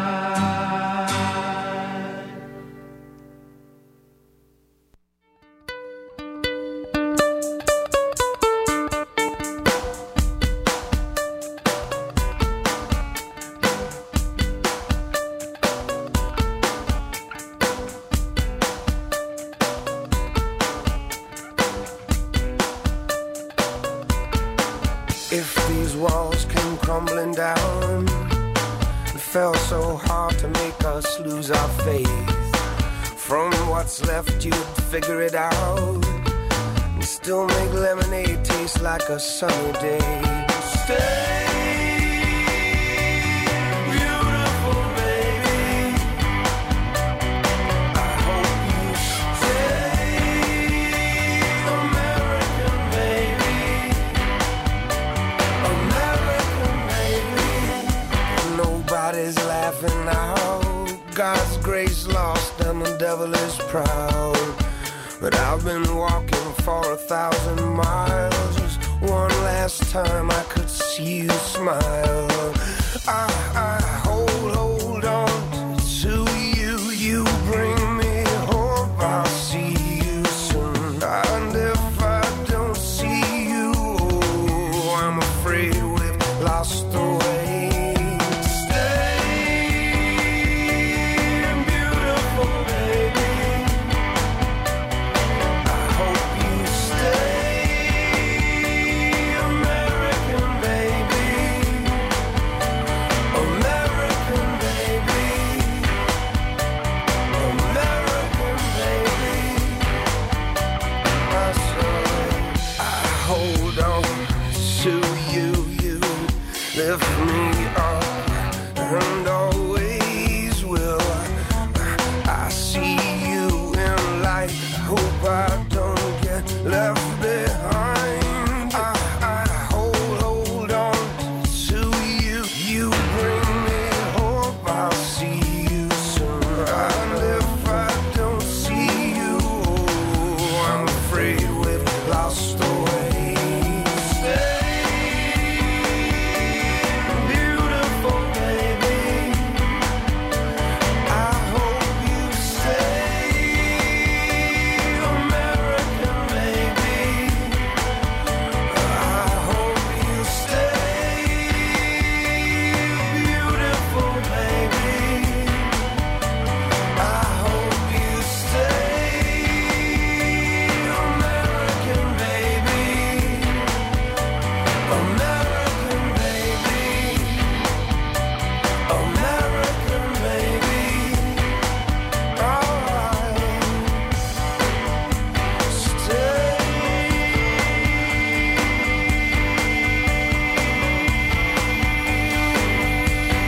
Speaker 23: If these walls came crumbling down, it fell so hard to make us lose our faith. From what's left, you'd figure it out. And still make lemonade taste like a summer day. Stay, beautiful baby. I hope you stay, American baby. American baby. Nobody's laughing now. God's grace lost and the devil is proud. But I've been walking for a thousand miles. Just one last time I could see you smile. I, I hold, hold on to you. You bring me hope. I'll see you soon. And if I don't see you, oh, I'm afraid we've lost the way. Stay beautiful, baby. I hope you stay, American baby, American baby, American baby. I say I hold on to you, you lift me up, and always will. I see you in light. Hope I don't get left behind. I, I hold, hold on to you. You bring me hope. I'll see you soon. And if I don't see you, oh, I'm afraid we've lost the way. Stay, beautiful baby. I hope you stay, American baby. I hope you stay, beautiful baby. I hope you stay, American baby, American baby. Oh, American baby, alright,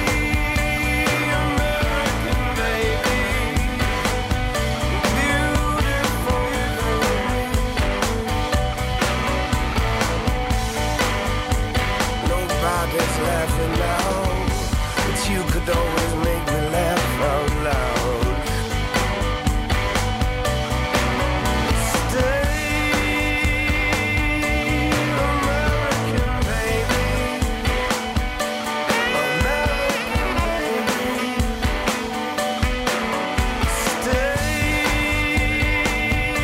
Speaker 23: stay. American baby, beautiful girl. Nobody's laughing now but you could always make me laugh out loud. Stay, American baby, American baby.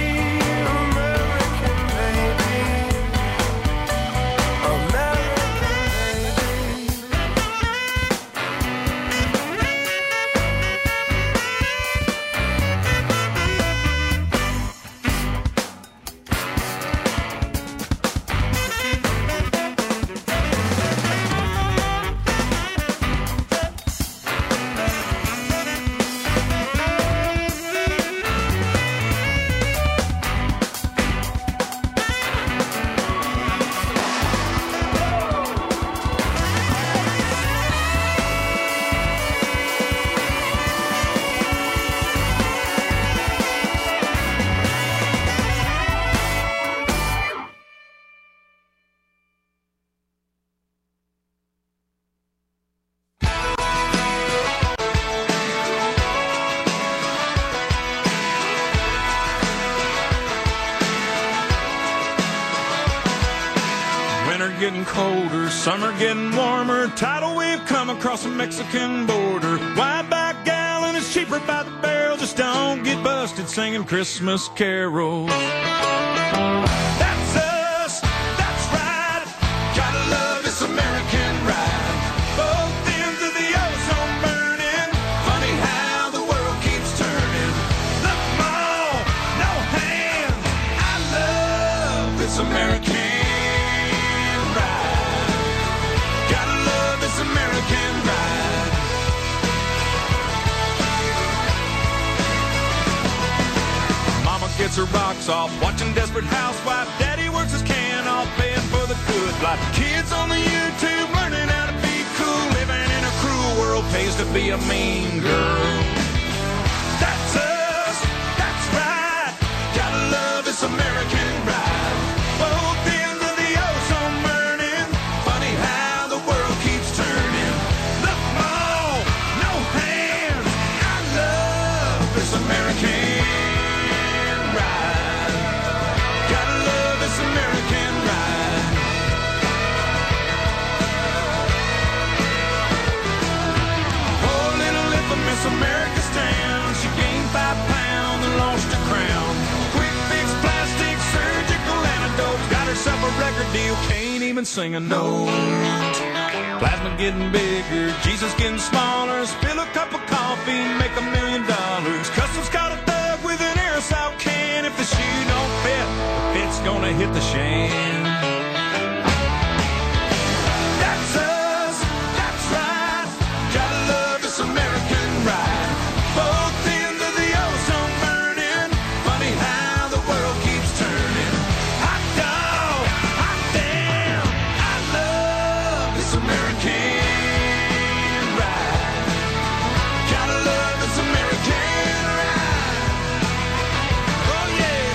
Speaker 23: Stay, American baby, American baby.
Speaker 8: Winter getting colder, summer getting warmer. Tidal wave come across the Mexican border. Wide-back gallon is cheaper by the barrel. Just don't get busted singing Christmas carols. That's us. That's right. Gotta love this American ride. Both ends of the ozone burning. Funny how the world keeps turning. Look, Mom, no hand. I love this American ride. Gotta love this American ride. Mama gets her rocks off, watching Desperate Housewife. Daddy works his can off, paying for the good life. Kids on the YouTube learning how to be cool. Living in a cruel world pays to be a mean girl. That's us, that's right. Gotta love this American ride. Both ends of the ozone burning. Funny how the world keeps turning. Look, Mom, no hands. I love this American ride.
Speaker 1: this America stands. She gained five pounds and lost her crown. Quick fix, plastic, surgical antidotes. Got herself a record deal, can't even sing a note. Plasma getting bigger, Jesus getting smaller. Spill a cup of coffee, make a million dollars. Customs got a thug with an aerosol can. If the shoe don't fit, the fit's gonna hit the shan. That's us, that's right. Gotta love this American ride. Both ends of the ozone burning. Funny how the world keeps turning. Hot dog, hot damn. I love this American ride. Gotta love this American ride. Oh yeah.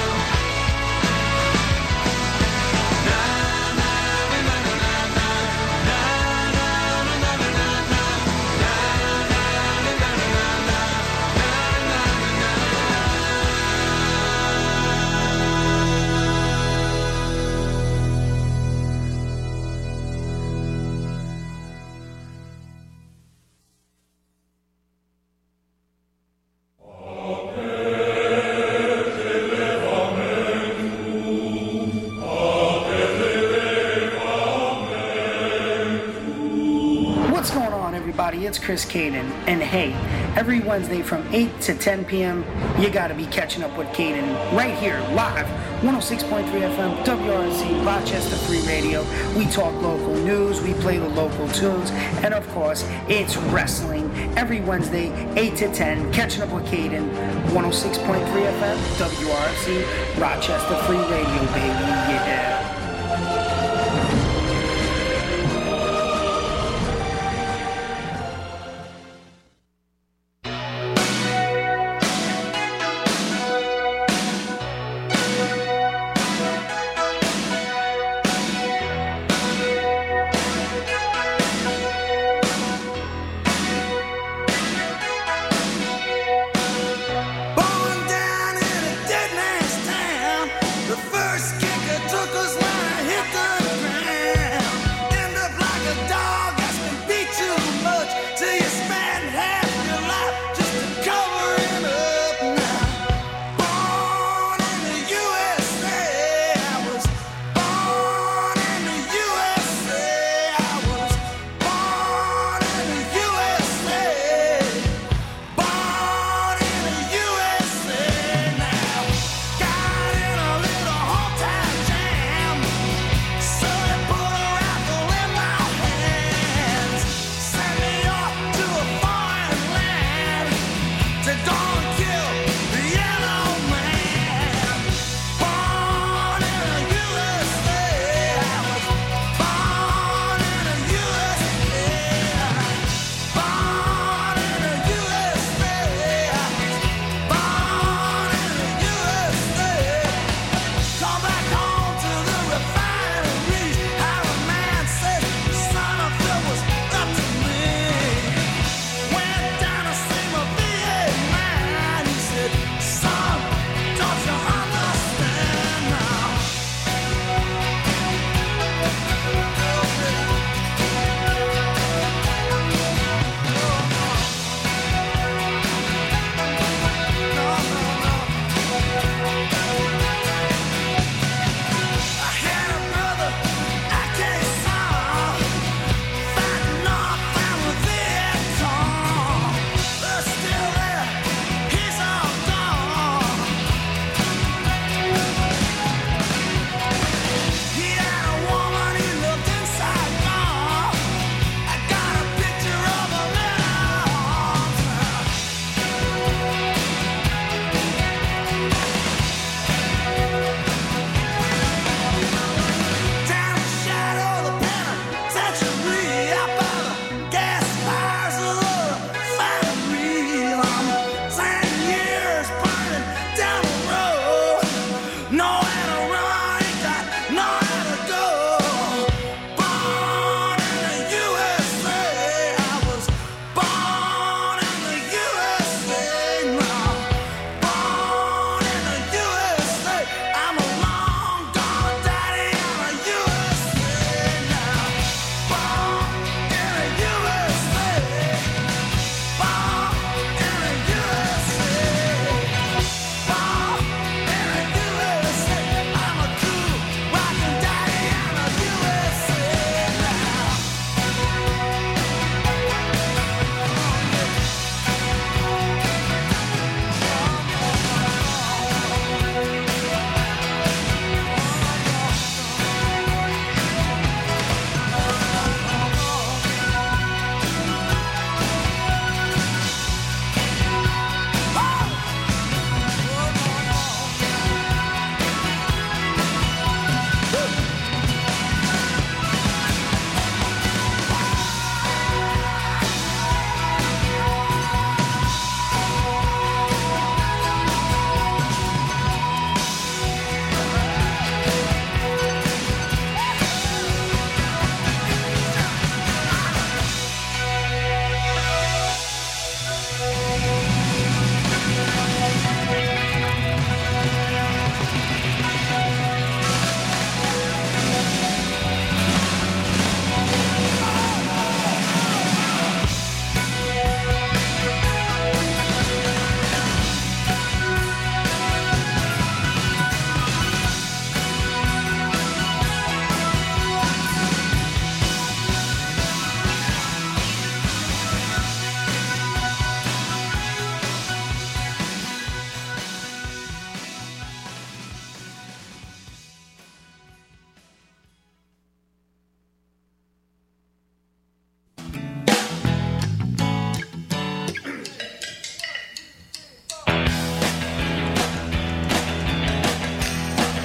Speaker 4: What's going on, everybody? It's Chris Caden. And hey, every Wednesday from 8 to 10 p.m., you got to be catching up with Caden right here, live, 106.3 FM, WRC, Rochester Free Radio. We talk local news, we play the local tunes, and of course, it's wrestling. Every Wednesday, 8 to 10, catching up with oh Caden, 106.3 FM, WRC, Rochester Free Radio, baby. Yeah.
Speaker 1: Born down in a dead man's town, the first kicker took us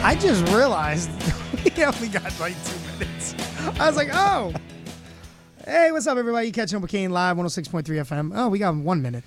Speaker 4: I just realized we only got like two minutes. I was like, oh. Hey, what's up, everybody? You catching up with Kane Live 106.3 FM. Oh, we got Oh, one minute.